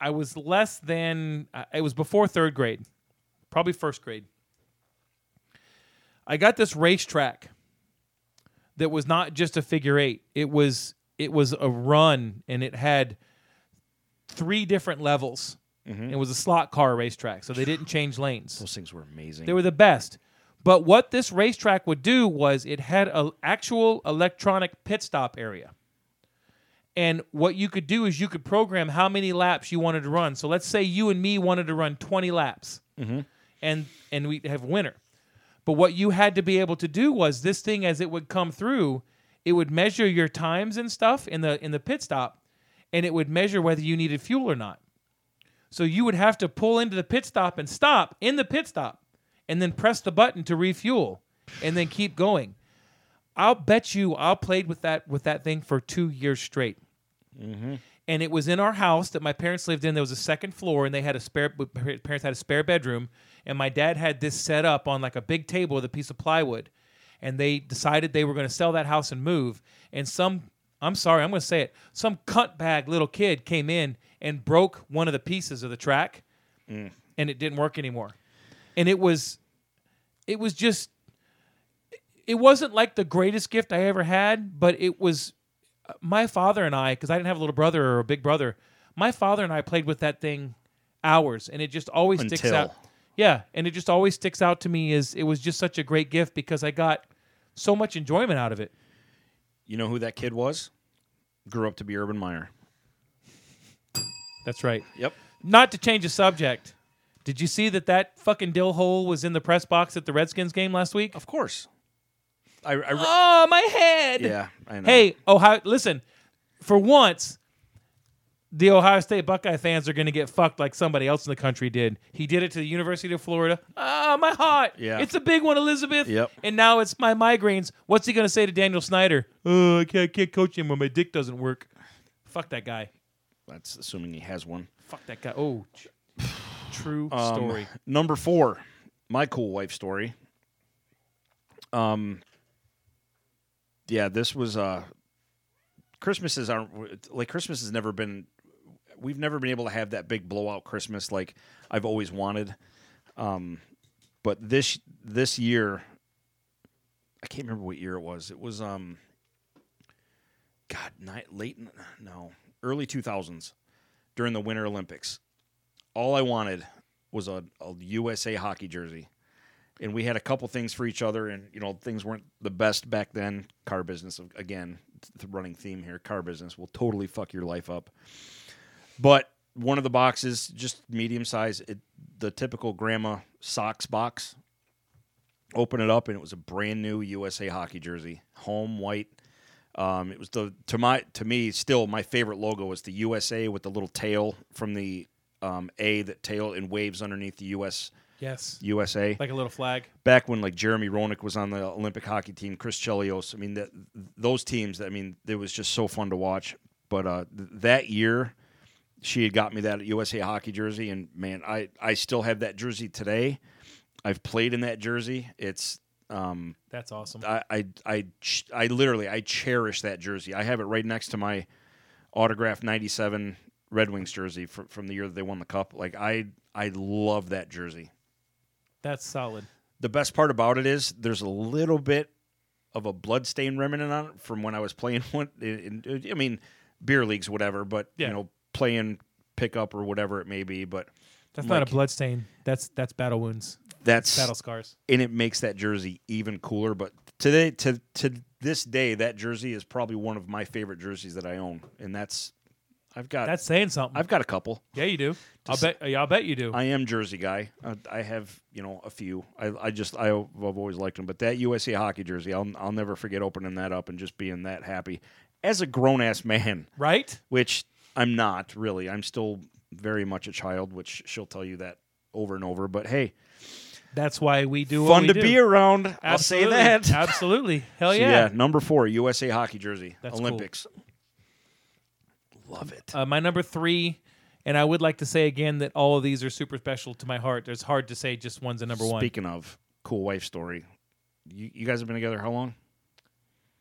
C: I was less than I- it was before third grade, probably first grade. I got this racetrack that was not just a figure eight. It was it was a run and it had three different levels. It was a slot car racetrack, so they didn't change lanes.
A: Those things were amazing.
C: They were the best. But what this racetrack would do was it had an actual electronic pit stop area. And what you could do is you could program how many laps you wanted to run. So let's say you and me wanted to run 20 laps. And and we have a winner. But what you had to be able to do was this thing as it would come through, it would measure your times and stuff in the in the pit stop and it would measure whether you needed fuel or not. So you would have to pull into the pit stop and stop in the pit stop and then press the button to refuel and then keep going. I'll bet you I played with that with that thing for two years straight. And it was in our house that my parents lived in. There was a second floor, and they had a spare. my Parents had a spare bedroom, and my dad had this set up on like a big table with a piece of plywood. And they decided they were going to sell that house and move. And some, I'm sorry, I'm going to say it. Some cuntbag little kid came in and broke one of the pieces of the track, and it didn't work anymore. And it was, it was just it wasn't like the greatest gift I ever had, but it was my father and I, because I didn't have a little brother or a big brother. My father and I played with that thing hours, and it just always sticks
A: Until.
C: out. Yeah, and it just always sticks out to me as it was just such a great gift because I got so much enjoyment out of it.
A: you know who that kid was? Grew up to be Urban Meyer.
C: That's right.
A: Yep.
C: Not to change the subject, Did you see that that fucking dill hole was in the press box at the Redskins game last week?
A: Of course. I, I re-
C: Oh, my head.
A: yeah, I know.
C: Hey, Ohio, listen. For once, the Ohio State Buckeye fans are going to get fucked like somebody else in the country did. He did it to the University of Florida. Ah, my heart.
A: Yeah.
C: It's a big one, Elizabeth.
A: Yep.
C: And now it's my migraines. What's he going to say to Daniel Snyder? Oh, I can't, I can't coach anymore. My dick doesn't work. Fuck that guy.
A: that's assuming he has one.
C: Fuck that guy. Oh, tr- true
A: Um,
C: story.
A: Number four, my cool wife story. Um, yeah, this was uh, Christmases aren't like Christmas has never been. We've never been able to have that big blowout Christmas like I've always wanted. Um, but this this year, I can't remember what year it was. It was um, God, night late in- no early two thousands during the Winter Olympics all I wanted was a, a USA hockey jersey. And we had a couple things for each other, and you know things weren't the best back then. Car business again, the running theme here. Car business will totally fuck your life up. But one of the boxes, just medium size, it, the typical grandma socks box. Open it up, and it was a brand new USA hockey jersey, home white. Um, it was the to my to me still my favorite logo was the USA with the little tail from the um, A that tail and waves underneath the US
C: Yes.
A: USA.
C: Like a little flag.
A: Back when like Jeremy Roenick was on the Olympic hockey team, Chris Chelios. I mean that those teams. I mean it was just so fun to watch. But uh, th- that year, she had got me that USA hockey jersey, and man, I I still have that jersey today. I've played in that jersey. It's um,
C: That's awesome.
A: I, I, I, ch- I literally, I cherish that jersey. I have it right next to my autographed '97 Red Wings jersey from, from the year that they won the cup. Like I, I love that jersey.
C: That's solid.
A: The best part about it is there's a little bit of a bloodstain remnant on it from when I was playing one. In, in- I mean, beer leagues, whatever, but
C: Yeah.
A: you know, playing pickup or whatever it may be. But
C: That's not a
A: Like-
C: blood stain. That's that's battle wounds,
A: that's
C: battle scars.
A: and it makes that jersey even cooler. But today, to to this day, that jersey is probably one of my favorite jerseys that I own, and that's I've got
C: That's saying something.
A: I've got a couple.
C: yeah, you do. I'll bet. Yeah, I'll bet you do.
A: I am Jersey guy. I, I have you know a few. I, I just I, have always liked them, but that USA hockey jersey, I'll I'll never forget opening that up and just being that happy as a grown ass man,
C: right?
A: which I'm not really. I'm still very much a child, which she'll tell you that over and over. But hey,
C: That's why we do. what
A: fun
C: we
A: to
C: do.
A: be around.
C: Absolutely.
A: I'll say that.
C: Absolutely. Hell
A: So,
C: Oh, yeah.
A: number four, USA hockey jersey,
C: That's cool.
A: Olympics. Love it.
C: Uh, my number three, and I would like to say again that all of these are super special to my heart. It's hard to say just one's a number one.
A: Speaking of cool wife story, you, you guys have been together how long?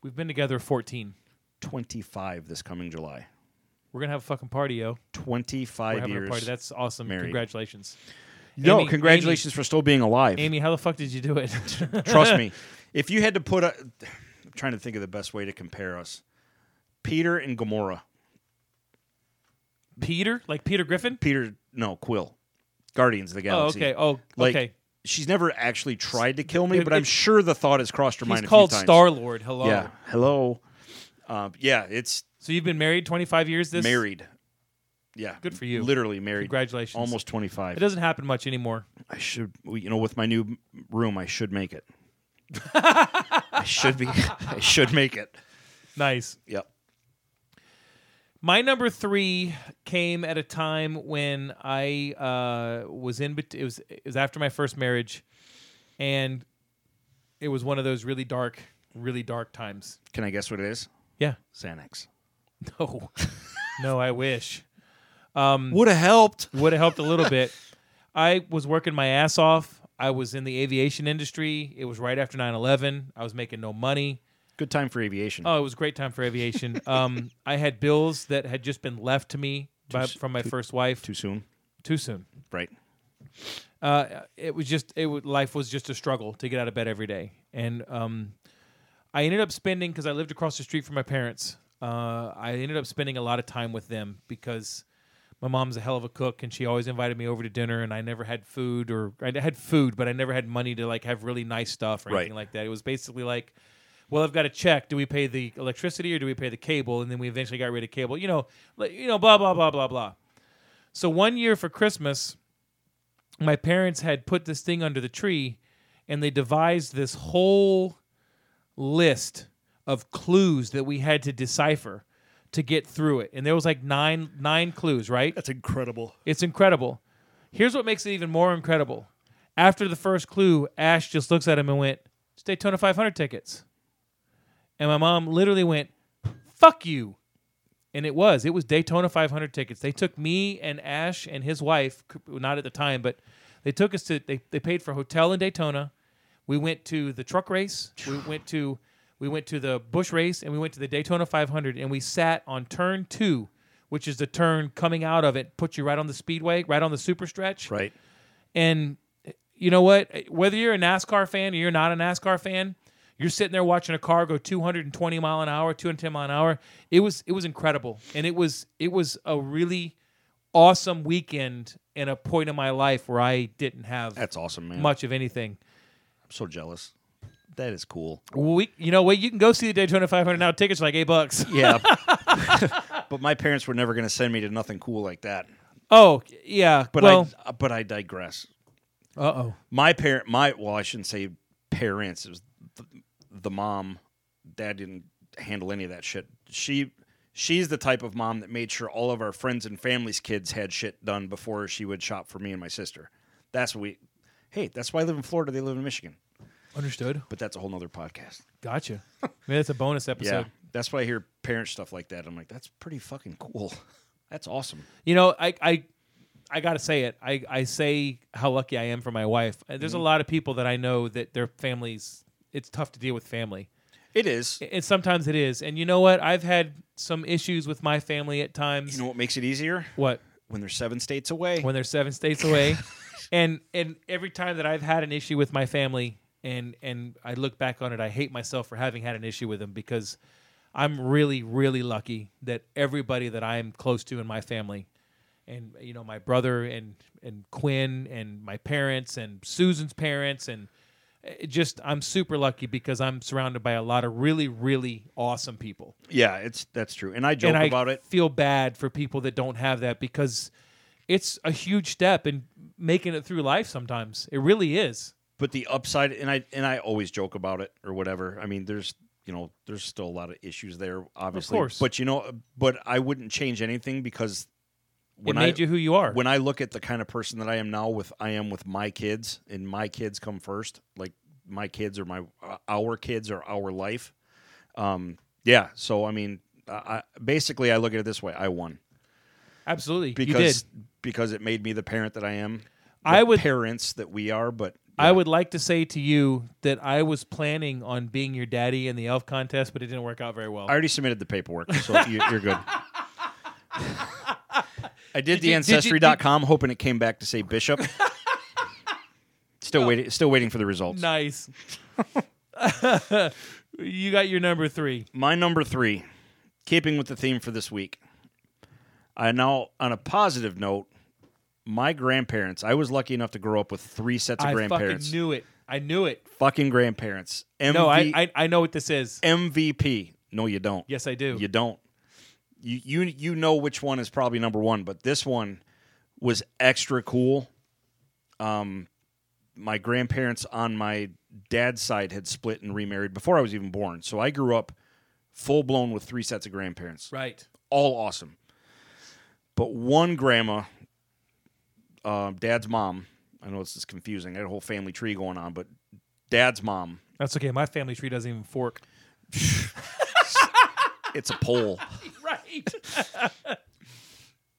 C: We've been together 14.
A: Twenty five this coming July.
C: We're gonna have a fucking party, yo.
A: Twenty
C: We're
A: five
C: having
A: years.
C: a party. That's awesome.
A: married.
C: Congratulations.
A: no,
C: Amy-
A: congratulations for still being alive.
C: Amy, how the fuck did you do it?
A: Trust me. If you had to put a, I'm trying to think of the best way to compare us. Peter and Gamora.
C: Peter, like Peter Griffin.
A: Peter, no Quill. Guardians of the
C: Oh,
A: Galaxy.
C: okay. Oh,
A: Like,
C: okay.
A: She's never actually tried to kill me,
C: It-
A: but I'm
C: it-
A: sure the thought has crossed her mind.
C: He's
A: a few
C: called
A: times.
C: Star Lord. Hello.
A: Yeah. Hello. Um, yeah, it's
C: So you've been married 25 years. This
A: married. Yeah.
C: Good for you.
A: Literally married.
C: Congratulations.
A: Almost
C: It
A: 25.
C: doesn't happen much anymore.
A: I should, you know, with my new m- room, I should make it. I should be. I should make it.
C: Nice.
A: Yep.
C: My number three came at a time when I uh, was in. bet- It was it was after my first marriage, and it was one of those really dark, really dark times.
A: Can I guess what it is?
C: Yeah.
A: Xanax.
C: No. no, I wish. Mm.
A: Would have helped.
C: would have helped a little bit. I was working my ass off. I was in the aviation industry. It was right after 9/11. I was making no money.
A: Good time for aviation.
C: Oh, it was a great time for aviation. um, I had bills that had just been left to me by, from my first wife.
A: Too soon.
C: too soon.
A: Right.
C: uh, it was just it was, life was just a struggle to get out of bed every day and um, i ended up spending because i lived across the street from my parents uh, i ended up spending a lot of time with them because my mom's a hell of a cook and she always invited me over to dinner and i never had food or i had food but i never had money to like have really nice stuff or
A: Right.
C: anything like that it was basically like well i've got a check do we pay the electricity or do we pay the cable and then we eventually got rid of cable you know like, you know blah blah blah blah blah so one year for christmas my parents had put this thing under the tree and they devised this whole list of clues that we had to decipher to get through it. And there was like nine nine clues, right?
F: That's incredible.
C: It's incredible. Here's what makes it even more incredible. After the first clue, Ash just looks at him and went, "It's Daytona 500 tickets." And my mom literally went, "Fuck you." And it was. It was Daytona 500 tickets. They took me and Ash and his wife, not at the time, but they took us to they, they paid for hotel in Daytona. We went to the truck race. We went to we went to the bush race and we went to the Daytona 500 and we sat on turn 2, which is the turn coming out of it, put you right on the speedway, right on the super stretch.
A: Right.
C: And you know what? Whether you're a NASCAR fan or you're not a NASCAR fan, you're sitting there watching a car go 220 mile an hour, 210 mile an hour. It was it was incredible, and it was it was a really awesome weekend and a point in my life where I didn't have
A: That's awesome, man.
C: much of anything.
A: I'm so jealous. That is cool.
C: We, you know what? You can go see the Daytona 500 now. Tickets are like eight bucks.
A: Yeah. but my parents were never going to send me to nothing cool like that.
C: Oh yeah,
A: But
C: well,
A: I but I digress.
C: uh oh,
A: My parent my well, I shouldn't say parents. It was the, the mom. Dad didn't handle any of that shit. She she's the type of mom that made sure all of our friends and family's kids had shit done before she would shop for me and my sister. That's what we Hey, that's why I live in Florida. They live in Michigan.
C: understood.
A: But that's a whole nother podcast.
C: Gotcha. I mean, that's a bonus episode.
A: Yeah. That's why I hear parent stuff like that. I'm like, that's pretty fucking cool. That's awesome.
C: You know, I I I gotta say it. I I say how lucky I am for my wife. Uh, There's a lot of people that I know that their families. It's tough to deal with family,
A: It is.
C: and sometimes it is. And you know what? I've had some issues with my family at times.
A: You know what makes it easier?
C: what?
A: When they're seven states away.
C: when they're seven states away. and and every time that I've had an issue with my family and and I look back on it, I hate myself for having had an issue with them because I'm really really lucky that everybody that I'm close to in my family and you know my brother and and Quinn and my parents and Susan's parents and it just I'm super lucky because I'm surrounded by a lot of really really awesome people
A: yeah, it's that's true. And I joke
C: and I
A: about it.
C: Feel bad for people that don't have that because it's a huge step in making it through life. Sometimes it really is.
A: But the upside and I and I always joke about it or whatever. I mean, there's you know, there's still a lot of issues there, obviously.
C: course.
A: But you know but I wouldn't change anything because when
C: it made
A: I
C: you who you are.
A: when I look at the kind of person that I am now with I am with my kids and my kids come first, like my kids or my uh, our kids or our life. Um yeah, so I mean, I, I basically I look at it this way. I won.
C: Absolutely, you did.
A: because because it made me the parent that I am. the
C: I would-
A: parents that we are, but
C: I would like to say to you that I was planning on being your daddy in the elf contest, but it didn't work out very well.
A: I already submitted the paperwork, so you, you're good. I did,
C: you- did you-
A: the ancestry.com hoping it came back to say bishop. still waiting still waiting for the results.
C: nice. you got your number three.
A: My number 3, keeping with the theme for this week. I now on a positive note, my grandparents, I was lucky enough to grow up with three sets of
C: I fucking
A: grandparents.
C: knew it. I knew it.
A: fucking grandparents. MV,
C: No, I, I I know what this is.
A: MVP. No, you don't.
C: Yes, I do.
A: You don't. You you you know which one is probably number one, but this one was extra cool. Um, my grandparents on my dad's side had split and remarried before I was even born, so I grew up full blown with three sets of grandparents,
C: Right.
A: all awesome. But one grandma, uh, dad's mom. I know this is confusing. I had a whole family tree going on, but dad's mom
C: That's okay. My family tree doesn't even fork.
A: it's a poll.
C: Right.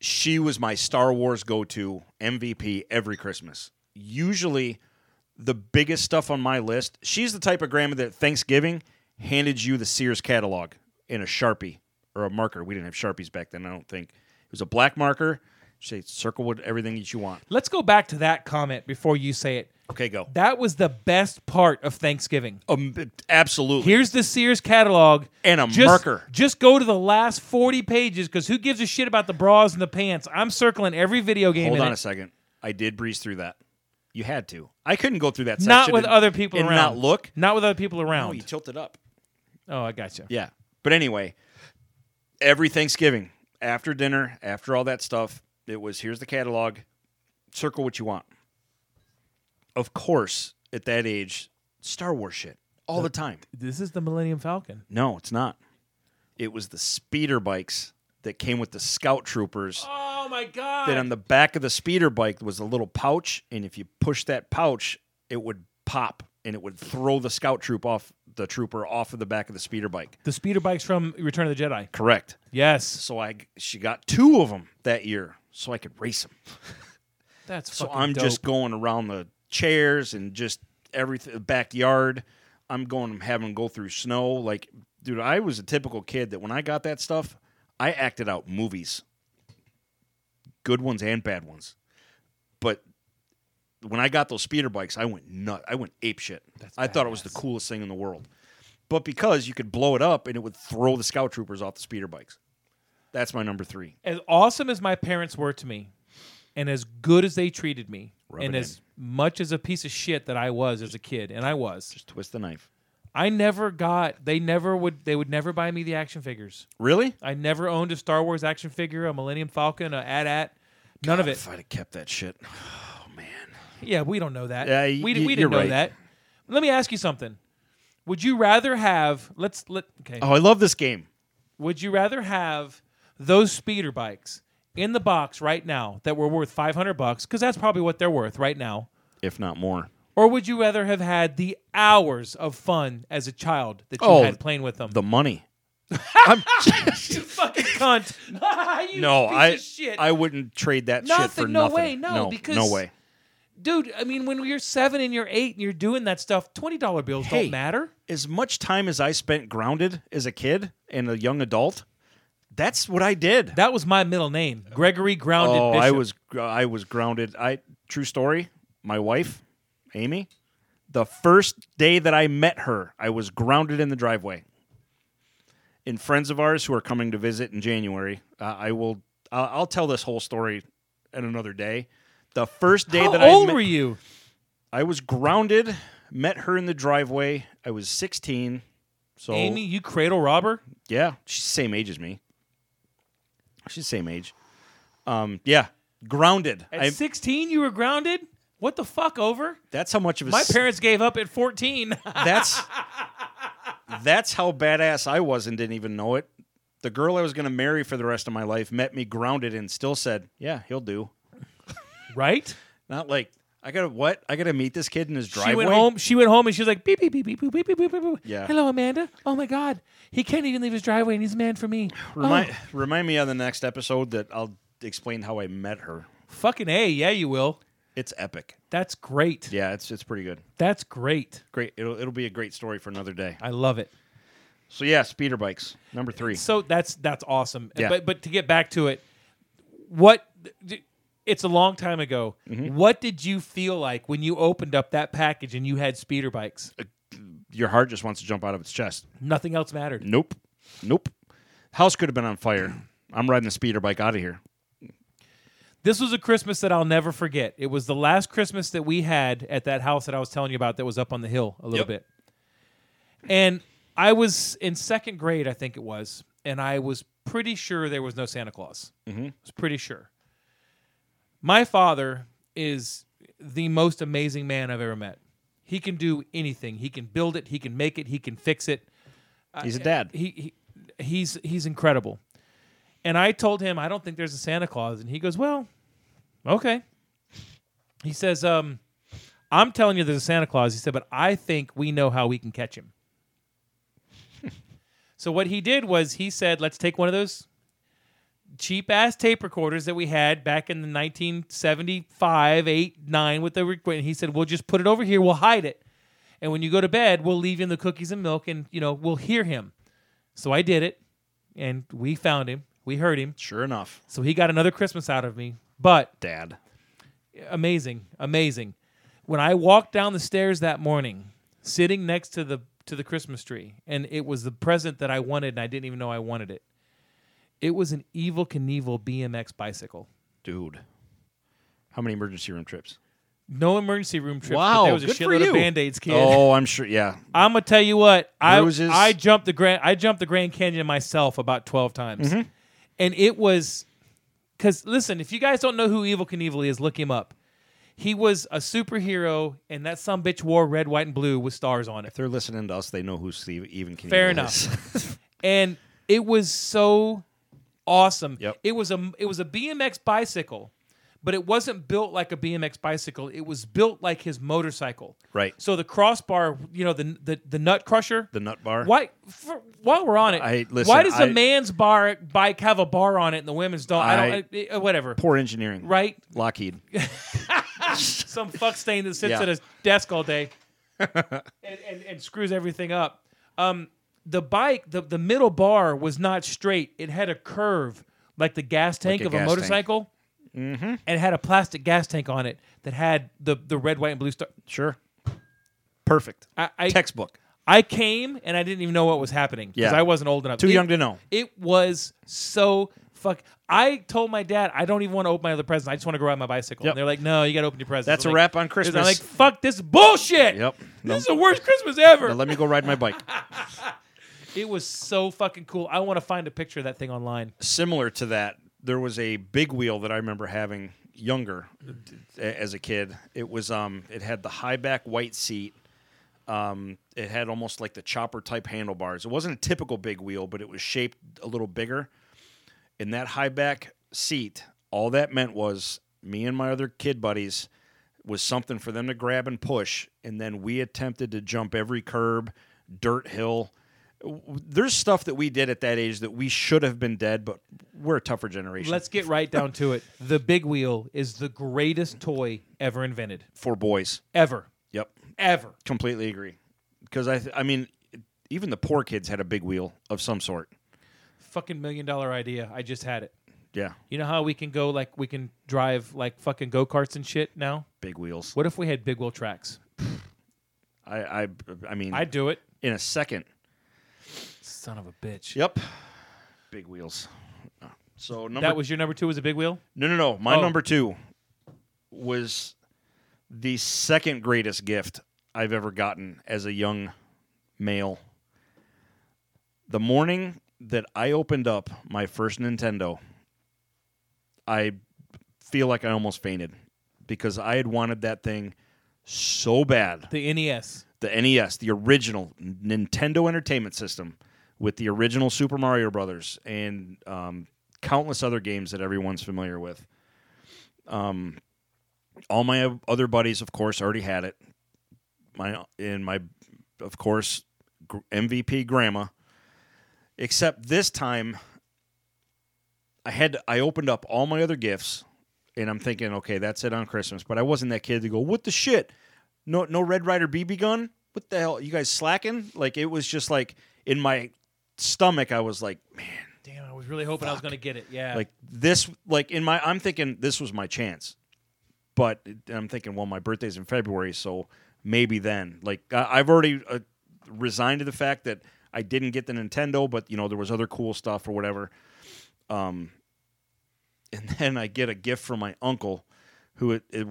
A: she was my Star Wars go to MVP every Christmas. Usually the biggest stuff on my list, she's the type of grandma that at Thanksgiving handed you the Sears catalog in a Sharpie or a marker. We didn't have Sharpies back then, I don't think. It was a black marker. She'd say, circle with everything that you want.
C: Let's go back to that comment before you say it.
A: Okay, go.
C: That was the best part of Thanksgiving.
A: Um, absolutely.
C: Here's the Sears catalog
A: And a
C: just,
A: marker.
C: Just go to the last forty pages because who gives a shit about the bras and the pants? I'm circling every video game.
A: Hold
C: in
A: on
C: it.
A: a second. I did breeze through that. You had to. I couldn't go through that section.
C: Not with
A: and-
C: other people
A: and
C: around.
A: Not look.
C: Not with other people around.
A: No, you tilted up.
C: oh, I gotcha.
A: Yeah. But anyway, every Thanksgiving, after dinner, after all that stuff, it was here's the catalog, circle what you want. of course, at that age, Star Wars shit all the time.
C: This is the Millennium Falcon.
A: No, it's not. It was the speeder bikes that came with the scout troopers.
C: Oh my god!
A: That on the back of the speeder bike was a little pouch, and if you push that pouch, it would pop and it would throw the scout troop off the trooper off of the back of the speeder bike.
C: the speeder bikes from Return of the Jedi.
A: Correct.
C: Yes,
A: So I she got two of them that year, so I could race them.
C: that's
A: So
C: fucking
A: I'm
C: dope.
A: just going around the chairs and just everything backyard. I'm going having them go through snow. Like, dude, I was a typical kid that when I got that stuff, I acted out movies, good ones and bad ones. But when I got those speeder bikes, I went nut. I went ape shit. I thought it was the coolest thing in the world. But because you could blow it up and it would throw the scout troopers off the speeder bikes. That's my number three.
C: as awesome as my parents were to me, and as good as they treated me,
A: Rub
C: and
A: it
C: as much as a piece of shit that I was as a kid, and I was,
A: Just twist the knife.
C: I never got. They never would. They would never buy me the action figures.
A: Really?
C: I never owned a Star Wars action figure, a Millennium Falcon, a AT-AT. None of it.
A: If I'd have kept that shit. Oh,
C: Yeah, we don't know that.
A: Yeah,
C: we,
A: y-
C: we
A: y-
C: didn't
A: you're
C: know
A: right.
C: that. Let me ask you something. Would you rather have? Let's let. Okay.
A: Oh, I love this game.
C: Would you rather have those speeder bikes in the box right now that were worth 500 bucks cuz that's probably what they're worth right now
A: If not more.
C: or would you rather have had the hours of fun as a child that you
A: Oh,
C: had playing with them?
A: The money. I'm,
C: fucking cunt. You
A: no,
C: piece
A: I
C: of shit.
A: I wouldn't trade that shit for
C: Nothing, no
A: nothing.
C: way, no, because-
A: no way.
C: Dude, I mean when you're 7 and you're 8 and you're doing that stuff, $20 bills
A: Hey.
C: don't matter.
A: As much time as I spent grounded as a kid and a young adult, that's what I did.
C: That was my middle name, Gregory Grounded
A: oh,
C: Bishop.
A: I was gr- I was grounded. I true story. My wife, Amy, the first day that I met her, I was grounded in the driveway. And friends of ours who are coming to visit in January, uh, I will. I'll I'll tell this whole story at another day. The first day that
C: How old
A: I met,
C: were you?
A: I was grounded. Met her in the driveway. I was 16. So
C: Amy, you cradle robber?
A: yeah, she's the same age as me. She's the same age. Um, yeah, grounded.
C: At
A: I-
C: 16 you were grounded? What the fuck over?
A: that's how much of a
C: My
A: s-
C: parents gave up at 14.
A: That's that's how badass I was and didn't even know it. The girl I was going to marry for the rest of my life met me grounded and still said, "Yeah, he'll do."
C: right?
A: Not like I got to what? I got to meet this kid in his driveway.
C: She went home. She went home and she was like beep beep beep beep beep beep beep beep. beep.
A: Yeah.
C: Hello, Amanda. Oh my God, he can't even leave his driveway, and he's a man for me. Oh,
A: Remind remind me on the next episode that I'll explain how I met her.
C: Fucking a, yeah, you will.
A: It's epic.
C: That's great.
A: Yeah, it's it's pretty good.
C: That's great.
A: Great. It'll it'll be a great story for another day.
C: I love it.
A: So yeah, speeder bikes number three.
C: So that's that's awesome.
A: Yeah.
C: But but to get back to it, what it's a long time ago.
A: Mm-hmm.
C: What did you feel like when you opened up that package and you had speeder bikes?
A: Uh, Your heart just wants to jump out of its chest.
C: Nothing else mattered.
A: Nope. Nope. House could have been on fire. I'm riding the speeder bike out of here.
C: This was a Christmas that I'll never forget. It was the last Christmas that we had at that house that I was telling you about that was up on the hill a little
A: Yep.
C: bit. And I was in second grade, I think it was, and I was pretty sure there was no Santa Claus. Mm-hmm. I was pretty sure. My father is the most amazing man I've ever met. He can do anything. He can build it. He can make it. He can fix it.
A: He's a dad.
C: He, he he's he's incredible. And I told him I don't think there's a Santa Claus, and he goes, "Well, okay." He says, um, "I'm telling you, there's a Santa Claus." He said, "But I think we know how we can catch him." so what he did was he said, "Let's take one of those cheap ass tape recorders that we had back in the 1975, 8, 9 with the record." He said, "We'll just put it over here. We'll hide it." And when you go to bed, we'll leave him the cookies and milk and, you know, we'll hear him. So I did it and we found him. We heard him.
A: Sure enough,
C: So he got another Christmas out of me. But
A: dad.
C: amazing, amazing. When I walked down the stairs that morning, sitting next to the to the Christmas tree, and it was the present that I wanted and I didn't even know I wanted it. It was an evil Knievel BMX bicycle.
A: Dude. How many emergency room trips?
C: No emergency room trip. but there was a
A: good for
C: shitload
A: you.
C: of band-aids, kid.
A: Oh, I'm sure. Yeah.
C: I'm gonna tell you what I
A: Bruises.
C: I jumped the grand I jumped the Grand Canyon myself about twelve times,
A: Mm-hmm.
C: and it was because listen, if you guys don't know who Evil Knievel is, look him up. He was a superhero, and that some bitch wore red, white, and blue with stars on
A: If
C: it.
A: they're listening to us, they know who Steve even can.
C: Fair
A: is.
C: And it was so awesome.
A: Yep.
C: It was a it was a BMX bicycle, but it wasn't built like a BMX bicycle. It was built like his motorcycle.
A: Right.
C: So the crossbar, you know, the the, the nut crusher,
A: the nut bar.
C: Why? For, while we're on it,
A: I- listen,
C: why does
A: I-
C: the man's bar bike have a bar on it and the women's don't? I, don't. I, whatever.
A: Poor engineering.
C: Right?
A: Lockheed.
C: Some fuck stain that sits
A: Yeah.
C: at his desk all day and, and, and screws everything up. Um, the bike, the, the middle bar was not straight. It had a curve like the gas tank
A: a
C: of
A: gas
C: a
A: tank.
C: motorcycle. Mm-hmm. And it had a plastic gas tank on it that had the, the red, white, and blue star.
A: Sure. Perfect.
C: I, I,
A: Textbook.
C: I came and I didn't even know what was happening because
A: Yeah.
C: I wasn't old enough.
A: Too
C: It-
A: young to know.
C: It was so fuck. I told my dad I don't even want to open my other presents. I just want to go ride my bicycle.
A: Yep.
C: And they're like, "No, you got to open your presents."
A: That's
C: I'm
A: a
C: like-
A: wrap on
C: I'm
A: Christmas.
C: like, "Fuck this bullshit."
A: Yep. No.
C: This is the worst Christmas ever.
A: Now let me go ride my bike.
C: it was so fucking cool. I want to find a picture of that thing online.
A: Similar to that, there was a big wheel that I remember having younger d- as a kid. It was um, it had the high back white seat. Um, it had almost like the chopper type handlebars. It wasn't a typical big wheel, but it was shaped a little bigger. In that high back seat, all that meant was me and my other kid buddies was something for them to grab and push, and then we attempted to jump every curb, dirt hill. W- There's stuff that we did at that age that we should have been dead, but we're a tougher generation
C: Let's get right down to it. The big wheel is the greatest toy ever invented,
A: for boys.
C: ever,
A: Yep,
C: ever.
A: completely agree. Because I, th- I mean, even the poor kids had a big wheel of some sort.
C: Fucking million dollar idea. I just had it.
A: Yeah,
C: You know how we can go like we can drive like fucking go karts and shit now.
A: big wheels.
C: What if we had big wheel tracks?
A: I, I, I mean,
C: I'd do it.
A: in a second.
C: Son of a bitch.
A: Yep, big wheels. So number
C: That was your number two was a big wheel?
A: No, no, no. My
C: Oh.
A: number two was the second greatest gift I've ever gotten as a young male. The morning that I opened up my first Nintendo, I feel like I almost fainted because I had wanted that thing so bad.
C: The E NES.
A: The NES, the original Nintendo Entertainment System, with the original Super Mario Brothers and um, countless other games that everyone's familiar with Um, all my other buddies, of course, already had it. My and my, of course, gr- MVP grandma. Except this time, I had I opened up all my other gifts, and I'm thinking, okay, that's it on Christmas. But I wasn't that kid to go, what the shit? No, no Red Rider BB gun. What the hell? You guys slacking? Like it was just like in my stomach. I was like, man,
C: Damn, I was really hoping I was gonna get it. Yeah.
A: like this like in my i'm thinking this was my chance but and i'm thinking well my birthday's in february so maybe then like I, i've already uh, resigned to the fact that i didn't get the nintendo but you know there was other cool stuff or whatever um and then i get a gift from my uncle who it, it,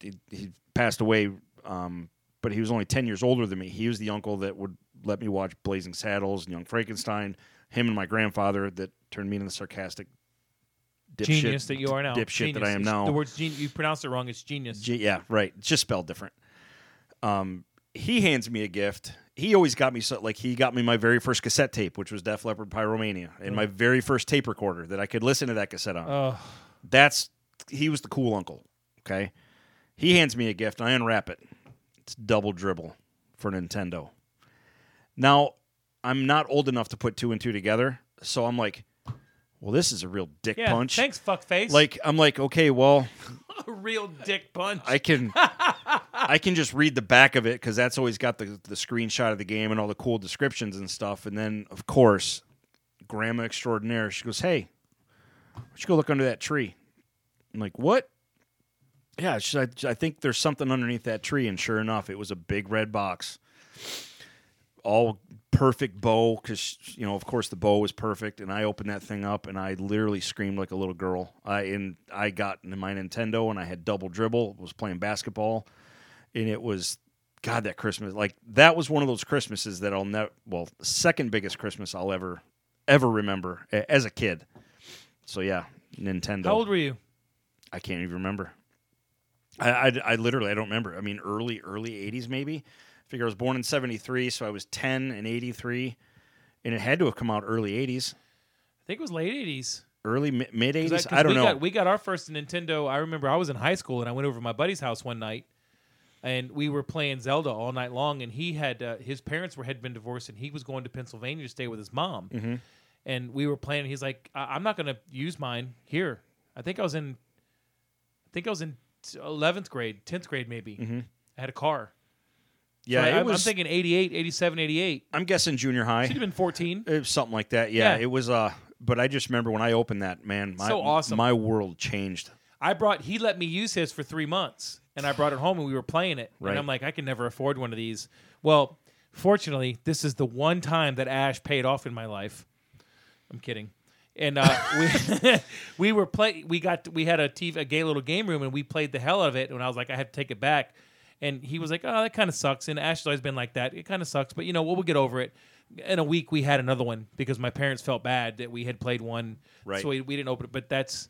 A: it, he passed away um but he was only 10 years older than me he was the uncle that would let me watch blazing saddles and young frankenstein him and my grandfather that turned me into the sarcastic dipshit,
C: genius that you are now.
A: dipshit
C: Genius.
A: that I am
C: It's-
A: now.
C: The word's genius. You pronounced it wrong. It's genius.
A: G- yeah, right. It's just spelled different. Um, he hands me a gift. He always got me so like he got me my very first cassette tape, which was Def Leppard Pyromania, and
C: Mm.
A: my very first tape recorder that I could listen to that cassette on.
C: Ugh.
A: That's he was the cool uncle. Okay, he hands me a gift. And I unwrap it. It's double dribble for Nintendo. Now I'm not old enough to put two and two together, so I'm like, well, this is a real dick
C: yeah.
A: punch.
C: Thanks, fuckface.
A: Like I'm like, okay, well,
C: a real dick punch.
A: I can I can just read the back of it because that's always got the the screenshot of the game and all the cool descriptions and stuff. And then of course, Grandma Extraordinaire, she goes, "Hey, why don't you go look under that tree?" I'm like, "What?" Yeah, she, I, I think there's something underneath that tree, and sure enough, it was a big red box, all perfect bow because you know, of course, the bow was perfect. And I opened that thing up, and I literally screamed like a little girl. I and I got into my Nintendo, and I had double dribble, was playing basketball, and it was God that Christmas. Like that was one of those Christmases that I'll never. Well, second biggest Christmas I'll ever ever remember a- as a kid. So yeah, Nintendo.
C: How old were you?
A: I can't even remember. I, I, I literally I don't remember. I mean, early early '80s maybe. I figure I was born in '73, so I was 10 in '83, and it had to have come out early '80s,
C: I think it was late '80s.
A: early mi- mid
C: 'Cause
A: '80s.
C: 'cause
A: I don't
C: we
A: know.
C: Got, we got our first Nintendo. I remember I was in high school and I went over to my buddy's house one night, and we were playing Zelda all night long. And he had uh, his parents were had been divorced, and he was going to Pennsylvania to stay with his mom.
A: Mm-hmm.
C: And we were playing. And he's like, I- "I'm not going to use mine here." I think I was in, I think I was in eleventh grade, tenth grade maybe. I had a car.
A: Mm-hmm. yeah,
C: So I-
A: it
C: I'm,
A: was.
C: I'm thinking 88, 87, 88.
A: I'm guessing junior high.
C: She'd have been 14.
A: It was something like that. Yeah,
C: Yeah.
A: it was. Uh, but I just remember when I opened that man, my
C: So awesome.
A: my world changed.
C: I brought he let me use his for three months, and I brought it home and we were playing it.
A: Right.
C: And I'm like, I can never afford one of these. Well, fortunately, this is the one time that Ash paid off in my life. I'm kidding. And uh, we we were play we got we had a TV a gay little game room and we played the hell out of it. And I was like, I have to take it back. And he was like, Oh, that kind of sucks. And Ash has always been like that. It kind of sucks, but you know what? We'll get over it. In a week, we had another one because my parents felt bad that we had played one,
A: Right.
C: so we, we didn't open it. But that's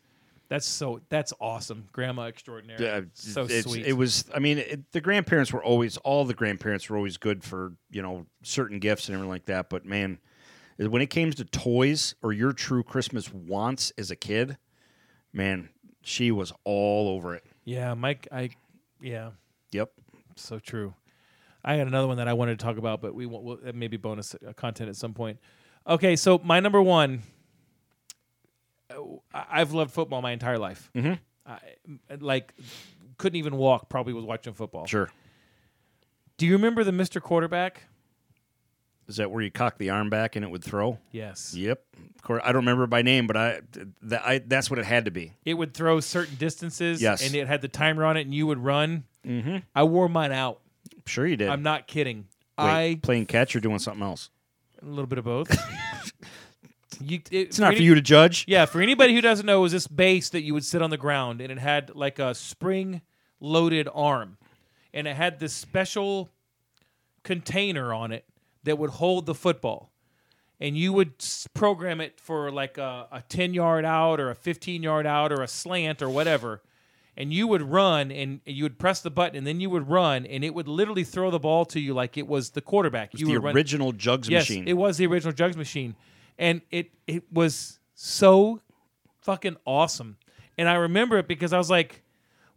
C: that's so that's awesome, Grandma extraordinary.
A: Yeah,
C: so
A: uh, it's-
C: sweet.
A: It was. I mean, it, the grandparents were always all the grandparents were always good for you know certain gifts and everything like that. But man, when it came to toys or your true Christmas wants as a kid, man, she was all over it.
C: yeah, Mike. I yeah,
A: Yep.
C: so true. I got another one that I wanted to talk about, but we won't. We'll, that may be bonus uh, content at some point. Okay, so my number one. uh, I- I've loved football my entire life. Mm-hmm. I, like, couldn't even walk. Probably was watching football.
A: Sure.
C: Do you remember the Mister Quarterback?
A: Is that where you cock the arm back and it would throw?
C: Yes.
A: Yep. Of course, I don't remember it by name, but I, th- that I that's what it had to be.
C: It would throw certain distances.
A: Yes.
C: And it had the timer on it, and you would run. Mm-hmm. I wore mine out.
A: I'm sure you did.
C: I'm not kidding.
A: Wait,
C: I
A: playing catch or doing something else.
C: A little bit of both. you, it,
A: It's not for you to judge.
C: Yeah, for anybody who doesn't know, it was this base that you would sit on the ground, and it had like a spring-loaded arm, and it had this special container on it that would hold the football, and you would s- program it for like a, a ten-yard out or a fifteen-yard out or a slant or whatever, and you would run and you would press the button, and then you would run, and it would literally throw the ball to you like it was the quarterback. you
A: the
C: were running.
A: original jugs
C: Yes,
A: machine.
C: it was the original Jugs machine, and it it was so fucking awesome. And I remember it because I was like,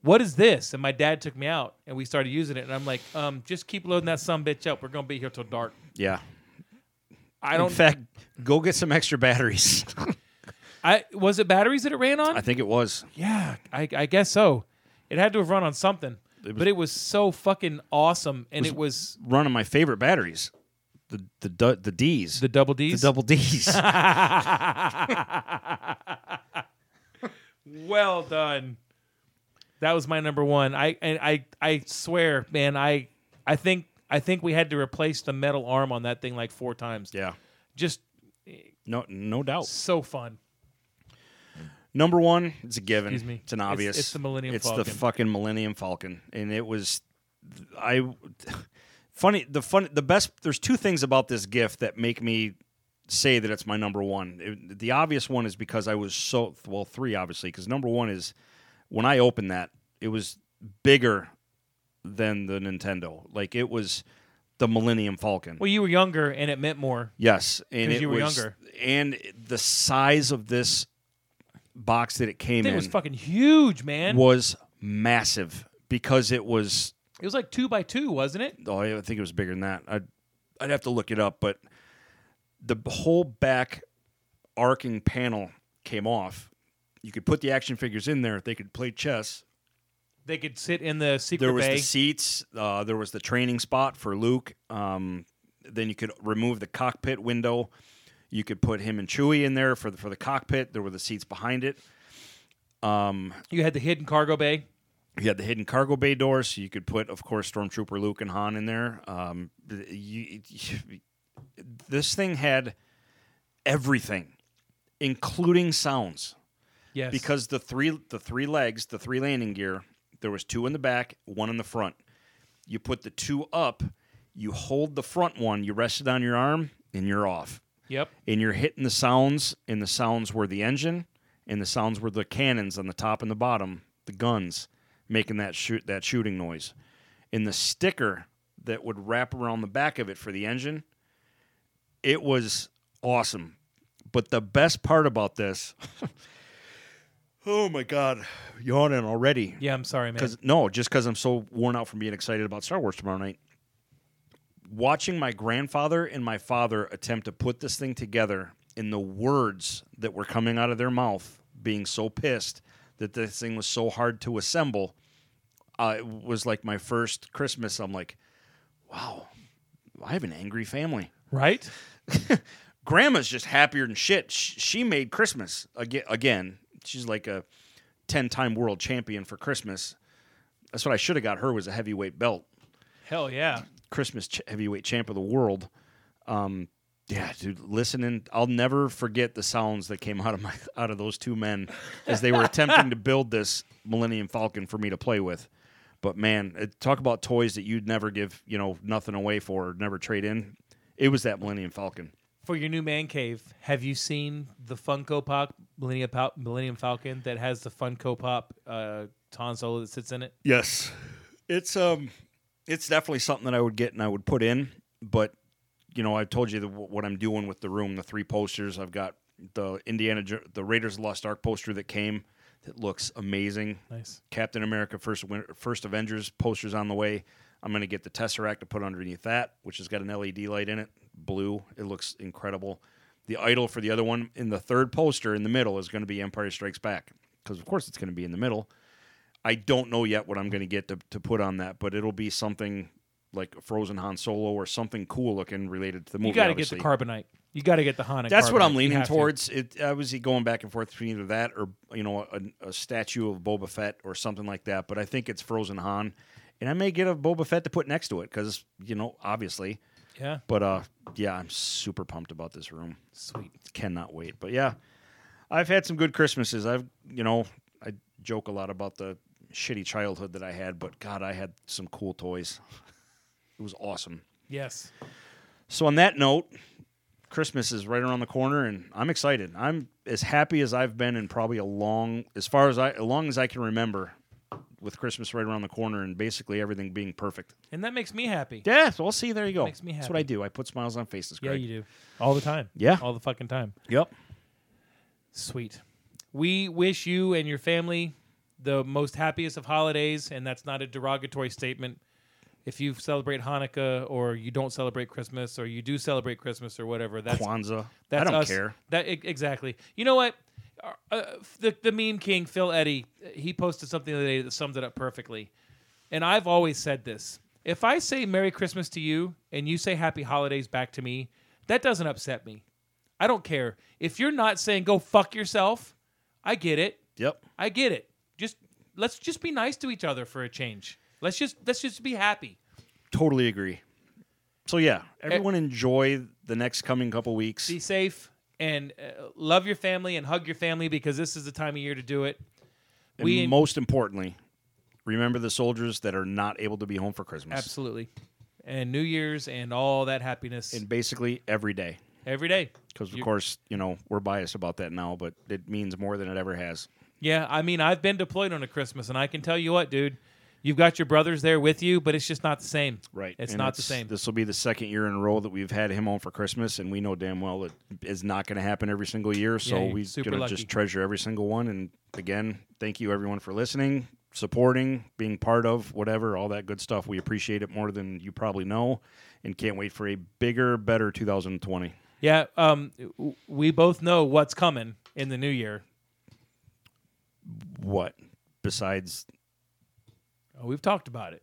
C: "What is this?" And my dad took me out, and we started using it. And I'm like, "Um, just keep loading that some bitch up. We're gonna be here till dark."
A: yeah.
C: I don't.
A: In fact, go get some extra batteries.
C: I was it batteries that it ran on?
A: I think it was.
C: yeah, I, I guess so. It had to have run on something, but it was so fucking awesome, and it was,
A: One of my favorite batteries, the the du- the D's,
C: the double
A: The
C: D's.
A: double D's.
C: Well done. That was my number one. I and I I swear, man, I I think I think we had to replace the metal arm on that thing like four times.
A: yeah.
C: Just
A: No, no doubt.
C: so fun.
A: Number one, it's a given.
C: Excuse me.
A: It's an
C: It's-
A: obvious.
C: it's the Millennium
A: It's the
C: Falcon.
A: fucking Millennium Falcon, and it was, I, funny. The fun. The best. There's two things about this gift that make me say that it's my number one. It- the obvious one is because I was so well. Three obviously, because number one is when I opened that, it was bigger than the Nintendo. Like it was the Millennium Falcon.
C: Well, you were younger and it meant more.
A: Yes, and
C: 'Cause
A: it
C: you were
A: was,
C: younger.
A: and the size of this box that it came
C: That
A: in
C: thing was fucking huge, man.
A: was massive because it was.
C: It was like two by two, wasn't it?
A: Oh, I think it was bigger than that. I'd I'd have to look it up, but the whole back arcing panel came off. You could put the action figures in there. They could play chess.
C: They could sit in the secret
A: There was
C: bay.
A: the seats. Uh, there was the training spot for Luke. Um, then you could remove the cockpit window. You could put him and Chewie in there for the, for the cockpit. There were the seats behind it.
C: you had the hidden cargo bay.
A: You had the hidden cargo bay door, so you could put, of course, Stormtrooper Luke and Han in there. Um, th- you, you- this thing had everything, including sounds,
C: Yes.
A: because the three the three legs, the three landing gear, there was two in the back, one in the front. You put the two up, you hold the front one, you rest it on your arm, and you're off
C: Yep.
A: and you're hitting the sounds, and the sounds were the engine, and the sounds were the cannons on the top and the bottom, the guns. making that shoot that shooting noise. And the sticker that would wrap around the back of it for the engine, it was awesome. But the best part about this, oh my god, yawning already.
C: Yeah, I'm sorry, man.
A: Because no, just because I'm so worn out from being excited about Star Wars tomorrow night. Watching my grandfather and my father attempt to put this thing together in the words that were coming out of their mouth, being so pissed that this thing was so hard to assemble, uh, it was like my first Christmas. I'm like, wow, I have an angry family.
C: Right?
A: Grandma's just happier than shit. Sh- She made Christmas aga- again. She's like a 10 time world champion for Christmas. That's what I should have got her was a heavyweight belt.
C: Hell yeah.
A: Christmas ch- heavyweight champ of the world. Um, yeah, dude, listening, I'll never forget the sounds that came out of my out of those two men as they were attempting to build this Millennium Falcon for me to play with. But man, it, talk about toys that you'd never give, you know, nothing away for, or never trade in. It was that Millennium Falcon.
C: For your new man cave, have you seen the Funko Pop Millennium, Pop, Millennium Falcon that has the Funko Pop uh, Ton Solo that sits in it?
A: Yes, it's um, it's definitely something that I would get and I would put in. But you know, I told you the, what I'm doing with the room. The three posters I've got the Indiana Jo- the Raiders of the Lost Ark poster that came that looks amazing.
C: Nice.
A: Captain America first Win- first Avengers posters on the way. I'm gonna get the Tesseract to put underneath that, which has got an LED light in it, blue. It looks incredible. The idol for the other one in the third poster in the middle is going to be Empire Strikes Back because of course it's going to be in the middle. I don't know yet what I'm going to get to to put on that, but it'll be something like a Frozen Han Solo or something cool looking related to the movie.
C: You got to get
A: obviously.
C: the carbonite. You got to get the Hanukkah.
A: That's what I'm leaning towards. It, I was going back and forth between either that or you know a, a statue of Boba Fett or something like that. But I think it's Frozen Han, and I may get a Boba Fett to put next to it because you know obviously.
C: Yeah.
A: But uh, yeah, I'm super pumped about this room.
C: Sweet.
A: Cannot wait. But yeah, I've had some good Christmases. I've you know I joke a lot about the shitty childhood that I had, but God, I had some cool toys. It was awesome.
C: Yes.
A: So on that note, Christmas is right around the corner, and I'm excited. I'm as happy as I've been in probably a long, as far as I, as long as I can remember, with Christmas right around the corner and basically everything being perfect.
C: And that makes me happy.
A: Yeah, so we'll see. There you go.
C: Makes me
A: That's
C: happy.
A: what I do. I put smiles on faces.
C: Yeah,
A: Greg.
C: you do. All the time.
A: Yeah.
C: All the fucking time.
A: Yep.
C: Sweet. We wish you and your family the most happiest of holidays, and that's not a derogatory statement. If you celebrate Hanukkah or you don't celebrate Christmas or you do celebrate Christmas or whatever, that's
A: Kwanzaa.
C: that's
A: I don't
C: us.
A: care.
C: That e- exactly. You know what? Uh, uh, the the meme king Phil Eddy he posted something the other day that summed it up perfectly. And I've always said this: if I say Merry Christmas to you and you say Happy Holidays back to me, that doesn't upset me. I don't care if you're not saying go fuck yourself. I get it.
A: Yep.
C: I get it. Just let's just be nice to each other for a change. Let's just let's just be happy.
A: Totally agree. So yeah, everyone enjoy the next coming couple weeks.
C: be safe and uh, love your family and hug your family because this is the time of year to do it.
A: and
C: we-
A: most importantly, remember the soldiers that are not able to be home for Christmas.
C: Absolutely. And New Year's and all that happiness
A: And basically every day.
C: every day.
A: because of
C: You-
A: course you know we're biased about that now but it means more than it ever has
C: Yeah, I mean, I've been deployed on a Christmas, and I can tell you what, dude, you've got your brothers there with you, but it's just not the same. It's
A: And
C: not the
A: that's-
C: same.
A: this will be the second year in a row that we've had him on for christmas and we know damn well it is not going to happen every single year so
C: you're
A: we're
C: super
A: going to
C: lucky.
A: just treasure every single one and again thank you everyone for listening supporting being part of whatever all that good stuff we appreciate it more than you probably know and can't wait for a bigger better 2020
C: yeah, um, w- we both know what's coming in the new year.
A: what besides
C: Oh, we've talked about it.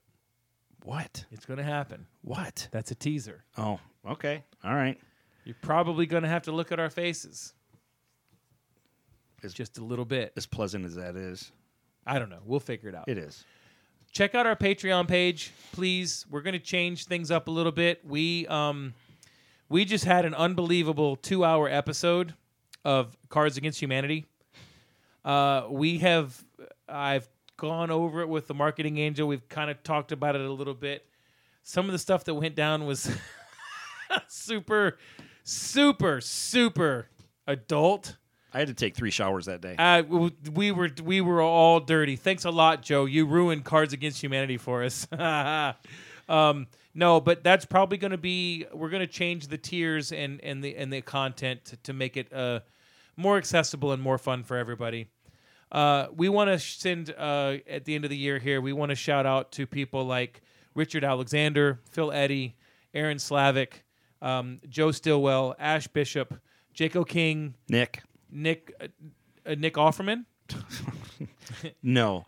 A: what
C: It's going to happen.
A: what
C: That's a teaser.
A: oh okay all right
C: You're probably going to have to look at our faces.
A: Is-
C: just a little bit.
A: as pleasant as that is
C: I don't know. We'll figure it out.
A: it is
C: Check out our Patreon page, please. We're going to change things up a little bit. We um we just had an unbelievable 2-hour episode of Cards Against Humanity. Uh we have I've gone over it with the marketing angel. We've kind of talked about it a little bit. Some of the stuff that went down was super super super adult
A: I had to take three showers that day.
C: Uh, w- we were we were all dirty. Thanks a lot, Joe. You ruined Cards Against Humanity for us. um, no, but that's probably going to be. We're going to change the tiers and and the and the content to, to make it uh, more accessible and more fun for everybody. Uh, we want to send uh, at the end of the year here. We want to shout out to people like Richard Alexander, Phil Eddy, Aaron Slavic, um, Joe Stillwell, Ash Bishop, Jaco King.
A: Nick,
C: Nick uh, uh, Nick Offerman,
A: no,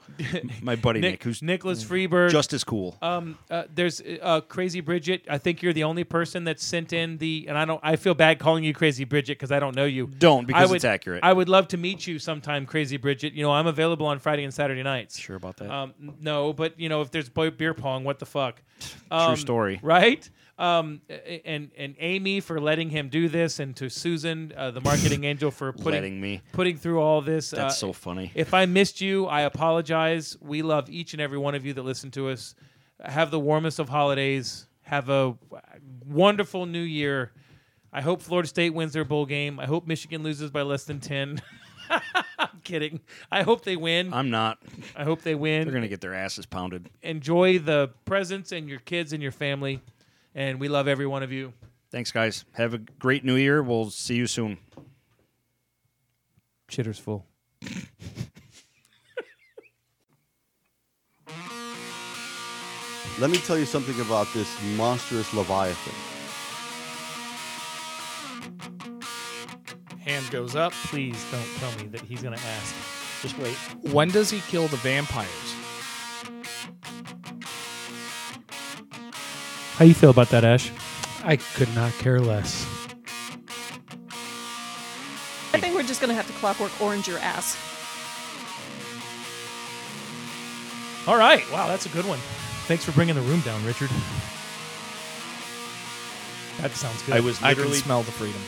A: my buddy Nick,
C: Nick
A: who's
C: Nicholas Freeberg.
A: just as cool.
C: um, uh, there's uh, Crazy Bridget. I think you're the only person that sent in the, and I don't. I feel bad calling you Crazy Bridget because I don't know you.
A: Don't, because
C: I
A: it's
C: would,
A: accurate.
C: I would love to meet you sometime, Crazy Bridget. You know, I'm available on Friday and Saturday nights.
A: sure about that?
C: Um, n- no, but you know, if there's bo- beer pong, what the fuck? Um,
A: story.
C: right? Um, a- and and Amy for letting him do this, and to Susan, uh, the marketing angel, for putting
A: Letting me.
C: putting through all this.
A: That's
C: Uh,
A: so funny.
C: If I missed you, I apologize. We love each and every one of you that listen to us. Have the warmest of holidays. Have a wonderful new year. I hope Florida State wins their bowl game. I hope Michigan loses by less than 10. I'm kidding. I hope they win.
A: I'm not.
C: I hope they
A: They're
C: win.
A: gonna get their asses pounded.
C: Enjoy the presents and your kids and your family. And we love every one of you.
A: Thanks, guys. Have a great new year. We'll see you soon.
C: Chitter's full.
F: Let me tell you something about this monstrous Leviathan.
G: Hand goes up.
C: Please don't tell me that he's going to ask.
A: Just wait.
G: When does he kill the vampires?
C: How you feel about that, Ash?
G: I could not care less.
B: I think we're just going to have to clockwork orange your ass.
C: All right. Wow, that's a good one. Thanks for bringing the room down, Richard. That sounds good.
A: I was
G: I can
A: literally.
G: smell the freedom.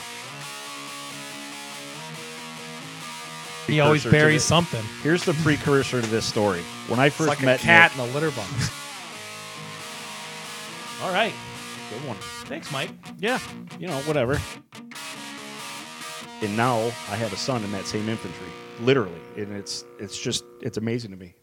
C: he always
A: precursor to
C: buries
A: this.
C: something.
A: Here's the precursor to this story. When I
G: It's
A: first
G: like a
A: met
G: cat in a litter box.
C: All right.
A: Nick, good one.
C: Thanks, Mike.
A: Yeah, you know, whatever. And now I have a son in that same infantry, literally, and it's it's just it's amazing to me.